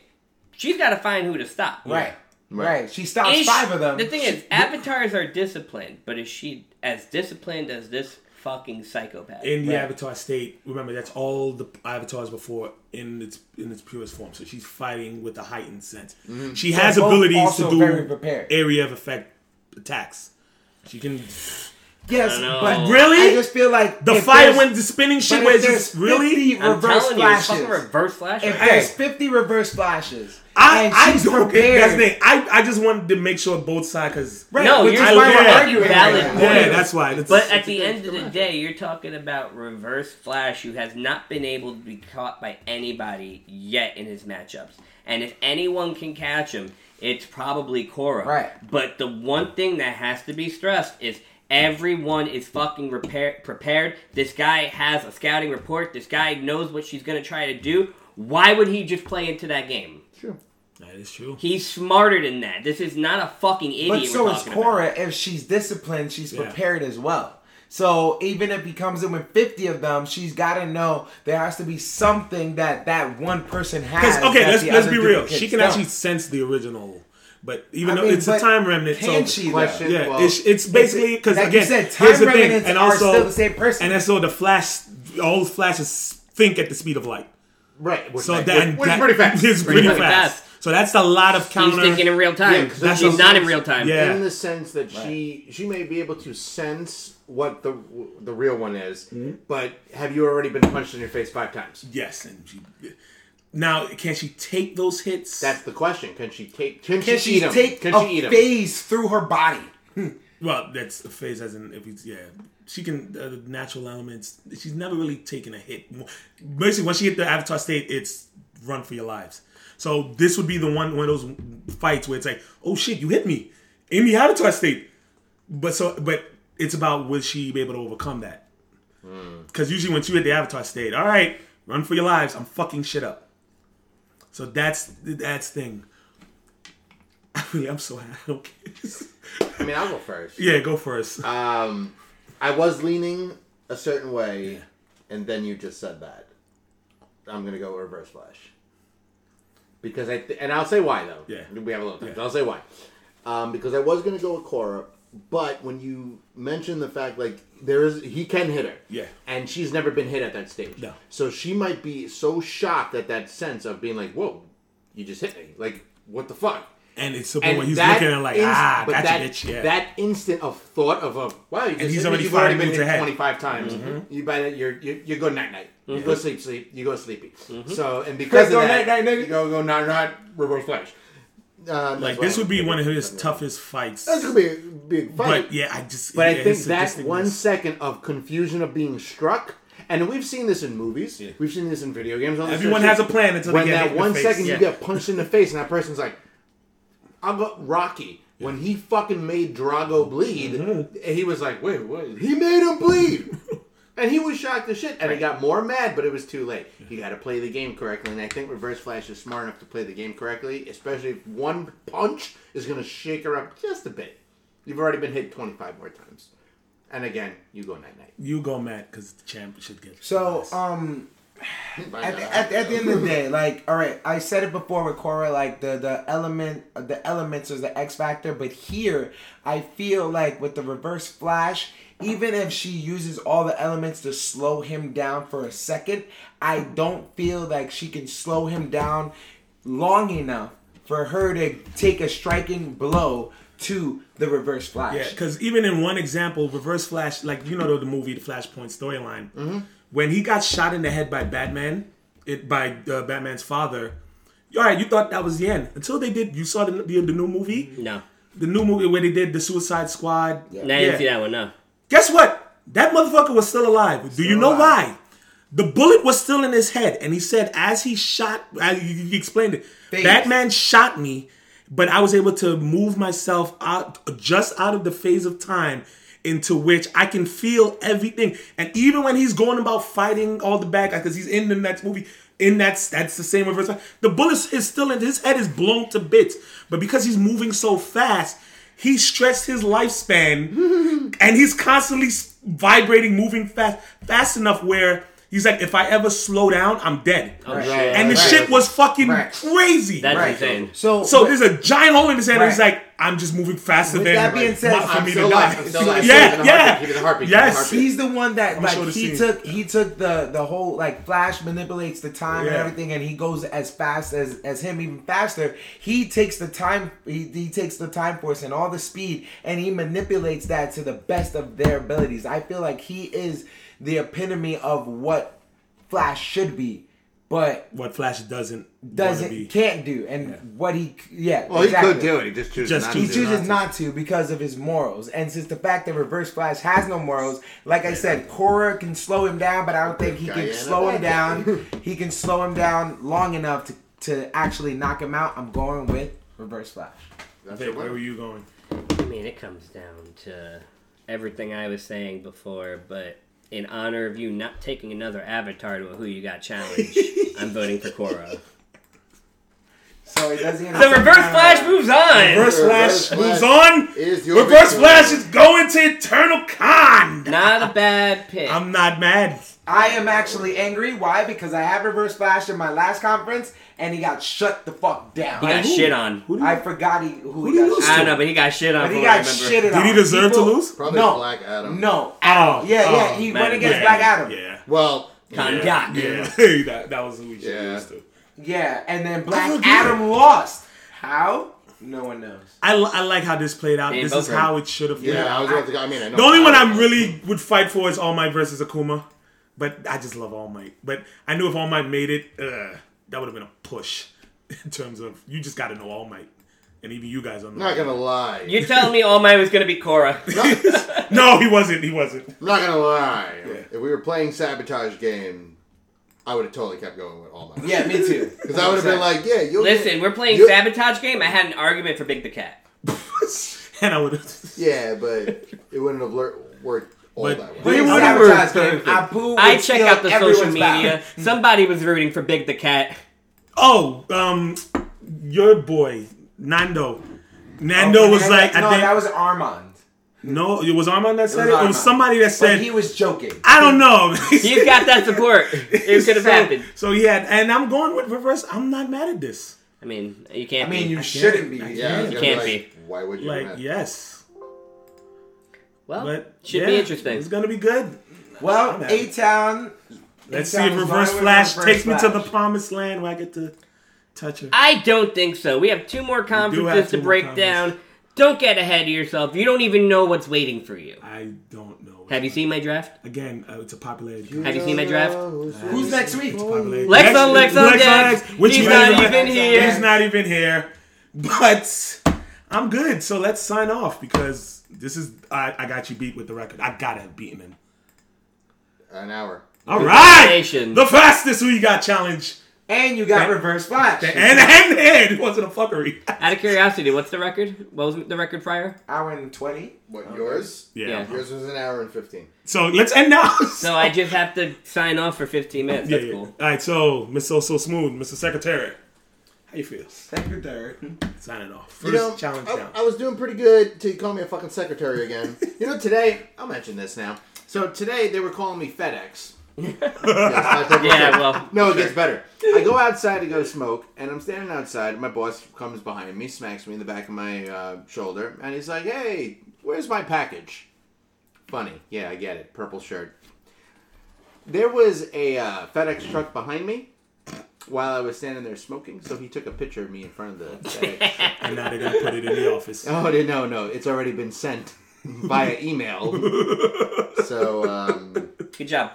Speaker 14: she's got to find who to stop.
Speaker 8: Right. Right. She stops
Speaker 14: Is she-
Speaker 8: five of them.
Speaker 14: The thing is, avatars are disciplined, but is she as disciplined as this fucking psychopath.
Speaker 12: in the
Speaker 14: Right.
Speaker 12: Avatar state. Remember, that's all the avatars before in its in its purest form. So she's fighting with a heightened sense.
Speaker 13: Mhm.
Speaker 12: She
Speaker 13: They're
Speaker 12: has
Speaker 13: both
Speaker 12: abilities to
Speaker 13: also
Speaker 12: do
Speaker 13: very prepared.
Speaker 12: area of effect attacks. She can.
Speaker 13: Yes, but
Speaker 12: really,
Speaker 13: I just feel like
Speaker 12: the
Speaker 13: if
Speaker 12: fire
Speaker 13: there's-
Speaker 12: when the spinning shit
Speaker 13: but
Speaker 12: was
Speaker 13: if there's
Speaker 12: just really
Speaker 13: 50 reverse flashes. If there's
Speaker 12: Hey,
Speaker 13: fifty reverse flashes,
Speaker 12: I
Speaker 13: and
Speaker 12: I
Speaker 13: she's
Speaker 12: don't
Speaker 13: prepared,
Speaker 12: that's the thing. I I just wanted to make sure both sides because
Speaker 14: Right, No, which you're is why we're right. arguing Valid right now. point.
Speaker 12: Yeah, that's why. That's,
Speaker 14: But at the end of the day, you're talking about Reverse Flash, who has not been able to be caught by anybody yet in his matchups. And if anyone can catch him, it's probably Cora. Right. But the one thing that has to be stressed is everyone is fucking repair- prepared. This guy has a scouting report. This guy knows what she's going to try to do. Why would he just play into that game?
Speaker 12: True. That is true.
Speaker 14: He's smarter than that. This is not a fucking idiot.
Speaker 13: But so
Speaker 14: we're
Speaker 13: is
Speaker 14: talking about.
Speaker 13: Cora. If she's disciplined, she's
Speaker 14: Yeah.
Speaker 13: prepared as well. So even if he comes in with fifty of them, she's got to know there has to be something that that one person has.
Speaker 12: Because okay,
Speaker 13: that
Speaker 12: let's
Speaker 13: the
Speaker 12: let's
Speaker 13: other
Speaker 12: be real.
Speaker 13: duplicates
Speaker 12: She can
Speaker 13: don't.
Speaker 12: actually sense the original, but even
Speaker 13: I
Speaker 12: though
Speaker 13: mean,
Speaker 12: it's a
Speaker 13: but
Speaker 12: time remnant,
Speaker 13: can
Speaker 12: so
Speaker 13: she, though?
Speaker 12: question,
Speaker 13: Question,
Speaker 12: yeah,
Speaker 13: well,
Speaker 12: it's, it's basically because
Speaker 13: like you
Speaker 12: again,
Speaker 13: said, time
Speaker 12: here's the thing,
Speaker 13: remnants
Speaker 12: and
Speaker 13: are
Speaker 12: also
Speaker 13: still the same person.
Speaker 12: and also the flash, all the flashes think at the speed of light,
Speaker 4: right?
Speaker 12: So
Speaker 4: which-
Speaker 12: that,
Speaker 4: which is
Speaker 12: that-
Speaker 4: pretty fast.
Speaker 12: It's pretty,
Speaker 14: Pretty
Speaker 12: fast. So that's a lot of counter.
Speaker 14: thinking in real time,
Speaker 12: Yeah,
Speaker 14: 'cause
Speaker 12: that's
Speaker 14: she's
Speaker 12: a-
Speaker 14: not in real time.
Speaker 12: Yeah,
Speaker 4: in the sense that she she may be able to sense what the the real one is, but have you already been punched in your face five times?
Speaker 12: Yes, and she. Now, can she take those hits?
Speaker 4: That's the question. Can she take? Can,
Speaker 13: Can
Speaker 4: she, eat
Speaker 13: she
Speaker 4: 'em?
Speaker 13: take
Speaker 4: Can she eat
Speaker 13: a
Speaker 4: 'em?
Speaker 13: phase through her body?
Speaker 12: Well, that's the phase as in if it's yeah. She can uh, the natural elements. She's never really taken a hit. Basically, once she hit the avatar state, it's run for your lives. So this would be the one one of those fights where it's like, oh shit, you hit me in the avatar state. But so, but it's about will she be able to overcome that? Because usually, once you hit the avatar state, all right, run for your lives. I'm fucking shit up. So that's that's thing. I really, I'm so happy. I don't care.
Speaker 4: I mean, I'll go first.
Speaker 12: Yeah, go first.
Speaker 4: Um, I was leaning a certain way, and then you just said that. I'm gonna go reverse flash because I th- and I'll say why though.
Speaker 12: Yeah,
Speaker 4: we have a little time.
Speaker 12: Yeah.
Speaker 4: so I'll say why. Um, because I was gonna go with Cora, but when you mentioned the fact like there is he can hit her.
Speaker 12: Yeah.
Speaker 4: and she's never been hit at that stage.
Speaker 12: No.
Speaker 4: so she might be so shocked at that sense of being like, "Whoa, you just hit me! Like what the fuck?"
Speaker 12: And it's the
Speaker 4: And
Speaker 12: point where he's
Speaker 4: that
Speaker 12: looking at it like,
Speaker 4: inst-
Speaker 12: ah,
Speaker 4: but
Speaker 12: gotcha,
Speaker 4: that,
Speaker 12: bitch. Yeah.
Speaker 4: That instant of thought of a wow, you just hit
Speaker 12: he's
Speaker 4: me,
Speaker 12: already
Speaker 4: you've
Speaker 12: five
Speaker 4: already been
Speaker 12: moves
Speaker 4: hit
Speaker 12: ahead.
Speaker 4: twenty five times.
Speaker 12: Mhm.
Speaker 4: You better you're, you you go night night. You
Speaker 12: Mhm.
Speaker 4: go sleep sleep. You go sleepy. So and because of
Speaker 12: Chris, Mm-hmm. go
Speaker 4: that,
Speaker 12: night,
Speaker 4: you go go night night reverse flash. Uh, that's
Speaker 12: like
Speaker 4: why
Speaker 12: this
Speaker 4: I'm
Speaker 12: would be
Speaker 4: gonna-
Speaker 12: one of his toughest fights.
Speaker 4: That's gonna be a big fight.
Speaker 12: But yeah, I just
Speaker 4: But
Speaker 12: yeah,
Speaker 4: I think
Speaker 12: his
Speaker 4: that
Speaker 12: sadisticness.
Speaker 4: one second of confusion of being struck, and we've seen this in movies, we've seen this in video games. all this
Speaker 12: Everyone
Speaker 4: sort of
Speaker 12: has
Speaker 4: shit.
Speaker 12: a plan until they
Speaker 4: when
Speaker 12: get hit
Speaker 4: that
Speaker 12: in the
Speaker 4: one
Speaker 12: face.
Speaker 4: second
Speaker 12: Yeah.
Speaker 4: you get punched in the face, and that person's like, "I'm a- Rocky." When he fucking made Drago bleed,
Speaker 12: Uh-huh.
Speaker 4: he was like, "Wait, what?" He made him bleed. And he was shocked as shit, and he got more mad, but it was too late. You got to play the game correctly, and I think Reverse Flash is smart enough to play the game correctly, especially if one punch is going to shake her up just a bit. You've already been hit 25 more times. And again, you go night night.
Speaker 12: you go mad because the champ should get.
Speaker 13: So, um, at the, at, the- at the end of the day, like, all right, I said it before with Cora, like the the element, the elements is the X factor, but here I feel like with the reverse flash, even if she uses all the elements to slow him down for a second, I don't feel like she can slow him down long enough for her to take a striking blow to the reverse flash.
Speaker 12: Yeah, because even in one example, Reverse Flash, like you know the, the movie, the Flashpoint storyline,
Speaker 13: Mhm.
Speaker 12: when he got shot in the head by Batman, it by uh, Batman's father. All right, you thought that was the end until they did. You saw the the, the new movie.
Speaker 14: No.
Speaker 12: The new movie where they did the Suicide Squad.
Speaker 14: No, I didn't see that one. No.
Speaker 12: Guess what? That motherfucker was still alive. Do you know why? The bullet was still in his head, and he said, as he shot, as you, you explained it,
Speaker 13: Phased.
Speaker 12: Batman shot me, but I was able to move myself out just out of the phase of time into which I can feel everything. And even when he's going about fighting all the bad guys, because he's in the next movie, in that's that's the same reverse. The bullet is still in his head is blown to bits, but because he's moving so fast, he stretched his lifespan, and he's constantly s- vibrating, moving fast, fast enough where he's like, if I ever slow down, I'm dead.
Speaker 14: Oh, Right, shit. right,
Speaker 12: And the
Speaker 14: right.
Speaker 12: shit was fucking crazy.
Speaker 14: That's Right. insane.
Speaker 12: So, so there's a giant hole in his head. And he's
Speaker 13: Right.
Speaker 12: like, I'm just moving faster
Speaker 8: With
Speaker 12: than
Speaker 8: that being said,
Speaker 12: my-
Speaker 8: I'm
Speaker 12: for me
Speaker 8: still
Speaker 12: to
Speaker 8: alive,
Speaker 12: die.
Speaker 8: I'm still alive.
Speaker 12: Yeah, yeah.
Speaker 8: Give me the
Speaker 12: heartbeat.
Speaker 8: Yes,
Speaker 12: Yes,
Speaker 8: he's the one that
Speaker 12: I'ma
Speaker 8: like
Speaker 12: show the
Speaker 8: he
Speaker 12: scene.
Speaker 8: took he took the the whole like Flash manipulates the time and
Speaker 12: Yeah.
Speaker 8: everything, and he goes as fast as as him, even faster. He takes the time he, he takes the time force and all the speed, and he manipulates that to the best of their abilities. I feel like he is the epitome of what Flash should be, but
Speaker 12: what Flash doesn't
Speaker 8: doesn't
Speaker 12: be.
Speaker 8: can't do, and what he c- yeah
Speaker 12: Well, he could
Speaker 8: exactly.
Speaker 12: do it, he just chooses Just not to
Speaker 8: he
Speaker 12: do it.
Speaker 8: chooses not to because of his morals, and since the fact that Reverse Flash has no morals, like I said, Cora can slow him down, but I don't think he can
Speaker 13: Diana
Speaker 8: slow him down. He can slow him down long enough to to actually knock him out. I'm going with Reverse Flash.
Speaker 12: Vic, where were you going?
Speaker 14: I mean, it comes down to everything I was saying before, but in honor of you not taking another avatar to a Who You Got challenge, I'm voting for Korra.
Speaker 8: So it doesn't.
Speaker 14: The reverse flash moves on.
Speaker 12: Reverse Flash moves on.
Speaker 14: is your
Speaker 12: Reverse
Speaker 14: victory.
Speaker 12: Flash is going to Eternal Con.
Speaker 14: Not a bad pick.
Speaker 12: I'm not mad.
Speaker 8: I am actually angry. Why? Because I had Reverse Flash in my last conference, and he got shut the fuck down.
Speaker 14: He got
Speaker 8: Who?
Speaker 14: shit on.
Speaker 8: I forgot he, who, he
Speaker 14: do
Speaker 8: got
Speaker 14: you lose
Speaker 8: shit
Speaker 14: to? I
Speaker 8: on.
Speaker 14: know, but he got shit on
Speaker 8: But he
Speaker 14: from what I
Speaker 8: got
Speaker 14: remember.
Speaker 8: shit
Speaker 14: Did
Speaker 8: on.
Speaker 14: he deserve to
Speaker 8: People-
Speaker 14: lose?
Speaker 4: Probably
Speaker 8: no.
Speaker 4: Black Adam.
Speaker 8: No. Adam. yeah, yeah. He
Speaker 12: Man,
Speaker 8: went against
Speaker 12: yeah,
Speaker 8: Black Adam.
Speaker 12: Yeah.
Speaker 4: Well,
Speaker 12: yeah,
Speaker 8: Got
Speaker 12: yeah.
Speaker 8: him.
Speaker 12: Hey, that, that was who we should lose to.
Speaker 8: Yeah, and then Black Adam lost. How? No one knows.
Speaker 12: I, li- I like how this played out.
Speaker 8: Yeah,
Speaker 12: this
Speaker 8: both
Speaker 12: is
Speaker 8: of them.
Speaker 12: how it should have.
Speaker 8: Yeah,
Speaker 12: played
Speaker 8: I was
Speaker 12: out.
Speaker 8: about to go- I mean, I know-
Speaker 12: the only one I'm really would fight for is All Might versus Akuma, but I just love All Might. But I knew if All Might made it, uh, that would have been a push in terms of you just got to know All Might, and even you guys are
Speaker 4: Not gonna lie.
Speaker 14: You're telling me All Might was gonna be Korra.
Speaker 12: no, he wasn't. He wasn't.
Speaker 4: I'm not gonna lie. If we were playing sabotage game, I would have totally kept going with all my.
Speaker 8: Yeah, me too.
Speaker 4: Because I would have been like, yeah, you'll
Speaker 14: Listen,
Speaker 4: get-
Speaker 14: we're playing
Speaker 4: you'll-
Speaker 14: sabotage game. I had an argument for Big the Cat.
Speaker 12: and I would have.
Speaker 4: Yeah, but it wouldn't have lear- worked all that way.
Speaker 14: I check out the social media. Somebody was rooting for Big the Cat.
Speaker 12: Oh, um, your boy Nando. Nando
Speaker 8: Okay,
Speaker 12: was
Speaker 8: that-
Speaker 12: like,
Speaker 8: no,
Speaker 12: I think
Speaker 8: that was Armand.
Speaker 12: no, it was Armand that said
Speaker 8: was
Speaker 12: it. It was,
Speaker 8: Armand.
Speaker 12: somebody that said
Speaker 8: but he was joking.
Speaker 12: I don't know.
Speaker 14: He's got that support. It could have
Speaker 12: so,
Speaker 14: happened.
Speaker 12: So yeah, and I'm going with reverse. I'm not mad at this.
Speaker 14: I mean, you can't.
Speaker 8: I mean,
Speaker 14: be.
Speaker 8: you shouldn't be.
Speaker 14: I
Speaker 8: Yeah, I was
Speaker 14: you
Speaker 8: gonna
Speaker 14: can't
Speaker 8: be
Speaker 14: be.
Speaker 8: like,
Speaker 4: Why would
Speaker 12: Like yes.
Speaker 14: Well,
Speaker 12: But,
Speaker 14: should
Speaker 12: yeah,
Speaker 14: be interesting.
Speaker 12: It's gonna be good.
Speaker 8: Well,
Speaker 12: I'm happy.
Speaker 8: A Town.
Speaker 12: Let's see if Reverse Flash takes me to the promised land where I get to touch her.
Speaker 14: I don't think so. We have two more
Speaker 12: have
Speaker 14: conferences to
Speaker 12: two more
Speaker 14: break
Speaker 12: conferences.
Speaker 14: down. Don't get ahead of yourself. You don't even know what's waiting for you.
Speaker 12: I don't know.
Speaker 14: Have you seen my draft?
Speaker 12: Again, uh, it's a popularity.
Speaker 14: Have you seen my draft?
Speaker 8: Who's next week?
Speaker 12: Lex
Speaker 14: Lex on Lex on deck.
Speaker 12: Which
Speaker 14: He's
Speaker 12: one
Speaker 14: not
Speaker 12: is-
Speaker 14: even here.
Speaker 12: He's not even here. But I'm good. So let's sign off because this is I, I got you beat with the record. I gotta have beaten him.
Speaker 4: An hour.
Speaker 12: All right,
Speaker 14: Congratulations.
Speaker 12: the fastest we got challenge.
Speaker 8: And you got
Speaker 12: That-
Speaker 8: Reverse Flash.
Speaker 12: And and and it wasn't a fuckery.
Speaker 14: Out of curiosity, what's the record? What was the record prior?
Speaker 8: Hour and 20.
Speaker 4: What, yours?
Speaker 12: Yeah.
Speaker 4: Yours was an hour and 15.
Speaker 12: So let's end now.
Speaker 14: So I just have to sign off for 15 minutes.
Speaker 12: Yeah,
Speaker 14: That's
Speaker 12: yeah.
Speaker 14: cool.
Speaker 12: All right, so Miss So So Smooth, Mr. Secretary, how you feel?
Speaker 8: Secretary.
Speaker 12: Signing off. First
Speaker 4: You know,
Speaker 12: challenge
Speaker 4: I,
Speaker 12: down.
Speaker 4: I was doing pretty good till you called me a fucking secretary again. you know, today I'll mention this now.
Speaker 15: So today they were calling me FedEx.
Speaker 4: Yes, my
Speaker 14: Yeah,
Speaker 4: purpose-
Speaker 14: well,
Speaker 4: no, it
Speaker 15: sure.
Speaker 4: gets better. I go outside to go smoke, and I'm standing outside. My boss comes behind me, smacks me in the back of my uh, shoulder, and he's like, "Hey, where's my package?" Funny, yeah, I get it. Purple shirt. There was a uh, FedEx truck behind me while I was standing there smoking, so he took a picture of me in front of the FedEx truck.
Speaker 12: and now they're gonna put it in the office.
Speaker 4: Oh no, no, it's already been sent via email. so um,
Speaker 14: Good job.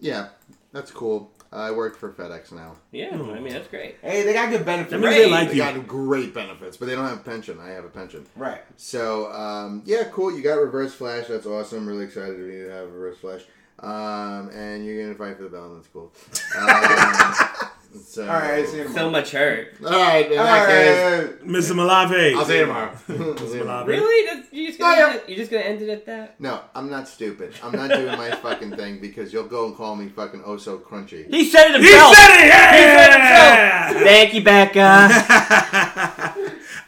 Speaker 4: yeah, that's cool. I work for FedEx now.
Speaker 14: Yeah, I mean, that's great.
Speaker 8: Hey, they got good benefits.
Speaker 12: That means they like
Speaker 4: They
Speaker 12: you.
Speaker 4: got great benefits, but they don't have a pension. I have a pension.
Speaker 8: Right.
Speaker 4: So, um, yeah, cool. You got Reverse Flash. That's awesome. Really excited to be- have Reverse Flash. Um, and you're going to fight for the belt. That's cool. Um, so,
Speaker 8: All right, see you
Speaker 14: So
Speaker 8: tomorrow.
Speaker 14: much hurt.
Speaker 4: All right, in
Speaker 8: All
Speaker 4: that case,
Speaker 8: right.
Speaker 12: Mr. Malave.
Speaker 4: I'll see you tomorrow. I'll see you tomorrow.
Speaker 14: Really? That's- You just gonna, end it- You're just going to end it at that?
Speaker 4: No, I'm not stupid. I'm not doing my fucking thing because you'll go and call me fucking oh so crunchy.
Speaker 14: He said it
Speaker 12: He
Speaker 14: himself.
Speaker 12: said it! Yeah!
Speaker 14: Thank you, Becca.
Speaker 12: I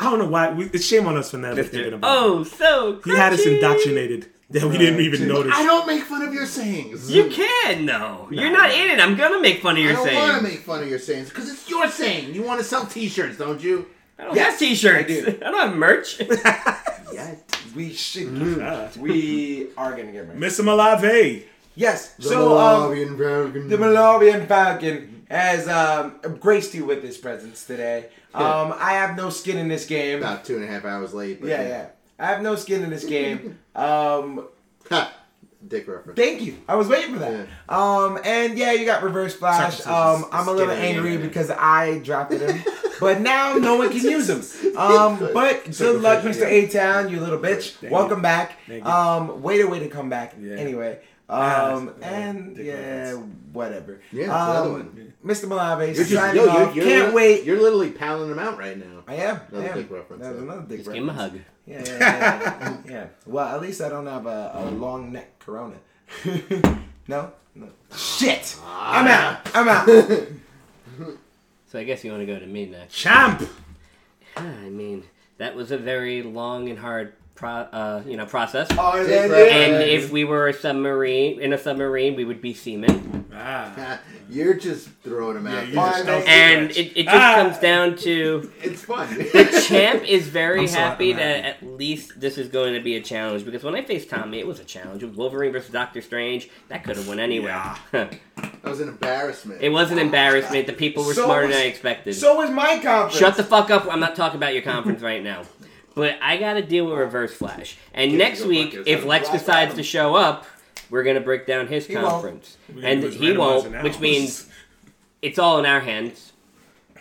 Speaker 12: don't know why. We, it's shame on us for never thinking about it.
Speaker 14: oh, so
Speaker 12: He had us
Speaker 14: crunchy.
Speaker 12: indoctrinated that we didn't even notice.
Speaker 4: I don't make fun of your sayings.
Speaker 14: You can though. You're not in it. I'm gonna make fun of
Speaker 4: I
Speaker 14: your
Speaker 4: don't want to
Speaker 14: saying.
Speaker 4: make fun of your sayings because it's your saying. You want to sell T-shirts, don't you?
Speaker 14: I don't have t-shirts. I, don't have merch.
Speaker 8: yeah, we should. we are gonna get married.
Speaker 12: Miss Malave.
Speaker 8: Yes.
Speaker 4: The
Speaker 8: so um,
Speaker 4: Malawian Falcon.
Speaker 8: the Malawian Falcon has um, graced you with his presence today. Um, I have no skin in this game.
Speaker 4: About two and a half hours late. But
Speaker 8: Yeah, yeah. I have no skin in this game. Um,
Speaker 4: Dick reference.
Speaker 8: Thank you. I was waiting for that. Um, and yeah, you got reverse flash. Um, I'm a little angry because I dropped him, but now no one can use him. Um, but good luck, Mr. A Town, you little bitch. Welcome back. Um, way to way to come back. Anyway. Um and yeah, whatever.
Speaker 4: Yeah, it's the other
Speaker 8: Um,
Speaker 4: one.
Speaker 8: Mr. Malave,
Speaker 4: You're just-
Speaker 8: signing
Speaker 4: yo, you're-
Speaker 8: off.
Speaker 4: you're
Speaker 8: Can't
Speaker 4: li-
Speaker 8: wait.
Speaker 4: You're literally pounding them out right now.
Speaker 8: I am.
Speaker 4: Another
Speaker 8: I am.
Speaker 4: dick reference,
Speaker 8: That was
Speaker 4: yeah.
Speaker 8: another dick
Speaker 4: Just give him a
Speaker 8: reference.
Speaker 4: hug.
Speaker 8: Yeah, yeah, yeah, yeah. yeah. Well, at least I don't have a, a long neck corona. no? No. Shit!
Speaker 4: Ah.
Speaker 8: I'm out. I'm out.
Speaker 14: so I guess you want to go to me next.
Speaker 12: Champ.
Speaker 14: I mean, that was a very long and hard, pro- uh, you know, process.
Speaker 8: Oh,
Speaker 14: and
Speaker 8: it is.
Speaker 14: if we were a submarine, in a submarine, we would be seamen.
Speaker 4: Ah. You're just throwing them out.
Speaker 14: and it, it just
Speaker 12: Ah.
Speaker 14: comes down to
Speaker 4: It's fun.
Speaker 14: the champ is very
Speaker 4: I'm sorry,
Speaker 14: happy
Speaker 4: I'm
Speaker 14: that at least this is going to be a challenge because when I faced Tommy, it was a challenge. It was Wolverine versus Doctor Strange. That could have won anyway.
Speaker 4: That was an embarrassment.
Speaker 14: it was an embarrassment. The people were
Speaker 8: So
Speaker 14: smarter
Speaker 8: was-
Speaker 14: than I expected.
Speaker 8: so was my conference.
Speaker 14: Shut the fuck up. I'm not talking about your conference right now. But I got to deal with Reverse Flash. And
Speaker 6: Give
Speaker 14: next
Speaker 6: me the
Speaker 14: week,
Speaker 6: bucket.
Speaker 14: if Lex
Speaker 6: Black
Speaker 14: decides
Speaker 6: Adam.
Speaker 14: to show up, we're going to break down his
Speaker 6: He won't.
Speaker 14: conference.
Speaker 6: We're gonna
Speaker 14: And
Speaker 6: do his
Speaker 14: he won't,
Speaker 6: randomizer now.
Speaker 14: which means it's all in our hands.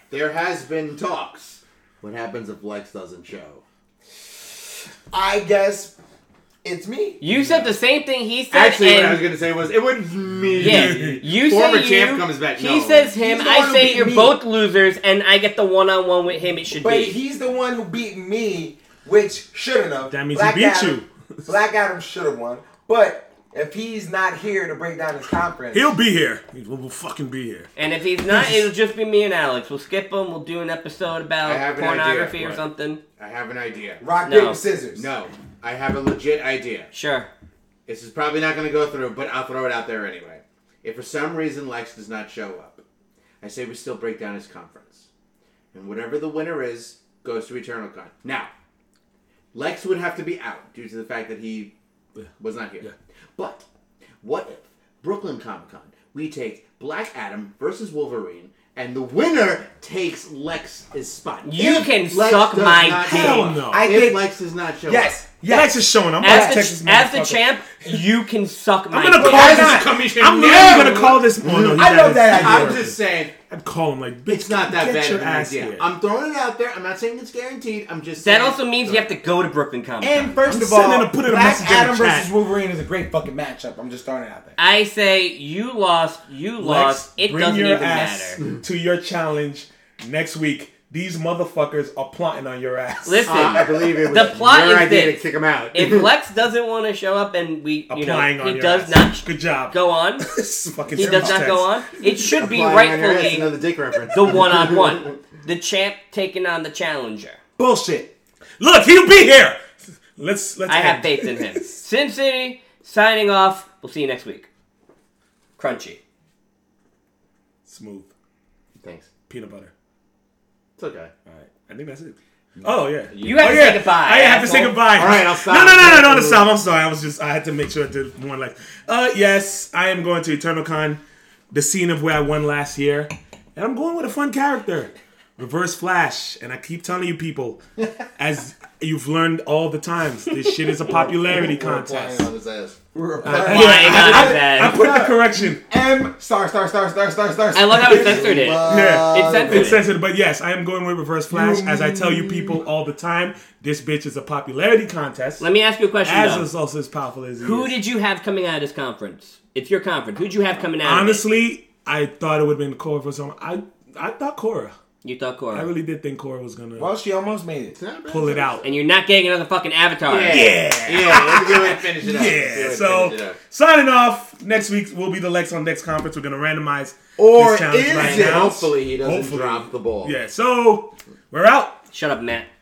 Speaker 4: There has been talks. What happens if Lex doesn't show?
Speaker 8: I guess it's me.
Speaker 14: You said the same thing he said.
Speaker 15: Actually, what I
Speaker 14: and-
Speaker 15: was gonna say was it was me.
Speaker 14: Yeah, you
Speaker 15: Former
Speaker 14: say you,
Speaker 15: champ comes back.
Speaker 14: He
Speaker 15: no.
Speaker 14: says him.
Speaker 8: He's the one
Speaker 14: I
Speaker 8: who
Speaker 14: say
Speaker 8: beat
Speaker 14: you're
Speaker 8: me.
Speaker 14: both losers, and I get the one-on-one with him. It should
Speaker 8: But
Speaker 14: be.
Speaker 8: he's the one who beat me, which shouldn't have. That
Speaker 12: means he beat
Speaker 8: you. Black Adam should have won. But if he's not here to break down his conference,
Speaker 12: He'll be here. He will will fucking be here.
Speaker 14: and if he's not, it'll just be me and Alex. We'll skip him. We'll do an episode
Speaker 15: I have
Speaker 14: about
Speaker 15: an
Speaker 14: pornography
Speaker 15: idea.
Speaker 14: or
Speaker 15: What?
Speaker 14: something.
Speaker 15: I have an idea.
Speaker 8: rock
Speaker 14: No.
Speaker 8: paper scissors.
Speaker 15: No, I have a legit idea.
Speaker 14: Sure.
Speaker 15: This is probably not going to go through, but I'll throw it out there anyway. If for some reason Lex does not show up, I say we still break down his conference. And whatever the winner is goes to Eternal Con. Now, Lex would have to be out due to the fact that he was not here. But what if Brooklyn Comic Con we take Black Adam versus Wolverine and the winner takes Lex's spot?
Speaker 14: You
Speaker 15: If
Speaker 14: can
Speaker 15: Lex
Speaker 14: suck
Speaker 15: does
Speaker 14: my
Speaker 15: not show
Speaker 14: dick.
Speaker 15: up.
Speaker 12: Hell no.
Speaker 8: I
Speaker 15: if
Speaker 8: think-
Speaker 15: Lex does not show up.
Speaker 8: Yes.
Speaker 12: Yeah. Lex is showing. I'm
Speaker 14: As
Speaker 12: as
Speaker 14: the,
Speaker 12: Texas
Speaker 14: as the
Speaker 12: motherfucker.
Speaker 14: champ, you can suck my.
Speaker 12: I'm gonna
Speaker 14: dick.
Speaker 12: call this.
Speaker 15: commission
Speaker 12: I'm
Speaker 15: now.
Speaker 12: literally gonna call this. Oh, no,
Speaker 8: I love that idea.
Speaker 15: I'm just saying,
Speaker 12: I'd call him like, bitch,
Speaker 15: it's not that
Speaker 12: get
Speaker 15: bad
Speaker 12: your
Speaker 15: of an
Speaker 12: ass
Speaker 15: idea.
Speaker 12: here.
Speaker 15: I'm throwing it out there. I'm not saying it's guaranteed. I'm just
Speaker 14: That
Speaker 15: saying.
Speaker 14: also means you have to go to Brooklyn Comic Con.
Speaker 8: And first
Speaker 12: I'm
Speaker 8: of all,
Speaker 12: sending a- put in a
Speaker 8: Black
Speaker 12: message in the
Speaker 8: Adam
Speaker 12: chat.
Speaker 8: versus Wolverine is a great fucking matchup. I'm just throwing it out there.
Speaker 14: I say you lost. You
Speaker 12: Lex,
Speaker 14: lost. It
Speaker 12: bring
Speaker 14: doesn't
Speaker 12: your
Speaker 14: even
Speaker 12: ass
Speaker 14: matter.
Speaker 12: to your challenge next week. These motherfuckers are plotting on your ass.
Speaker 14: Listen,
Speaker 15: Ah, I believe it was
Speaker 14: the plot
Speaker 15: your
Speaker 14: is
Speaker 15: idea
Speaker 14: this.
Speaker 15: to kick him out.
Speaker 14: if Lex doesn't want to show up and we, you know,
Speaker 12: Applying on
Speaker 14: he
Speaker 12: your
Speaker 14: does
Speaker 12: ass.
Speaker 14: not
Speaker 12: Good job.
Speaker 14: go on,
Speaker 12: Fucking
Speaker 14: he does not
Speaker 12: circumstance.
Speaker 14: go on. It should be
Speaker 4: Flying on your ass,
Speaker 14: rightfully
Speaker 4: another dick reference.
Speaker 14: the one-on-one, the champ taking on the challenger.
Speaker 8: Bullshit.
Speaker 12: Look, he'll be here. Let's let's.
Speaker 14: I have
Speaker 12: end.
Speaker 14: faith in him. Sin City signing off. We'll see you next week. Crunchy.
Speaker 12: Smooth
Speaker 14: Thanks.
Speaker 12: peanut butter.
Speaker 15: it's okay.
Speaker 12: All right, I think that's it. Oh yeah,
Speaker 14: You have
Speaker 12: oh,
Speaker 14: to
Speaker 12: yeah.
Speaker 14: say goodbye,
Speaker 12: I have to say
Speaker 14: asshole.
Speaker 12: goodbye.
Speaker 15: All right, I'll stop.
Speaker 12: No, no, no, no, no, no, stop. I'm sorry. I was just I had to make sure I did one like. Uh, yes, I am going to Eternal Con, the scene of where I won last year, and I'm going with a fun character, Reverse Flash. And I keep telling you people, as you've learned all the times, this shit is a popularity contest.
Speaker 4: Flying on his ass.
Speaker 15: Uh,
Speaker 8: We're
Speaker 12: Yeah,
Speaker 8: applying-
Speaker 14: God,
Speaker 12: I,
Speaker 14: man.
Speaker 12: I, I put the correction.
Speaker 8: M star star star star star star.
Speaker 14: I love how it censored it.
Speaker 12: Yeah.
Speaker 14: It censored
Speaker 12: It's
Speaker 14: it.
Speaker 12: sensitive, but yes, I am going with Reverse Flash. As I tell you people all the time, this bitch is a popularity contest.
Speaker 14: Let me ask you a question
Speaker 12: as
Speaker 14: though.
Speaker 12: is also as powerful as he
Speaker 14: Who
Speaker 12: is.
Speaker 14: did you have coming out of this conference? It's your conference. Who'd you have coming out? of
Speaker 12: Honestly, I thought it would have been Cora for some. I I thought Cora.
Speaker 14: it? you thought Cora,
Speaker 12: I really did think Cora was gonna
Speaker 8: Well, she almost made it.
Speaker 12: pull it out.
Speaker 14: and you're not getting another fucking avatar.
Speaker 12: Yeah.
Speaker 15: Yeah, let's go ahead and finish it up. Let's go ahead
Speaker 12: Yeah.
Speaker 15: and finish it
Speaker 12: So
Speaker 15: up.
Speaker 12: signing off. Next week will be the Lex on Lex conference. We're gonna randomize
Speaker 8: Or
Speaker 12: this challenge
Speaker 8: is
Speaker 12: right
Speaker 8: it?
Speaker 12: now.
Speaker 15: hopefully he doesn't
Speaker 12: Hopefully.
Speaker 15: drop the ball.
Speaker 12: Yeah. So we're out.
Speaker 14: Shut up, Matt.